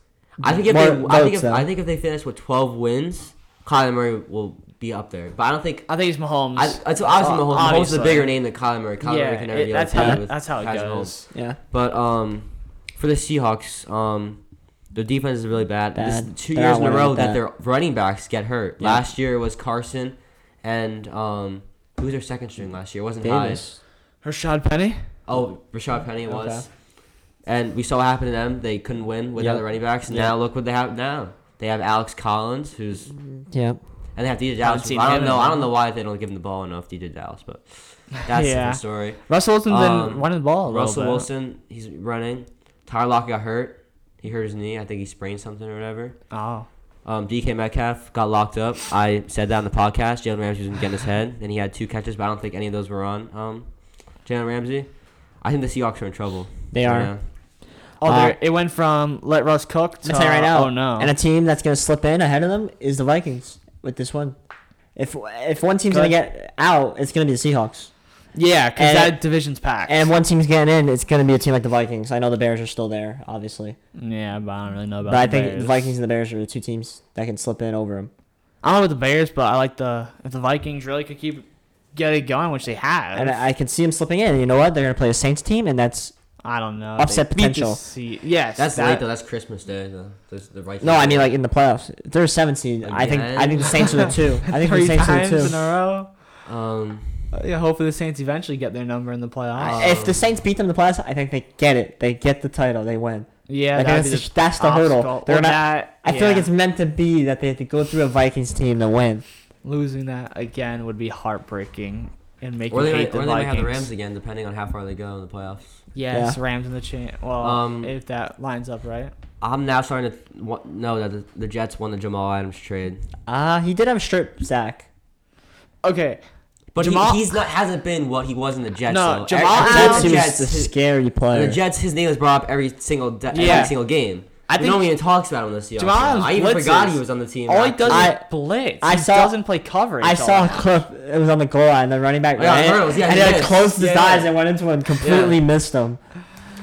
[SPEAKER 3] I think if
[SPEAKER 1] more
[SPEAKER 3] they, I think
[SPEAKER 1] votes,
[SPEAKER 3] if,
[SPEAKER 1] though.
[SPEAKER 3] I think if they finish with 12 wins, Kyler Murray will be up there. But I don't think.
[SPEAKER 2] I think it's Mahomes.
[SPEAKER 3] I, it's obviously Mahomes.
[SPEAKER 2] Uh,
[SPEAKER 3] Mahomes is a
[SPEAKER 2] obviously.
[SPEAKER 3] bigger name than Kyler Murray. Kyler Murray
[SPEAKER 2] yeah,
[SPEAKER 3] can never
[SPEAKER 2] it-
[SPEAKER 3] be
[SPEAKER 2] that's
[SPEAKER 3] on the
[SPEAKER 2] how
[SPEAKER 3] team with
[SPEAKER 2] that's how it
[SPEAKER 3] Patrick Mahomes.
[SPEAKER 2] goes.
[SPEAKER 1] Yeah.
[SPEAKER 3] But um, for the Seahawks, um, their defense is really bad. This
[SPEAKER 1] Bad.
[SPEAKER 3] is 2
[SPEAKER 1] They're
[SPEAKER 3] years
[SPEAKER 1] not
[SPEAKER 3] in a
[SPEAKER 1] winning
[SPEAKER 3] row
[SPEAKER 1] with
[SPEAKER 3] that.
[SPEAKER 1] that.
[SPEAKER 3] their running backs get hurt.
[SPEAKER 1] Yeah.
[SPEAKER 3] Last year it was Carson, and um, who was their second string last year? It wasn't Davis.
[SPEAKER 1] Davis.
[SPEAKER 2] Rashad Penny.
[SPEAKER 3] Oh, Rashad Penny was. And we saw what happened to them. They couldn't win without
[SPEAKER 1] Yep.
[SPEAKER 3] the running backs. And
[SPEAKER 1] Yep.
[SPEAKER 3] Now look what they have now. They have Alex Collins, who's and
[SPEAKER 1] Yeah.
[SPEAKER 3] they have DJ
[SPEAKER 2] Haven't
[SPEAKER 3] Dallas.
[SPEAKER 2] seen
[SPEAKER 3] I
[SPEAKER 2] him
[SPEAKER 3] don't
[SPEAKER 2] in
[SPEAKER 3] know.
[SPEAKER 2] a
[SPEAKER 3] I
[SPEAKER 2] while.
[SPEAKER 3] don't know why they don't give him the ball enough. DJ Dallas, but that's a
[SPEAKER 2] (laughs) Yeah.
[SPEAKER 3] different story.
[SPEAKER 2] Russell Wilson's been
[SPEAKER 3] Um,
[SPEAKER 2] running the ball. A little
[SPEAKER 3] Russell
[SPEAKER 2] bit.
[SPEAKER 3] Wilson, he's running. Tyler Lockett got hurt. He hurt his knee. I think he sprained something or whatever.
[SPEAKER 2] Oh,
[SPEAKER 3] Um, DK Metcalf got locked up. I said that on the podcast. Jalen Ramsey was going to get in his head. Then he had two catches, but I don't think any of those were on um, Jalen Ramsey. I think the Seahawks are in trouble.
[SPEAKER 1] They are.
[SPEAKER 3] Yeah.
[SPEAKER 2] oh,
[SPEAKER 1] Uh,
[SPEAKER 2] there, it went from let Russ cook
[SPEAKER 1] I'm
[SPEAKER 2] to
[SPEAKER 1] gonna tell you right now.
[SPEAKER 2] oh no,
[SPEAKER 1] And a team that's gonna slip in ahead of them is the Vikings with this one. If if one team's gonna
[SPEAKER 2] Good.
[SPEAKER 1] get out, it's gonna be the Seahawks.
[SPEAKER 2] yeah, because
[SPEAKER 1] and-
[SPEAKER 2] that division's packed.
[SPEAKER 1] And if one team's getting in, it's gonna be a team like the Vikings. I know the Bears are still there, obviously,
[SPEAKER 2] yeah, but I don't really know about.
[SPEAKER 1] but I
[SPEAKER 2] the
[SPEAKER 1] think
[SPEAKER 2] Bears.
[SPEAKER 1] the Vikings and the Bears are the two teams that can slip in over them.
[SPEAKER 2] I don't know about the Bears, but I like the if the Vikings really could keep get it going, which they have.
[SPEAKER 1] And I, I can see them slipping in. You know what? They're gonna play a Saints team, and that's
[SPEAKER 2] I don't know.
[SPEAKER 1] Upset
[SPEAKER 2] They beat the
[SPEAKER 1] potential.
[SPEAKER 2] Se- yes,
[SPEAKER 3] That's
[SPEAKER 2] that-
[SPEAKER 3] late though. That's Christmas Day. Though. There's the right.
[SPEAKER 1] No, I mean like in the playoffs. If they're a seven seed, I think I think the Saints are the
[SPEAKER 2] (laughs)
[SPEAKER 1] two. I think the
[SPEAKER 2] three
[SPEAKER 1] Saints are
[SPEAKER 2] times
[SPEAKER 1] the
[SPEAKER 2] in
[SPEAKER 1] two.
[SPEAKER 2] a row.
[SPEAKER 3] Um.
[SPEAKER 2] Uh, Yeah, hopefully the Saints eventually get their number in the playoffs.
[SPEAKER 1] I- if the Saints beat them in the playoffs, I think they get it. They get the title. They win.
[SPEAKER 2] yeah,
[SPEAKER 1] Like,
[SPEAKER 2] that'd
[SPEAKER 1] that's,
[SPEAKER 2] be
[SPEAKER 1] the,
[SPEAKER 2] the
[SPEAKER 1] that's the hurdle.
[SPEAKER 2] obstacle.
[SPEAKER 1] They're
[SPEAKER 2] Or
[SPEAKER 1] not.
[SPEAKER 2] that,
[SPEAKER 1] I feel like
[SPEAKER 2] yeah.
[SPEAKER 1] it's meant to be that they have to go through a Vikings team to win.
[SPEAKER 2] losing that again would be heartbreaking and make
[SPEAKER 3] Or they,
[SPEAKER 2] you hate
[SPEAKER 3] might,
[SPEAKER 2] the
[SPEAKER 3] or they might
[SPEAKER 2] Vikings.
[SPEAKER 3] have the Rams again, depending on how far they go in the playoffs.
[SPEAKER 2] Yes, Rams in the chain. Well,
[SPEAKER 3] Um,
[SPEAKER 2] if that lines up right.
[SPEAKER 3] I'm now starting to th- wa- know that the, the Jets won the Jamal Adams trade,
[SPEAKER 2] Uh,
[SPEAKER 1] Ah, he did have a strip sack.
[SPEAKER 2] Okay,
[SPEAKER 3] but
[SPEAKER 2] Jamal-
[SPEAKER 3] he, he's not hasn't been what he was in the Jets.
[SPEAKER 2] No,
[SPEAKER 3] though.
[SPEAKER 2] Jamal
[SPEAKER 3] Every-
[SPEAKER 2] Adams-
[SPEAKER 1] That's
[SPEAKER 3] Oh, the
[SPEAKER 1] he
[SPEAKER 3] Jets,
[SPEAKER 1] was a
[SPEAKER 3] his,
[SPEAKER 1] scary player.
[SPEAKER 3] the Jets, his name is brought up every single de-
[SPEAKER 2] Yeah.
[SPEAKER 3] every single game.
[SPEAKER 2] I
[SPEAKER 3] I
[SPEAKER 2] think-
[SPEAKER 3] no one even talks about him this year.
[SPEAKER 2] Jamal Adams
[SPEAKER 3] I even
[SPEAKER 2] blitzes.
[SPEAKER 3] forgot he was on the team.
[SPEAKER 2] all he does
[SPEAKER 1] I-
[SPEAKER 2] is blitz.
[SPEAKER 1] I
[SPEAKER 2] he
[SPEAKER 1] saw-
[SPEAKER 2] doesn't play coverage.
[SPEAKER 1] I
[SPEAKER 2] all
[SPEAKER 1] saw a
[SPEAKER 2] that.
[SPEAKER 1] clip. It was on the goal line. The running back
[SPEAKER 3] Oh, Yeah,
[SPEAKER 1] ran,
[SPEAKER 3] Hurdles, yeah,
[SPEAKER 1] and
[SPEAKER 3] he
[SPEAKER 1] he like,
[SPEAKER 3] missed.
[SPEAKER 1] closed his
[SPEAKER 2] Yeah,
[SPEAKER 1] eyes
[SPEAKER 2] yeah.
[SPEAKER 1] and went into him and completely missed him.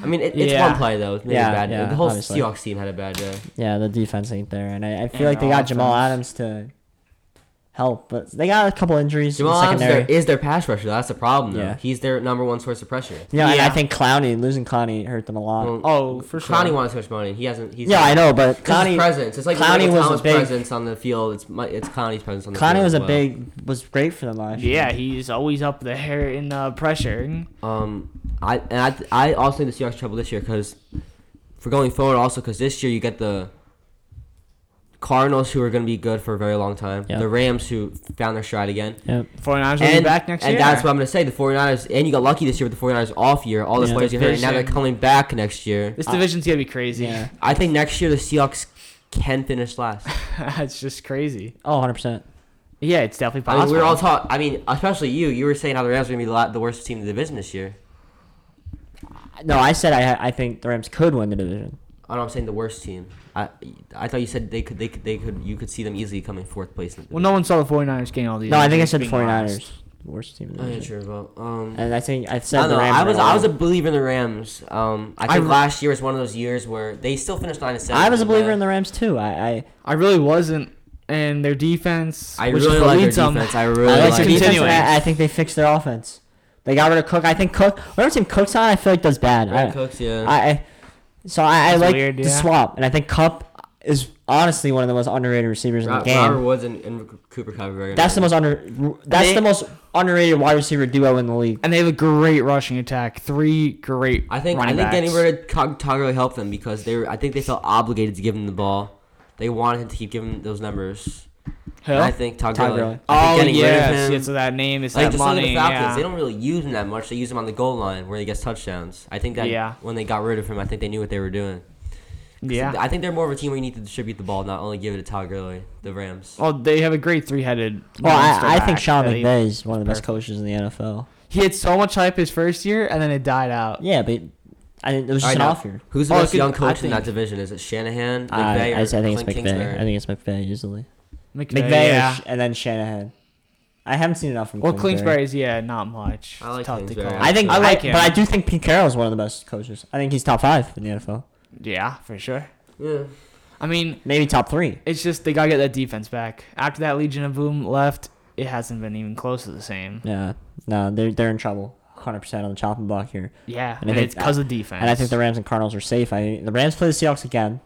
[SPEAKER 3] I mean, it, it's
[SPEAKER 2] Yeah.
[SPEAKER 3] one play though. It's maybe
[SPEAKER 1] Yeah,
[SPEAKER 3] bad.
[SPEAKER 1] yeah,
[SPEAKER 3] the whole
[SPEAKER 1] obviously.
[SPEAKER 3] Seahawks team had a bad day.
[SPEAKER 1] Yeah, the defense ain't there, and I, I feel
[SPEAKER 2] And
[SPEAKER 1] like they got Jamal
[SPEAKER 2] offense.
[SPEAKER 1] Adams to help, but they got a couple injuries
[SPEAKER 3] Jamal
[SPEAKER 1] in the
[SPEAKER 3] Adams
[SPEAKER 1] secondary.
[SPEAKER 3] there is their pass rusher. That's the problem though.
[SPEAKER 1] Yeah.
[SPEAKER 3] He's their number one source of pressure.
[SPEAKER 1] yeah, and I
[SPEAKER 2] Yeah.
[SPEAKER 1] think Clowney losing Clowney hurt them a lot.
[SPEAKER 3] Well,
[SPEAKER 2] Oh, for sure.
[SPEAKER 3] Clowney wants so much money. He hasn't. He's
[SPEAKER 1] yeah, I know, but
[SPEAKER 3] Clowney's
[SPEAKER 1] Clowney
[SPEAKER 3] presence. It's like
[SPEAKER 1] Clowney
[SPEAKER 3] Michael
[SPEAKER 1] was a
[SPEAKER 3] Thomas'
[SPEAKER 1] big-
[SPEAKER 3] presence on the field. It's Mi- it's Clowney's presence on the field.
[SPEAKER 1] Clowney was a
[SPEAKER 3] as well.
[SPEAKER 1] big was great for them last year.
[SPEAKER 2] Yeah, he's always up there in uh, pressure.
[SPEAKER 3] Um, I and I, th- I also think the Seahawks trouble this year because for going forward also because this year you get the Cardinals who are going to be good for a very long time.
[SPEAKER 1] Yeah.
[SPEAKER 3] The Rams who found their stride again.
[SPEAKER 1] Yep.
[SPEAKER 2] 49ers will be
[SPEAKER 3] And,
[SPEAKER 2] back next
[SPEAKER 3] and
[SPEAKER 2] year.
[SPEAKER 3] that's what I'm gonna say. The 49ers and you got lucky this year with the 49ers off year. All the
[SPEAKER 1] Yeah.
[SPEAKER 3] players get hurt. and Now they're
[SPEAKER 2] Division.
[SPEAKER 3] coming back next year.
[SPEAKER 2] this division's gonna be crazy.
[SPEAKER 1] Yeah.
[SPEAKER 3] I think next year the Seahawks can finish last.
[SPEAKER 2] (laughs) it's just crazy.
[SPEAKER 1] Oh, 100 percent.
[SPEAKER 2] Yeah, it's definitely
[SPEAKER 3] I
[SPEAKER 2] possible.
[SPEAKER 3] mean, we were all taught. I mean, especially you. You were saying how the Rams were gonna be the, la- the worst team in the division this year.
[SPEAKER 1] No, I said I I think the Rams could win the division.
[SPEAKER 3] Oh, no, I'm saying the worst team. I I thought you said they could they could they could you could see them easily coming fourth place. In the
[SPEAKER 2] well, no one saw the 49ers game all the
[SPEAKER 1] No, I think I
[SPEAKER 2] injuries,
[SPEAKER 1] said
[SPEAKER 2] being
[SPEAKER 1] 49ers,
[SPEAKER 2] honest.
[SPEAKER 1] worst team in the
[SPEAKER 3] I'm not
[SPEAKER 1] division.
[SPEAKER 3] sure about. Um,
[SPEAKER 1] And I think I
[SPEAKER 3] I
[SPEAKER 1] said
[SPEAKER 3] don't
[SPEAKER 1] the
[SPEAKER 3] know.
[SPEAKER 1] Rams.
[SPEAKER 3] I was
[SPEAKER 1] were
[SPEAKER 3] I was a
[SPEAKER 1] winning.
[SPEAKER 3] believer in the Rams. Um, I
[SPEAKER 2] I
[SPEAKER 3] think
[SPEAKER 2] re-
[SPEAKER 3] last year was one of those years where they still finished nine and seven.
[SPEAKER 1] I was a believer in the Rams too. I, I
[SPEAKER 2] I really wasn't, and their defense,
[SPEAKER 3] I
[SPEAKER 2] which
[SPEAKER 3] really like their
[SPEAKER 2] leads them-
[SPEAKER 3] defense. I really
[SPEAKER 1] I like
[SPEAKER 2] like
[SPEAKER 3] like
[SPEAKER 1] their
[SPEAKER 3] their
[SPEAKER 1] defense, and
[SPEAKER 2] Continuing.
[SPEAKER 1] I, I think they fixed their offense. They got rid of Cook. I think Cook. Whenever team Cook's on, I feel like does bad.
[SPEAKER 3] Brandon
[SPEAKER 1] I,
[SPEAKER 3] Cooks, yeah.
[SPEAKER 1] I, I- so I, I
[SPEAKER 2] That's
[SPEAKER 1] like
[SPEAKER 2] weird,
[SPEAKER 1] the
[SPEAKER 2] yeah.
[SPEAKER 1] swap, and I think Cup is honestly one of the most underrated receivers in
[SPEAKER 3] Ro-
[SPEAKER 1] the game.
[SPEAKER 3] Robert Woods and, and Cooper Cup are very
[SPEAKER 1] that's the
[SPEAKER 3] nice.
[SPEAKER 1] most under. That's
[SPEAKER 2] They-
[SPEAKER 1] the most underrated wide receiver duo in the league.
[SPEAKER 2] and they have a great rushing attack. Three great.
[SPEAKER 3] I think I
[SPEAKER 2] running
[SPEAKER 3] think getting
[SPEAKER 2] backs.
[SPEAKER 3] rid of Cog- Tog really helped them because they were, I think they felt obligated to give him the ball. They wanted him to keep giving those numbers.
[SPEAKER 2] Who?
[SPEAKER 3] And I think Todd
[SPEAKER 1] Todd
[SPEAKER 3] Gurley.
[SPEAKER 1] Gurley.
[SPEAKER 3] I
[SPEAKER 2] Oh
[SPEAKER 3] think
[SPEAKER 2] yes, yes. So that name is
[SPEAKER 3] like
[SPEAKER 2] that
[SPEAKER 3] just like
[SPEAKER 2] money.
[SPEAKER 3] the Falcons,
[SPEAKER 2] yeah.
[SPEAKER 3] they don't really use him that much. They use him on the goal line where he gets touchdowns. I think that
[SPEAKER 2] Yeah.
[SPEAKER 3] when they got rid of him, I think they knew what they were doing.
[SPEAKER 2] yeah.
[SPEAKER 3] I think they're more of a team where you need to distribute the ball, not only give it to Todd Gurley, the Rams.
[SPEAKER 2] Well, they have a great three-headed.
[SPEAKER 1] Well,
[SPEAKER 2] monster
[SPEAKER 1] I, I think
[SPEAKER 2] back
[SPEAKER 1] Sean
[SPEAKER 2] that he-
[SPEAKER 1] McVay is one of the best
[SPEAKER 2] perfect.
[SPEAKER 1] coaches in the NFL.
[SPEAKER 2] He had so much hype his first year, and then it died out.
[SPEAKER 1] Yeah, but I think it was just
[SPEAKER 3] Alright,
[SPEAKER 1] an
[SPEAKER 3] now,
[SPEAKER 1] off year.
[SPEAKER 3] Who's the
[SPEAKER 2] Oh,
[SPEAKER 3] best
[SPEAKER 2] good-
[SPEAKER 3] young
[SPEAKER 2] I
[SPEAKER 3] coach in
[SPEAKER 2] think-
[SPEAKER 3] that division? Is it Shanahan, McVay,
[SPEAKER 1] Uh, I, I
[SPEAKER 3] or
[SPEAKER 1] think it's
[SPEAKER 3] Clint
[SPEAKER 1] McVay.
[SPEAKER 3] Kingsbury?
[SPEAKER 1] I think it's McVay easily.
[SPEAKER 2] McVay,
[SPEAKER 1] McVay
[SPEAKER 2] yeah.
[SPEAKER 1] or Sh- and then Shanahan. I haven't seen enough from.
[SPEAKER 2] Well,
[SPEAKER 1] Kingsbury.
[SPEAKER 2] Kingsbury's yeah, not much.
[SPEAKER 3] I
[SPEAKER 2] It's
[SPEAKER 3] like
[SPEAKER 2] tough to
[SPEAKER 3] Kingsbury.
[SPEAKER 2] call.
[SPEAKER 1] I think
[SPEAKER 2] I
[SPEAKER 1] I
[SPEAKER 2] like
[SPEAKER 1] like
[SPEAKER 2] him.
[SPEAKER 1] but I do think Pete Carroll is one of the best coaches. I think he's top five in the NFL,
[SPEAKER 2] yeah, for sure.
[SPEAKER 3] yeah.
[SPEAKER 2] I mean,
[SPEAKER 1] maybe top three.
[SPEAKER 2] it's just they gotta get that defense back. After that Legion of Boom left, it hasn't been even close to the same.
[SPEAKER 1] Yeah, no, they're they're in trouble, hundred percent on the chopping block here.
[SPEAKER 2] Yeah, and,
[SPEAKER 1] And I think
[SPEAKER 2] it's because of defense.
[SPEAKER 1] And I think the Rams and Cardinals are safe. I the Rams play the Seahawks again.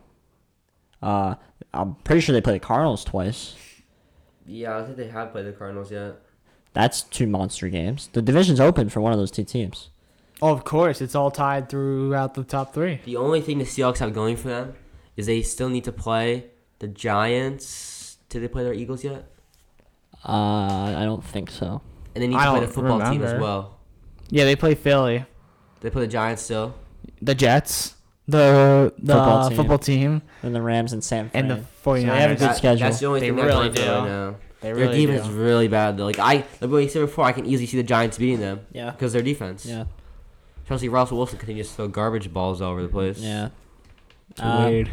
[SPEAKER 1] Uh, I'm pretty sure they play the Cardinals twice.
[SPEAKER 3] Yeah, I don't think they have played the Cardinals yet.
[SPEAKER 1] That's two monster games. The division's open for one of those two teams.
[SPEAKER 2] oh, of course, it's all tied throughout the top three.
[SPEAKER 3] The only thing the Seahawks have going for them is they still need to play the Giants. Did they play their Eagles yet?
[SPEAKER 1] Uh, I don't think so.
[SPEAKER 3] And they need
[SPEAKER 2] I
[SPEAKER 3] to play the
[SPEAKER 2] don't
[SPEAKER 3] football team as
[SPEAKER 2] remember.
[SPEAKER 3] well.
[SPEAKER 2] Yeah, they play Philly,
[SPEAKER 3] They play the Giants still.
[SPEAKER 2] the Jets, the the football
[SPEAKER 1] Football
[SPEAKER 2] team,
[SPEAKER 1] team. And the Rams and San Fran.
[SPEAKER 2] and the
[SPEAKER 1] So they have a
[SPEAKER 2] 49ers.
[SPEAKER 1] good schedule.
[SPEAKER 3] That's the only
[SPEAKER 2] They
[SPEAKER 3] thing they're
[SPEAKER 2] really
[SPEAKER 3] going for
[SPEAKER 2] do.
[SPEAKER 3] right now.
[SPEAKER 2] they
[SPEAKER 3] Their
[SPEAKER 2] really
[SPEAKER 3] defense is
[SPEAKER 2] do.
[SPEAKER 3] really bad though. Like I, like what you said before, I can easily see the Giants beating them
[SPEAKER 1] yeah,
[SPEAKER 3] because their defense.
[SPEAKER 1] yeah,
[SPEAKER 3] Especially Russell Wilson continues to throw garbage balls all over the place.
[SPEAKER 1] yeah.
[SPEAKER 2] It's
[SPEAKER 1] Um,
[SPEAKER 2] weird.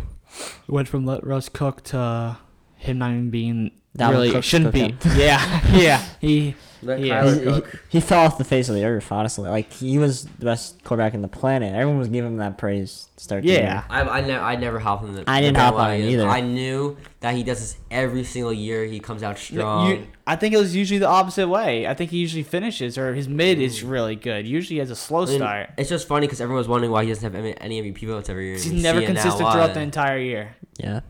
[SPEAKER 2] Went from let Russ cook to him not even being
[SPEAKER 1] Dalvin
[SPEAKER 2] really
[SPEAKER 1] Cook
[SPEAKER 2] shouldn't be.
[SPEAKER 1] cooked
[SPEAKER 2] (laughs) yeah, yeah. He
[SPEAKER 3] Let
[SPEAKER 2] Yeah.
[SPEAKER 1] him.
[SPEAKER 3] Kyler
[SPEAKER 1] He, he,
[SPEAKER 3] cook.
[SPEAKER 1] he fell off the face of the earth, honestly. Like he was the best quarterback in the planet. Everyone was giving him that praise. To start the
[SPEAKER 2] Yeah.
[SPEAKER 1] year.
[SPEAKER 3] I, I, ne- I never hop on the.
[SPEAKER 1] I didn't
[SPEAKER 3] the
[SPEAKER 1] hop on it
[SPEAKER 3] bandwagon.
[SPEAKER 1] either.
[SPEAKER 3] I knew that he does this every single year. He comes out strong.
[SPEAKER 2] You, I think it was usually the opposite way. I think he usually finishes or his mid is really good. Usually he has a slow
[SPEAKER 3] I mean,
[SPEAKER 2] start.
[SPEAKER 3] It's just funny because everyone's wondering why he doesn't have any, any MVP votes every year.
[SPEAKER 2] He's
[SPEAKER 3] You
[SPEAKER 2] never
[SPEAKER 3] see it now
[SPEAKER 2] consistent
[SPEAKER 3] why.
[SPEAKER 2] throughout the entire year.
[SPEAKER 1] Yeah.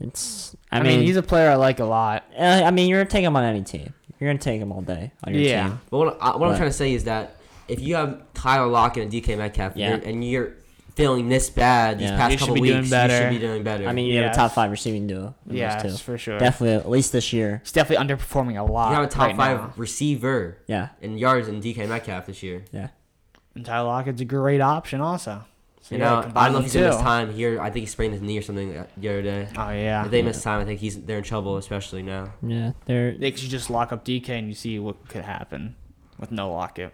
[SPEAKER 1] It's. I,
[SPEAKER 2] I,
[SPEAKER 1] mean,
[SPEAKER 2] mean, he's a player I like a lot.
[SPEAKER 1] uh, I mean, you're gonna take him on any team. You're gonna take him all day on your
[SPEAKER 2] Yeah.
[SPEAKER 1] team.
[SPEAKER 3] But what, I, what
[SPEAKER 1] Right.
[SPEAKER 3] I'm trying to say is that if you have Tyler Lockett and DK Metcalf,
[SPEAKER 1] Yeah.
[SPEAKER 3] you're, and you're feeling this bad these
[SPEAKER 1] Yeah.
[SPEAKER 3] past
[SPEAKER 2] You should
[SPEAKER 3] couple
[SPEAKER 2] be
[SPEAKER 3] weeks,
[SPEAKER 2] doing
[SPEAKER 3] you
[SPEAKER 2] better.
[SPEAKER 3] should be doing better.
[SPEAKER 1] I mean, you have
[SPEAKER 2] Yes.
[SPEAKER 1] a top five receiving duo. in those
[SPEAKER 2] Yes,
[SPEAKER 1] two.
[SPEAKER 2] for sure.
[SPEAKER 1] Definitely, at least this year.
[SPEAKER 2] He's definitely underperforming a lot.
[SPEAKER 3] you have a top
[SPEAKER 2] right
[SPEAKER 3] five
[SPEAKER 2] now.
[SPEAKER 3] receiver
[SPEAKER 1] Yeah.
[SPEAKER 3] in yards in DK Metcalf this year.
[SPEAKER 1] Yeah.
[SPEAKER 2] And Tyler Lockett's a great option also. So
[SPEAKER 3] You
[SPEAKER 2] yeah,
[SPEAKER 3] know, I don't know if
[SPEAKER 2] combine
[SPEAKER 3] he's
[SPEAKER 2] the
[SPEAKER 3] gonna miss
[SPEAKER 2] two.
[SPEAKER 3] time here. I think he sprained his knee or something uh, the other day.
[SPEAKER 2] Oh yeah.
[SPEAKER 3] If they miss time, I think he's they're in trouble, especially now.
[SPEAKER 1] Yeah. They're.
[SPEAKER 2] They could just lock up DK and you see what could happen with no Lockett.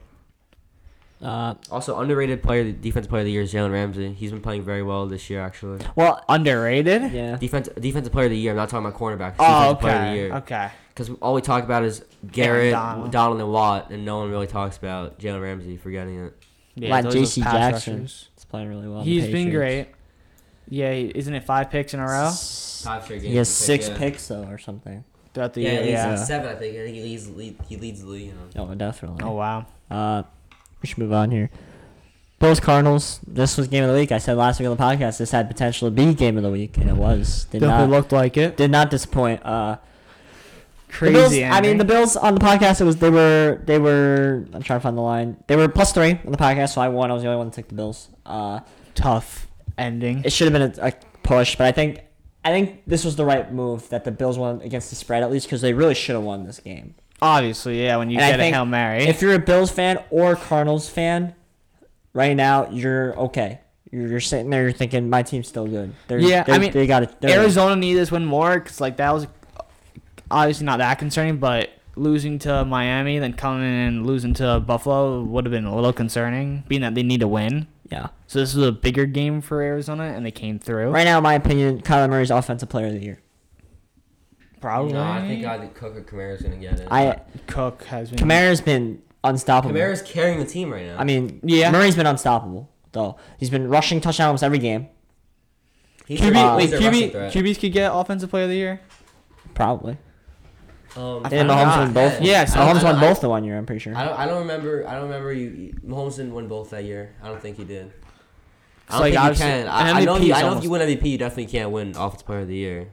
[SPEAKER 1] Uh,
[SPEAKER 3] Also, underrated player, the defensive player of the year is Jalen Ramsey. He's been playing very well this year, actually.
[SPEAKER 1] well.
[SPEAKER 2] Underrated?
[SPEAKER 1] Yeah.
[SPEAKER 3] Defense, defensive player of the year. I'm not talking about cornerback.
[SPEAKER 2] Oh,
[SPEAKER 3] defensive player of the
[SPEAKER 2] okay.
[SPEAKER 3] year.
[SPEAKER 2] Okay.
[SPEAKER 3] Because all we talk about is Garrett,
[SPEAKER 2] Donald.
[SPEAKER 3] Donald. and Watt, and no one really talks about Jalen Ramsey. Forgetting it.
[SPEAKER 2] Yeah,
[SPEAKER 1] Like
[SPEAKER 2] those are those
[SPEAKER 1] J.C.
[SPEAKER 2] pass
[SPEAKER 1] Jackson.
[SPEAKER 2] rushers.
[SPEAKER 1] It's playing really well.
[SPEAKER 2] He's been great. Yeah, he- isn't it five picks in a row
[SPEAKER 3] Five straight
[SPEAKER 1] He has six picks though, or something.
[SPEAKER 2] throughout the
[SPEAKER 3] Yeah,
[SPEAKER 2] year?
[SPEAKER 3] he leads
[SPEAKER 2] Yeah.
[SPEAKER 3] in seven. I think. I think he leads. Lead, he leads the league. in
[SPEAKER 1] Oh, definitely.
[SPEAKER 2] Oh wow.
[SPEAKER 1] Uh, we should move on here. Bills Cardinals. This was game of the week. I said last week on the podcast this had potential to be game of the week, and it was. Did not
[SPEAKER 2] looked like it.
[SPEAKER 1] did not disappoint. Uh, the
[SPEAKER 2] Crazy.
[SPEAKER 1] Bills, I mean,
[SPEAKER 2] ending.
[SPEAKER 1] the Bills on the podcast. It was they were they were. I'm trying to find the line. They were plus three on the podcast, so I won. I was the only one that took the Bills. Uh,
[SPEAKER 2] tough ending.
[SPEAKER 1] it should have been a, a push, but I think I think this was the right move that the Bills won against the spread at least because they really should have won this game.
[SPEAKER 2] Obviously, yeah. When you
[SPEAKER 1] And I
[SPEAKER 2] get a
[SPEAKER 1] think
[SPEAKER 2] hail mary,
[SPEAKER 1] If you're a Bills fan or Cardinals fan, right now you're okay. You're, you're sitting there, you're thinking my team's still good. They're,
[SPEAKER 2] Yeah,
[SPEAKER 1] they're,
[SPEAKER 2] I mean,
[SPEAKER 1] they got it. they're-
[SPEAKER 2] Arizona needed this win more because like that was obviously not that concerning, but losing to Miami then coming in and losing to Buffalo would have been a little concerning, being that they need to win.
[SPEAKER 1] Yeah.
[SPEAKER 2] So this was a bigger game for Arizona, and they came through.
[SPEAKER 1] Right now, in my opinion, Kyler Murray's offensive player of the year.
[SPEAKER 2] Probably.
[SPEAKER 3] No, I think I think Cook or Kamara's gonna get it.
[SPEAKER 1] I
[SPEAKER 2] Cook has been.
[SPEAKER 1] Kamara's been unstoppable.
[SPEAKER 3] Kamara's carrying the team right now.
[SPEAKER 1] I mean,
[SPEAKER 2] Yeah.
[SPEAKER 1] Murray's been unstoppable though. He's been rushing touchdown almost every game,
[SPEAKER 3] he's
[SPEAKER 2] QB,
[SPEAKER 3] their-
[SPEAKER 2] wait,
[SPEAKER 3] he's their rushing
[SPEAKER 2] QB,
[SPEAKER 3] threat.
[SPEAKER 2] QBs could get offensive player of the year.
[SPEAKER 1] probably.
[SPEAKER 3] Um,
[SPEAKER 1] I And Mahomes won both.
[SPEAKER 2] Yeah, so
[SPEAKER 1] Mahomes
[SPEAKER 3] I-
[SPEAKER 1] won
[SPEAKER 3] I-
[SPEAKER 1] both the one year. I'm pretty sure.
[SPEAKER 3] I don't. I don't remember. I don't remember you. you Mahomes didn't win both that year. I don't think he did. I don't
[SPEAKER 2] So, like,
[SPEAKER 3] think you
[SPEAKER 2] obviously,
[SPEAKER 3] can.
[SPEAKER 2] an
[SPEAKER 3] I, I know.
[SPEAKER 2] MVP
[SPEAKER 3] You,
[SPEAKER 2] is
[SPEAKER 3] I know
[SPEAKER 2] almost-
[SPEAKER 3] if you win MVP, you definitely can't win Offensive Player of the Year.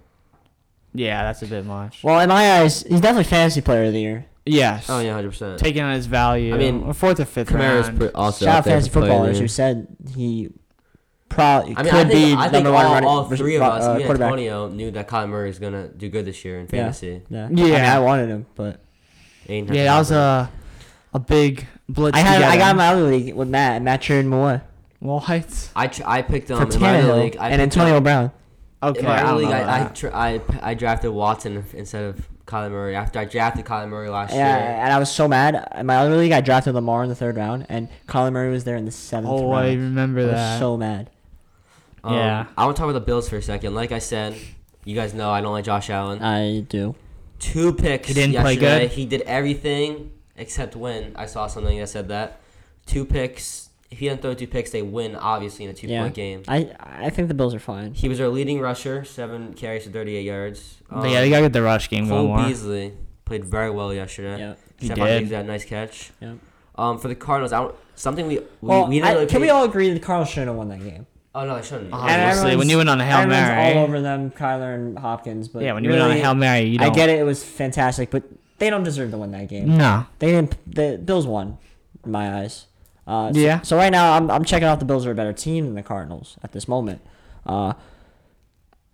[SPEAKER 2] Yeah, that's a bit much.
[SPEAKER 1] Well, in my eyys, he's definitely fantasy player of the year.
[SPEAKER 2] Yes.
[SPEAKER 3] Oh yeah, hundred percent.
[SPEAKER 2] Taking on his value.
[SPEAKER 3] I mean,
[SPEAKER 2] Or fourth or fifth
[SPEAKER 3] Kamara's
[SPEAKER 2] round.
[SPEAKER 3] pre- also
[SPEAKER 1] Shout out
[SPEAKER 3] out there
[SPEAKER 1] fantasy
[SPEAKER 3] for player of the
[SPEAKER 1] footballers
[SPEAKER 3] year.
[SPEAKER 1] who said he probably
[SPEAKER 3] I mean,
[SPEAKER 1] could
[SPEAKER 3] I think,
[SPEAKER 1] be
[SPEAKER 3] I think
[SPEAKER 1] number one
[SPEAKER 3] all,
[SPEAKER 1] running
[SPEAKER 3] all three of
[SPEAKER 1] uh,
[SPEAKER 3] us, me and
[SPEAKER 1] quarterback.
[SPEAKER 3] Antonio, knew that Kyler Murray is gonna do good this year in fantasy.
[SPEAKER 1] Yeah,
[SPEAKER 2] Yeah.
[SPEAKER 1] I, mean, I wanted him, but
[SPEAKER 3] Ain't
[SPEAKER 2] yeah, that was
[SPEAKER 1] uh,
[SPEAKER 2] a a big blitz.
[SPEAKER 1] I had
[SPEAKER 2] to get
[SPEAKER 1] I got
[SPEAKER 2] him.
[SPEAKER 1] him out of the league with Matt and Matt traded him away
[SPEAKER 2] Well, heights.
[SPEAKER 3] I tr- I picked um,
[SPEAKER 1] for
[SPEAKER 3] in my other
[SPEAKER 1] Tannehill
[SPEAKER 3] league. I
[SPEAKER 1] and
[SPEAKER 3] picked
[SPEAKER 1] Antonio
[SPEAKER 3] up-
[SPEAKER 1] Brown.
[SPEAKER 2] Okay.
[SPEAKER 3] in my
[SPEAKER 2] I
[SPEAKER 3] other
[SPEAKER 2] don't
[SPEAKER 3] league,
[SPEAKER 2] know
[SPEAKER 3] I I,
[SPEAKER 2] that.
[SPEAKER 3] tr- I I drafted Watson instead of Kyler Murray. After I drafted Kyler Murray last year.
[SPEAKER 1] Yeah, and I was so mad. In my other league, I drafted Lamar in the third round, and Colin Murray was there in the seventh
[SPEAKER 2] oh, I
[SPEAKER 1] round. I
[SPEAKER 2] remember
[SPEAKER 1] was
[SPEAKER 2] that.
[SPEAKER 1] so mad.
[SPEAKER 3] Um,
[SPEAKER 2] Yeah.
[SPEAKER 3] I want to talk about the Bills for a second. Like I said, you guys know I don't like Josh Allen.
[SPEAKER 1] I do.
[SPEAKER 3] Two picks.
[SPEAKER 2] He didn't play
[SPEAKER 3] yesterday.
[SPEAKER 2] good?
[SPEAKER 3] He did everything except win. I saw something that said that. Two picks. If he doesn't throw two picks, they win obviously in a two
[SPEAKER 1] Yeah.
[SPEAKER 3] point game.
[SPEAKER 1] I I think the Bills are fine.
[SPEAKER 3] He was our leading rusher, seven carries for 38 yards. Um,
[SPEAKER 2] But yeah, they gotta get the rush game going
[SPEAKER 3] Cole
[SPEAKER 2] more.
[SPEAKER 3] Beasley played very well yesterday.
[SPEAKER 1] Yeah.
[SPEAKER 2] He
[SPEAKER 3] Stephon
[SPEAKER 2] did.
[SPEAKER 3] Diggs had a nice catch.
[SPEAKER 1] Yeah.
[SPEAKER 3] Um, for the Cardinals, I don't, something we we,
[SPEAKER 1] Well,
[SPEAKER 3] we didn't
[SPEAKER 1] I-
[SPEAKER 3] really
[SPEAKER 1] can we
[SPEAKER 3] pay-
[SPEAKER 1] all agree that Carl shouldn't have won that game?
[SPEAKER 3] Oh no, I shouldn't.
[SPEAKER 2] Uh-huh.
[SPEAKER 1] And
[SPEAKER 2] Obviously, when
[SPEAKER 1] everyone's-
[SPEAKER 2] you went on a Hail
[SPEAKER 1] everyone's
[SPEAKER 2] Mary-
[SPEAKER 1] all over them, Kyler and Hopkins. But
[SPEAKER 2] Yeah, when you went on a
[SPEAKER 1] really,
[SPEAKER 2] hail mary, you
[SPEAKER 1] I
[SPEAKER 2] don't.
[SPEAKER 1] get it. It was fantastic, but they don't deserve to win that game.
[SPEAKER 2] No.
[SPEAKER 1] They didn't. The Bills won, in my eyes. Uh, so-
[SPEAKER 2] Yeah.
[SPEAKER 1] So, right now, I'm, I'm checking out the Bills are a better team than the Cardinals at this moment. Uh,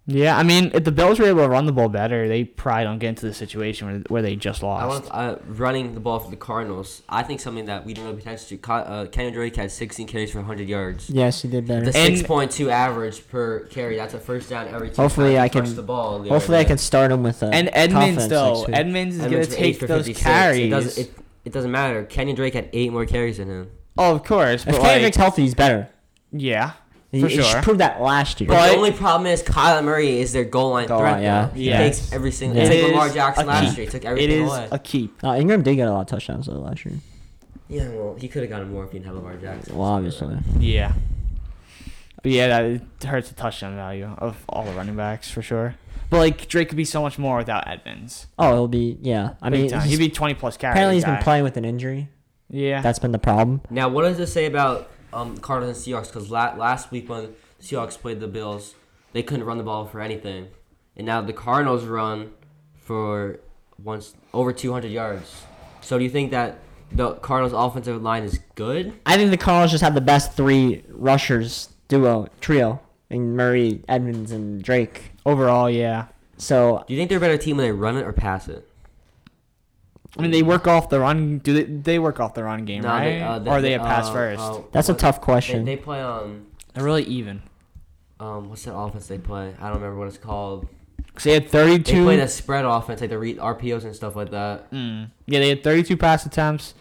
[SPEAKER 2] Yeah, I mean, if the Bills were able to run the ball better, they probably don't get into the situation where, where they just
[SPEAKER 3] I
[SPEAKER 2] lost.
[SPEAKER 3] want uh, running the ball for the Cardinals. I think something that we didn't really pay attention to. Ky- Uh, Kenyon Drake had 16 carries for 100 yards.
[SPEAKER 1] yes, he did better.
[SPEAKER 3] The
[SPEAKER 2] And-
[SPEAKER 3] 6.2 average per carry. That's a first down every time.
[SPEAKER 1] Hopefully I can-
[SPEAKER 3] the ball. the other
[SPEAKER 1] Hopefully, I
[SPEAKER 3] day.
[SPEAKER 1] can start him with a
[SPEAKER 2] and Edmonds
[SPEAKER 1] Uh, confidence
[SPEAKER 2] though,
[SPEAKER 1] next week.
[SPEAKER 2] Edmonds is
[SPEAKER 3] Edmonds
[SPEAKER 2] gonna
[SPEAKER 3] for
[SPEAKER 2] take
[SPEAKER 3] eight for
[SPEAKER 2] those
[SPEAKER 3] 56.
[SPEAKER 2] carries.
[SPEAKER 3] It doesn't, it, it doesn't matter. Kenyon Drake had eight more carries than him.
[SPEAKER 2] oh, of course,
[SPEAKER 1] if
[SPEAKER 2] but
[SPEAKER 1] Kendrick's
[SPEAKER 2] like,
[SPEAKER 1] healthy, he's better.
[SPEAKER 2] yeah,
[SPEAKER 1] He,
[SPEAKER 2] For
[SPEAKER 1] he
[SPEAKER 2] sure.
[SPEAKER 1] proved that last year.
[SPEAKER 3] But
[SPEAKER 2] But-
[SPEAKER 3] the only problem is Kyler Murray is their goal line
[SPEAKER 1] Goal
[SPEAKER 3] threat.
[SPEAKER 1] line, yeah.
[SPEAKER 3] though. He
[SPEAKER 2] Yeah.
[SPEAKER 3] takes every single.
[SPEAKER 1] It
[SPEAKER 3] It's like Lamar
[SPEAKER 2] is
[SPEAKER 3] Jackson
[SPEAKER 2] a
[SPEAKER 3] last
[SPEAKER 2] key.
[SPEAKER 3] year. He took
[SPEAKER 2] It
[SPEAKER 3] everything
[SPEAKER 2] is
[SPEAKER 3] away.
[SPEAKER 2] a keep.
[SPEAKER 1] Uh, Ingram did get a lot of touchdowns though last year.
[SPEAKER 3] yeah, well, he could have gotten more if he didn't have Lamar Jackson.
[SPEAKER 1] Well, obviously.
[SPEAKER 2] Yeah. But yeah, that it hurts the touchdown value of all the running backs for sure. But like Drake could be so much more without Edmonds.
[SPEAKER 1] Oh, it'll be yeah. I
[SPEAKER 2] Big
[SPEAKER 1] mean,
[SPEAKER 2] time.
[SPEAKER 1] he's-
[SPEAKER 2] he'd be twenty plus carries.
[SPEAKER 1] apparently he's been
[SPEAKER 2] guy.
[SPEAKER 1] playing with an injury.
[SPEAKER 2] Yeah.
[SPEAKER 1] That's been the problem.
[SPEAKER 3] Now, what does this say about um, Cardinals and Seahawks? Because la- last week when the Seahawks played the Bills, they couldn't run the ball for anything, and now the Cardinals run for once over 200 yards. So, do you think that the Cardinals' offensive line is good?
[SPEAKER 1] I think the Cardinals just have the best three rushers duo trio in Murray, Edmonds, and Drake.
[SPEAKER 2] Overall, yeah.
[SPEAKER 1] So
[SPEAKER 3] Do you think they're a better team when they run it or pass it?
[SPEAKER 2] I mean, they work off the run. Do they? They work off the run game, right? or are they a pass
[SPEAKER 3] uh,
[SPEAKER 2] first?
[SPEAKER 3] uh,
[SPEAKER 1] that's a
[SPEAKER 3] what-
[SPEAKER 1] tough
[SPEAKER 3] They,
[SPEAKER 1] question.
[SPEAKER 3] they play on
[SPEAKER 2] They're really even.
[SPEAKER 3] um, what's that offense they play? I don't remember what it's called.
[SPEAKER 2] Cause they had
[SPEAKER 3] They
[SPEAKER 2] thirty-two.
[SPEAKER 3] play that spread offense, like the re- RPOs and stuff like that.
[SPEAKER 2] Mm. yeah, they had thirty-two pass attempts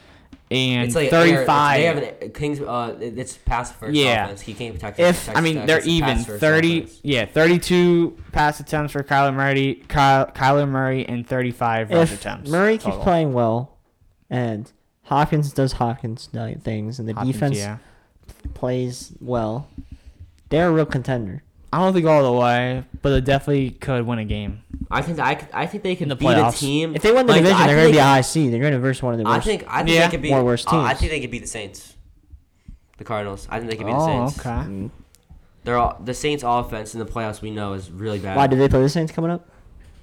[SPEAKER 2] and
[SPEAKER 3] It's like air-
[SPEAKER 2] thirty-five.
[SPEAKER 3] They have an, Kings. Uh, it- it's pass first
[SPEAKER 2] Yeah.
[SPEAKER 3] offense. He can't protect.
[SPEAKER 2] if
[SPEAKER 3] protect
[SPEAKER 2] I mean
[SPEAKER 3] the-
[SPEAKER 2] they're
[SPEAKER 3] it's a pass
[SPEAKER 2] even
[SPEAKER 3] first
[SPEAKER 2] thirty,
[SPEAKER 3] offense.
[SPEAKER 2] yeah, thirty-two pass attempts for Kyler Murray, Kyle, Kyler Murray, and thirty-five rush
[SPEAKER 1] if
[SPEAKER 2] attempts.
[SPEAKER 1] Murray keeps
[SPEAKER 2] total.
[SPEAKER 1] playing well, and Hopkins does Hopkins night things, and the
[SPEAKER 2] Hopkins,
[SPEAKER 1] defense
[SPEAKER 2] yeah.
[SPEAKER 1] plays well, they're a real contender.
[SPEAKER 2] I don't think all the way, but they definitely could win a game.
[SPEAKER 3] I think I, could- I think they can
[SPEAKER 2] the
[SPEAKER 3] beat
[SPEAKER 2] playoffs.
[SPEAKER 3] a team.
[SPEAKER 1] If they win the
[SPEAKER 3] like,
[SPEAKER 1] division,
[SPEAKER 3] I
[SPEAKER 1] they're
[SPEAKER 3] think
[SPEAKER 1] going to be
[SPEAKER 3] they-
[SPEAKER 1] a high seed. They're going to verse one of the
[SPEAKER 3] I
[SPEAKER 1] worst.
[SPEAKER 3] think I think
[SPEAKER 2] Yeah.
[SPEAKER 3] they could beat
[SPEAKER 1] More worse
[SPEAKER 3] uh, I
[SPEAKER 1] teams.
[SPEAKER 3] think they could beat the Saints. The Cardinals. I think they could beat the
[SPEAKER 2] Oh,
[SPEAKER 3] Saints.
[SPEAKER 2] okay.
[SPEAKER 1] Mm.
[SPEAKER 3] They're all, the Saints' offense in the playoffs we know is really bad.
[SPEAKER 1] Why do they play the Saints coming up?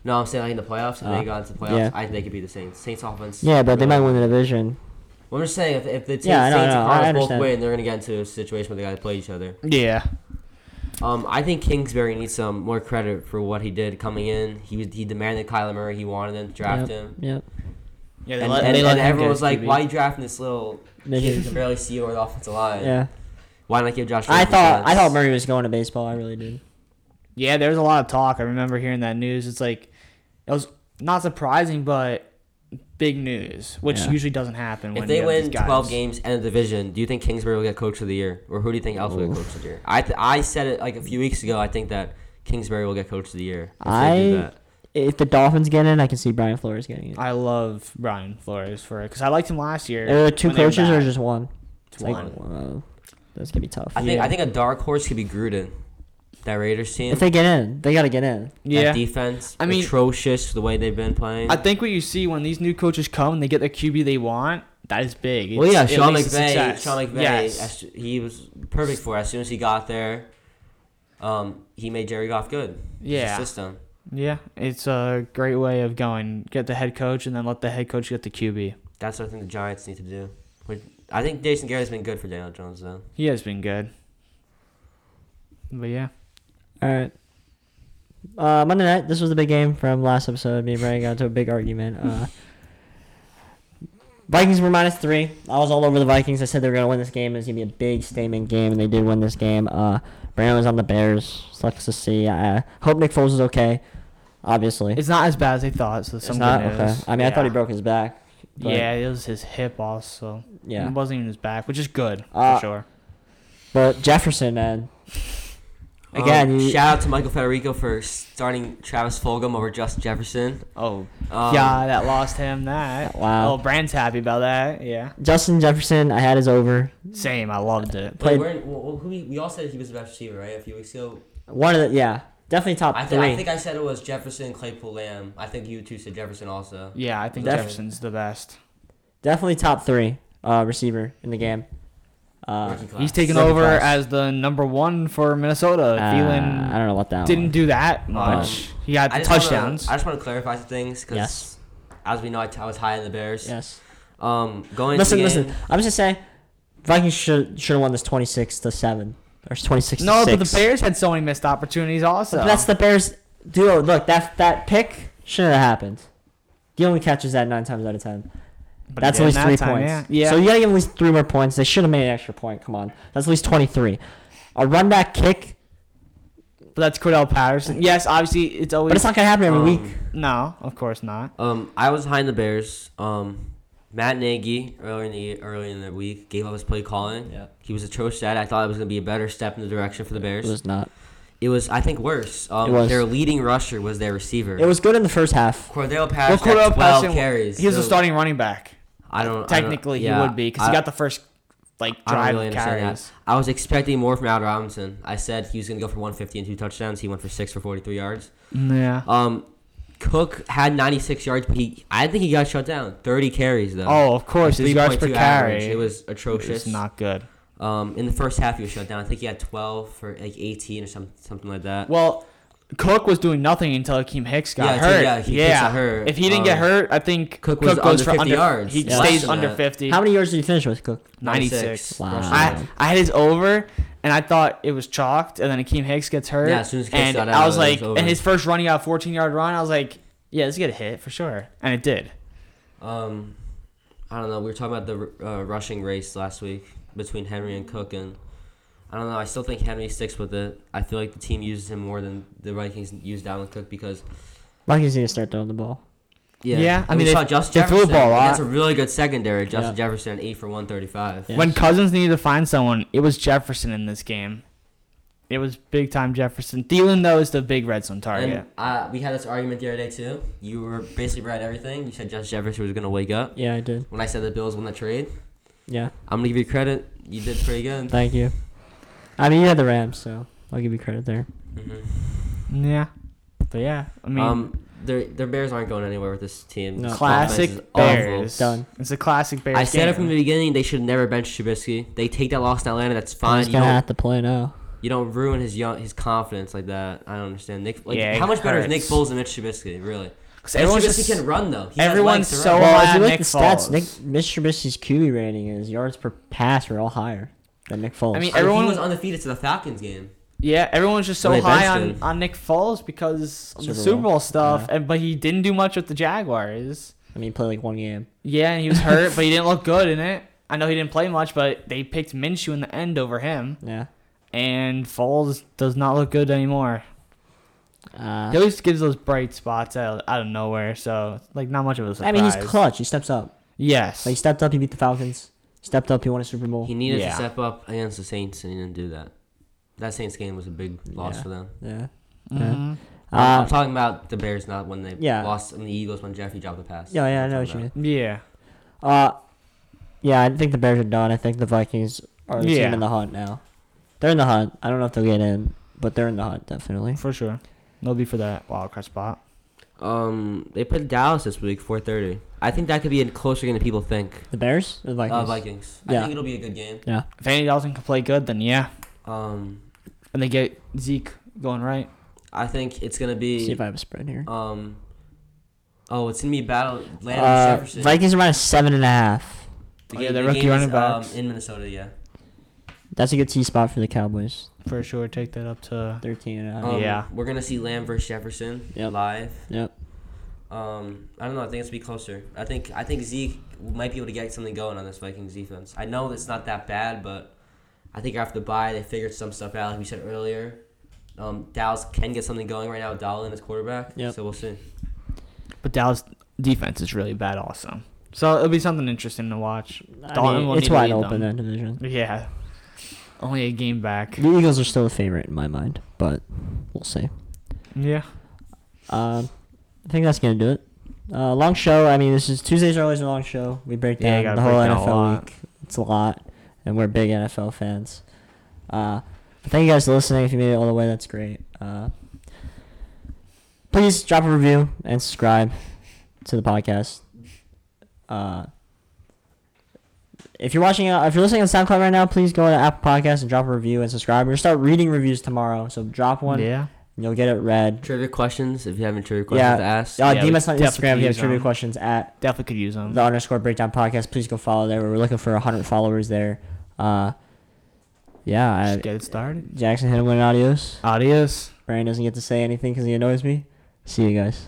[SPEAKER 3] No, I'm saying like in the playoffs. If
[SPEAKER 1] Uh,
[SPEAKER 3] they got into the playoffs,
[SPEAKER 1] yeah.
[SPEAKER 3] I think they could beat the Saints. Saints' offense.
[SPEAKER 1] Yeah, but they
[SPEAKER 3] really
[SPEAKER 1] might
[SPEAKER 3] bad.
[SPEAKER 1] win the division.
[SPEAKER 3] Well, I'm just saying, if, if the team,
[SPEAKER 1] Yeah, I know,
[SPEAKER 3] Saints
[SPEAKER 1] I know,
[SPEAKER 3] and
[SPEAKER 1] I
[SPEAKER 3] Cardinals both
[SPEAKER 1] understand.
[SPEAKER 3] win, they're going to get into a situation where they got to play each other.
[SPEAKER 2] Yeah,
[SPEAKER 3] Um, I think Kingsbury needs some more credit for what he did coming in. He was, he demanded Kyler Murray. He wanted them to
[SPEAKER 1] Yep.
[SPEAKER 3] draft him.
[SPEAKER 1] Yep.
[SPEAKER 2] yeah.
[SPEAKER 3] And, and, and everyone was like, why are you drafting this little kid
[SPEAKER 1] Midget.
[SPEAKER 3] who can barely see over the offensive line?
[SPEAKER 1] Yeah.
[SPEAKER 3] Why not give Josh
[SPEAKER 1] I
[SPEAKER 3] Jacobs a
[SPEAKER 1] thought I
[SPEAKER 3] chance?"
[SPEAKER 1] thought Murray was going to baseball. I really did.
[SPEAKER 2] Yeah, there was a lot of talk. I remember hearing that news. It's like it was not surprising, but big news, which
[SPEAKER 1] Yeah.
[SPEAKER 2] usually doesn't happen.
[SPEAKER 3] If
[SPEAKER 2] when you
[SPEAKER 3] they
[SPEAKER 2] have these
[SPEAKER 3] win
[SPEAKER 2] guys.
[SPEAKER 3] 12 games and a division, do you think Kingsbury will get coach of the year? Or who do you think else will get coach of the year? I, th- I said it like a few weeks ago. I think that Kingsbury will get coach of the year. if they do
[SPEAKER 1] I-
[SPEAKER 3] that.
[SPEAKER 1] If the Dolphins get in, I can see Brian Flores getting it.
[SPEAKER 2] I love Brian Flores for it because I liked him last year.
[SPEAKER 1] Are there two
[SPEAKER 2] when they were
[SPEAKER 1] coaches or
[SPEAKER 2] back.
[SPEAKER 1] just one?
[SPEAKER 2] It's
[SPEAKER 1] It's like,
[SPEAKER 2] one.
[SPEAKER 1] wow, that's gonna be tough.
[SPEAKER 3] I think
[SPEAKER 2] Yeah.
[SPEAKER 3] I think a dark horse could be Gruden. That Raiders team.
[SPEAKER 1] If they get in, they gotta get in.
[SPEAKER 3] That
[SPEAKER 2] Yeah,
[SPEAKER 3] defense.
[SPEAKER 2] I mean-
[SPEAKER 3] atrocious the way they've been playing.
[SPEAKER 2] I think what you see when these new coaches come and they get the QB they want, that is big.
[SPEAKER 3] well, yeah,
[SPEAKER 2] It's- it
[SPEAKER 3] Sean
[SPEAKER 2] leads to
[SPEAKER 3] McVay.
[SPEAKER 2] success.
[SPEAKER 3] Sean McVay.
[SPEAKER 2] Yes.
[SPEAKER 3] as- he was perfect for. It. As soon as he got there, um, he made Jerry Goff good. It's a
[SPEAKER 2] Yeah.
[SPEAKER 3] system.
[SPEAKER 2] Yeah, it's a great way of going. Get the head coach and then let the head coach get the QB.
[SPEAKER 3] That's what I think the Giants need to do. But I think Jason Garrett's been good for Daniel Jones though.
[SPEAKER 2] He has been good. But yeah,
[SPEAKER 1] All right. Uh, Monday night. This was the big game from last episode. Me and Brian got into a big argument. Uh, Vikings were minus three. I was all over the Vikings. I said they were gonna win this game. It was gonna be a big statement game, and they did win this game. Uh, Brandon was on the Bears. Sucks to see. I I hope Nick Foles is okay. Obviously,
[SPEAKER 2] it's not as bad as they thought. So
[SPEAKER 1] It's
[SPEAKER 2] some
[SPEAKER 1] not
[SPEAKER 2] good
[SPEAKER 1] okay.
[SPEAKER 2] news.
[SPEAKER 1] I mean, I thought he
[SPEAKER 2] Yeah.
[SPEAKER 1] broke his back. but-
[SPEAKER 2] yeah, it was his hip also.
[SPEAKER 1] Yeah.
[SPEAKER 2] it wasn't even his back, which is good
[SPEAKER 1] Uh,
[SPEAKER 2] for sure.
[SPEAKER 1] But Jefferson, man.
[SPEAKER 3] Um,
[SPEAKER 1] Again, you-
[SPEAKER 3] shout out to Michael Federico for starting Travis Fulgham over Justin Jefferson.
[SPEAKER 2] Oh
[SPEAKER 3] Um,
[SPEAKER 2] yeah, that lost him. That
[SPEAKER 1] Wow.
[SPEAKER 2] Oh, Brand's happy about that. Yeah,
[SPEAKER 1] Justin Jefferson, I had his over.
[SPEAKER 2] same. I loved it.
[SPEAKER 1] Played-
[SPEAKER 3] Wait, we're in- well, who we, we all said he was the best receiver, right? A few weeks ago.
[SPEAKER 1] One of the yeah, definitely top
[SPEAKER 3] I,
[SPEAKER 1] three.
[SPEAKER 3] th- I think I said it was Jefferson, Claypool, Lamb. I think you two said Jefferson also.
[SPEAKER 2] Yeah, I think
[SPEAKER 1] Def-
[SPEAKER 2] Jefferson's the best.
[SPEAKER 1] definitely top three uh, receiver in the game. Uh,
[SPEAKER 3] Rookie class.
[SPEAKER 2] He's taken
[SPEAKER 1] Second
[SPEAKER 2] over
[SPEAKER 1] class.
[SPEAKER 2] as the number one for Minnesota.
[SPEAKER 1] uh,
[SPEAKER 2] Thielen
[SPEAKER 1] I don't know what that
[SPEAKER 2] didn't
[SPEAKER 1] was.
[SPEAKER 2] do that much. he had
[SPEAKER 3] I just
[SPEAKER 2] touchdowns.
[SPEAKER 3] Wanna, I just want to clarify some things because,
[SPEAKER 1] Yes.
[SPEAKER 3] as we know, I, t- I was high in the Bears.
[SPEAKER 1] Yes.
[SPEAKER 3] Um, going
[SPEAKER 1] Listen,
[SPEAKER 3] into the
[SPEAKER 1] listen.
[SPEAKER 3] game-
[SPEAKER 1] I'm just saying, Vikings should should have won this 26 to seven or 26
[SPEAKER 2] no,
[SPEAKER 1] to six.
[SPEAKER 2] but the Bears had so many missed opportunities also.
[SPEAKER 1] But That's the Bears. Dude, look that that pick shouldn't have happened. He only catches that nine times out of ten.
[SPEAKER 2] But he
[SPEAKER 1] That's
[SPEAKER 2] did
[SPEAKER 1] at least
[SPEAKER 2] that
[SPEAKER 1] three
[SPEAKER 2] time,
[SPEAKER 1] points.
[SPEAKER 2] Yeah. yeah.
[SPEAKER 1] So you gotta give at least three more points. They should have made an extra point. Come on. That's at least 23. A run back kick,
[SPEAKER 2] but that's Cordell Patterson. Yes, obviously it's always
[SPEAKER 1] but it's not gonna happen every
[SPEAKER 3] Um,
[SPEAKER 1] week.
[SPEAKER 2] no, of course not.
[SPEAKER 3] Um, I was high in the Bears. Um, Matt Nagy earlier in the early in the week gave up his play calling.
[SPEAKER 1] Yeah.
[SPEAKER 3] He was atrocious at. it. I thought it was gonna be a better step in the direction for the
[SPEAKER 1] It
[SPEAKER 3] Bears.
[SPEAKER 1] was not.
[SPEAKER 3] I think worse. Um,
[SPEAKER 1] It was.
[SPEAKER 3] Their leading rusher was their receiver.
[SPEAKER 1] It was good in the first half.
[SPEAKER 3] Cordell
[SPEAKER 2] Well,
[SPEAKER 3] Patterson
[SPEAKER 2] Cordell
[SPEAKER 3] had twelve
[SPEAKER 2] Patterson,
[SPEAKER 3] carries.
[SPEAKER 2] he was a
[SPEAKER 3] so
[SPEAKER 2] starting running back.
[SPEAKER 3] I don't I don't-
[SPEAKER 2] Technically,
[SPEAKER 3] yeah,
[SPEAKER 2] he would be because
[SPEAKER 3] I-
[SPEAKER 2] he got the first like
[SPEAKER 3] I don't
[SPEAKER 2] drive
[SPEAKER 3] really understand
[SPEAKER 2] carries.
[SPEAKER 3] that. I was expecting more from Al Robinson. I said he was going to go for 150 and two touchdowns. He went for six for 43 yards.
[SPEAKER 2] Yeah.
[SPEAKER 3] Um, Cook had 96 yards, but he I think he got shut down. 30 carries though.
[SPEAKER 2] Oh, of course, his yards per
[SPEAKER 3] 3.2
[SPEAKER 2] carry.
[SPEAKER 3] average. It was atrocious.
[SPEAKER 2] It's not good.
[SPEAKER 3] Um, in the first half, he was shut down. I think he had 12 for like 18 or something, something like that.
[SPEAKER 2] Well, Cook was doing nothing until Akeem Hicks got
[SPEAKER 3] Uh, Yeah, until-
[SPEAKER 2] hurt.
[SPEAKER 3] yeah,
[SPEAKER 2] Yeah,
[SPEAKER 3] he- Hicks got hurt.
[SPEAKER 2] If he didn't get
[SPEAKER 3] Um,
[SPEAKER 2] hurt, I think
[SPEAKER 3] Cook
[SPEAKER 2] Cook,
[SPEAKER 3] was
[SPEAKER 2] goes
[SPEAKER 3] under
[SPEAKER 2] for
[SPEAKER 3] 50
[SPEAKER 2] under.
[SPEAKER 3] yards.
[SPEAKER 2] He
[SPEAKER 3] Yeah.
[SPEAKER 2] stays
[SPEAKER 3] Less than
[SPEAKER 2] under
[SPEAKER 3] that.
[SPEAKER 2] fifty.
[SPEAKER 1] How many yards did he finish with, Cook?
[SPEAKER 2] 96.
[SPEAKER 1] Wow.
[SPEAKER 3] Rushing yards.
[SPEAKER 2] I, I had his over, and I thought it was chalked, and then Akeem Hicks gets hurt.
[SPEAKER 3] Yeah, as soon as Hicks
[SPEAKER 2] and
[SPEAKER 3] got
[SPEAKER 2] I
[SPEAKER 3] out,
[SPEAKER 2] was
[SPEAKER 3] it was
[SPEAKER 2] like,
[SPEAKER 3] over.
[SPEAKER 2] and his first run, he got a 14 yard run. I was like, yeah, this is gonna hit for sure, and it did.
[SPEAKER 3] Um, I don't know. We were talking about the uh, rushing race last week between Henry and Cook, and I don't know. I still think Henry sticks with it. I feel like the team uses him more than the Vikings used Dalvin Cook because
[SPEAKER 1] Vikings need to start throwing the ball.
[SPEAKER 2] Yeah, I
[SPEAKER 3] and we
[SPEAKER 2] mean,
[SPEAKER 3] saw
[SPEAKER 2] they-
[SPEAKER 3] Justin
[SPEAKER 2] they threw the
[SPEAKER 3] Jefferson.
[SPEAKER 2] ball a lot.
[SPEAKER 3] That's a really good secondary. Justin
[SPEAKER 1] Yeah.
[SPEAKER 3] Jefferson eight for one thirty five.
[SPEAKER 1] Yeah.
[SPEAKER 2] When Cousins needed to find someone, it was Jefferson in this game. It was big time Jefferson. Thielen though is the big red zone target.
[SPEAKER 3] And uh, we had this argument the other day too. You were basically right everything. You said Justin Jefferson was gonna wake up.
[SPEAKER 1] Yeah, I did.
[SPEAKER 3] When I said the Bills won the trade,
[SPEAKER 1] Yeah.
[SPEAKER 3] I'm gonna give you credit. You did pretty good.
[SPEAKER 1] Thank you. I mean, you had the Rams, so I'll give you credit there.
[SPEAKER 3] Mhm.
[SPEAKER 2] Yeah, but yeah, I mean,
[SPEAKER 3] um, their their Bears aren't going anywhere with this team.
[SPEAKER 1] No.
[SPEAKER 3] This
[SPEAKER 2] classic
[SPEAKER 3] offense is awful.
[SPEAKER 2] Bears.
[SPEAKER 1] Done.
[SPEAKER 2] It's a classic Bears.
[SPEAKER 3] I said
[SPEAKER 2] game.
[SPEAKER 3] it from the beginning. They should never bench Trubisky. They take that loss in Atlanta. That's fine.
[SPEAKER 1] He's
[SPEAKER 3] You
[SPEAKER 1] gonna
[SPEAKER 3] don't,
[SPEAKER 1] have to play now.
[SPEAKER 3] you don't ruin his young his confidence like that. I don't understand. Nick, like,
[SPEAKER 2] Yeah, it
[SPEAKER 3] how much better is Nick
[SPEAKER 2] hurts.
[SPEAKER 3] Foles than Mitch Trubisky? Really?
[SPEAKER 2] 'Cause
[SPEAKER 3] Mitch
[SPEAKER 2] everyone's
[SPEAKER 3] Trubisky
[SPEAKER 2] just
[SPEAKER 3] can run though. He has legs
[SPEAKER 2] everyone's
[SPEAKER 3] to
[SPEAKER 2] so
[SPEAKER 3] run.
[SPEAKER 2] Well,
[SPEAKER 1] Well, if
[SPEAKER 2] at
[SPEAKER 1] you look at
[SPEAKER 2] Nick
[SPEAKER 1] the stats,
[SPEAKER 2] Foles.
[SPEAKER 1] Nick Mr. Trubisky's QB rating and his yards per pass were all higher than Nick Foles.
[SPEAKER 2] I mean,
[SPEAKER 3] I mean,
[SPEAKER 2] everyone-
[SPEAKER 3] he was undefeated to the Falcons game.
[SPEAKER 2] yeah, everyone's just so
[SPEAKER 3] Well, they
[SPEAKER 2] high
[SPEAKER 3] benched
[SPEAKER 2] on,
[SPEAKER 3] him.
[SPEAKER 2] on Nick Foles because of the
[SPEAKER 1] Super
[SPEAKER 2] Super
[SPEAKER 1] Bowl.
[SPEAKER 2] Bowl stuff,
[SPEAKER 1] Yeah.
[SPEAKER 2] and but he didn't do much with the Jaguars.
[SPEAKER 1] I mean, he played like one game.
[SPEAKER 2] Yeah, and he was hurt, but he didn't look good in it. I know he didn't play much, but they picked Minshew in the end over him,
[SPEAKER 1] Yeah.
[SPEAKER 2] and Foles does not look good anymore.
[SPEAKER 1] Uh,
[SPEAKER 2] He always gives those bright spots out, out of nowhere, so like not much of a surprise.
[SPEAKER 1] I mean, he's clutch. He steps up.
[SPEAKER 2] Yes,
[SPEAKER 1] Like he stepped up. He beat the Falcons. Stepped up. He won a Super Bowl.
[SPEAKER 3] He needed to
[SPEAKER 2] Yeah.
[SPEAKER 3] step up against the Saints and he didn't do that. That Saints game was a big loss
[SPEAKER 1] Yeah.
[SPEAKER 3] for them.
[SPEAKER 1] yeah.
[SPEAKER 2] Mhm.
[SPEAKER 1] Uh,
[SPEAKER 3] I'm talking about the Bears, not when they
[SPEAKER 1] Yeah.
[SPEAKER 3] lost and the Eagles when Jeffrey dropped the pass.
[SPEAKER 1] yeah, yeah, I know
[SPEAKER 3] I'm
[SPEAKER 1] what you
[SPEAKER 3] talking
[SPEAKER 1] mean.
[SPEAKER 2] yeah.
[SPEAKER 1] Uh, yeah, I think the Bears are done. I think the Vikings are the
[SPEAKER 2] Yeah.
[SPEAKER 1] team in the hunt now. They're in the hunt. I don't know if they'll get in, but they're in the hunt definitely.
[SPEAKER 2] For sure. They'll be for that wild card spot.
[SPEAKER 3] about. Um, they played Dallas this week, 4:30. I think that could be a closer game than people think.
[SPEAKER 1] The Bears, or the Vikings.
[SPEAKER 3] Uh, Vikings. I
[SPEAKER 1] Yeah.
[SPEAKER 3] think it'll be a good game.
[SPEAKER 1] Yeah,
[SPEAKER 2] If Andy Dalton can play good, then yeah.
[SPEAKER 3] Um,
[SPEAKER 2] And they get Zeke going right.
[SPEAKER 3] I think it's gonna
[SPEAKER 1] see
[SPEAKER 3] be
[SPEAKER 1] if I have a spread here.
[SPEAKER 3] um. Oh, it's gonna be a battle. Atlanta and
[SPEAKER 1] Uh,
[SPEAKER 3] Jefferson.
[SPEAKER 1] Vikings are minus seven and a half.
[SPEAKER 3] The
[SPEAKER 2] Oh, yeah,
[SPEAKER 3] game-
[SPEAKER 2] their
[SPEAKER 3] the
[SPEAKER 2] rookie
[SPEAKER 3] game is,
[SPEAKER 2] running backs.
[SPEAKER 3] um, in Minnesota. Yeah.
[SPEAKER 1] That's a good T spot for the Cowboys.
[SPEAKER 2] For sure. Take that up to.
[SPEAKER 1] Thirteen and a half.
[SPEAKER 3] Um,
[SPEAKER 2] Yeah.
[SPEAKER 3] We're gonna see Lamb versus Jefferson
[SPEAKER 1] Yep.
[SPEAKER 3] live.
[SPEAKER 1] Yep.
[SPEAKER 3] Um, I don't know. I think it's gonna be closer. I think I think Zeke might be able to get something going on this Vikings defense. I know it's not that bad, but I think after the bye they figured some stuff out. Like we said earlier, um, Dallas can get something going right now. with Dolan as quarterback.
[SPEAKER 1] Yep.
[SPEAKER 3] So we'll see.
[SPEAKER 2] But Dallas' defense is really bad, also. So it'll be something interesting to watch.
[SPEAKER 1] I
[SPEAKER 2] Dalton
[SPEAKER 1] mean,
[SPEAKER 2] will
[SPEAKER 1] it's
[SPEAKER 2] need to
[SPEAKER 1] wide
[SPEAKER 2] lead
[SPEAKER 1] open
[SPEAKER 2] them.
[SPEAKER 1] that division.
[SPEAKER 2] Yeah. Only a game back.
[SPEAKER 1] The Eagles are still a favorite in my mind, but we'll see.
[SPEAKER 2] Yeah.
[SPEAKER 1] Um, I think that's gonna do it. Uh, long show. I mean, this is Tuesdays are always a long show. We break
[SPEAKER 2] Yeah,
[SPEAKER 1] down
[SPEAKER 2] you gotta
[SPEAKER 1] the whole
[SPEAKER 2] break down a
[SPEAKER 1] NFL
[SPEAKER 2] lot.
[SPEAKER 1] week. It's a lot, and we're big NFL fans. Uh, but thank you guys for listening. If you made it all the way, that's great. Uh, please drop a review and subscribe to the podcast. Uh, if you're watching, uh, if you're listening on SoundCloud right now, please go to Apple Podcasts and drop a review and subscribe. We're gonna start reading reviews tomorrow, so drop one.
[SPEAKER 2] Yeah.
[SPEAKER 1] And you'll get it read.
[SPEAKER 3] Trivia questions. If you have any trivia questions to ask.
[SPEAKER 1] Uh,
[SPEAKER 2] Yeah,
[SPEAKER 1] DM
[SPEAKER 2] we
[SPEAKER 1] us on
[SPEAKER 2] definitely
[SPEAKER 1] Instagram if you have
[SPEAKER 2] use um,
[SPEAKER 1] trivia
[SPEAKER 2] them.
[SPEAKER 1] questions at
[SPEAKER 2] Definitely could use them.
[SPEAKER 1] the underscore breakdown podcast. Please go follow there. We're looking for 100 followers there. Uh, yeah,
[SPEAKER 2] Just
[SPEAKER 1] I,
[SPEAKER 2] get it started.
[SPEAKER 1] Jackson hit him with an adios.
[SPEAKER 2] Adios.
[SPEAKER 1] Brian doesn't get to say anything because he annoys me. See you guys.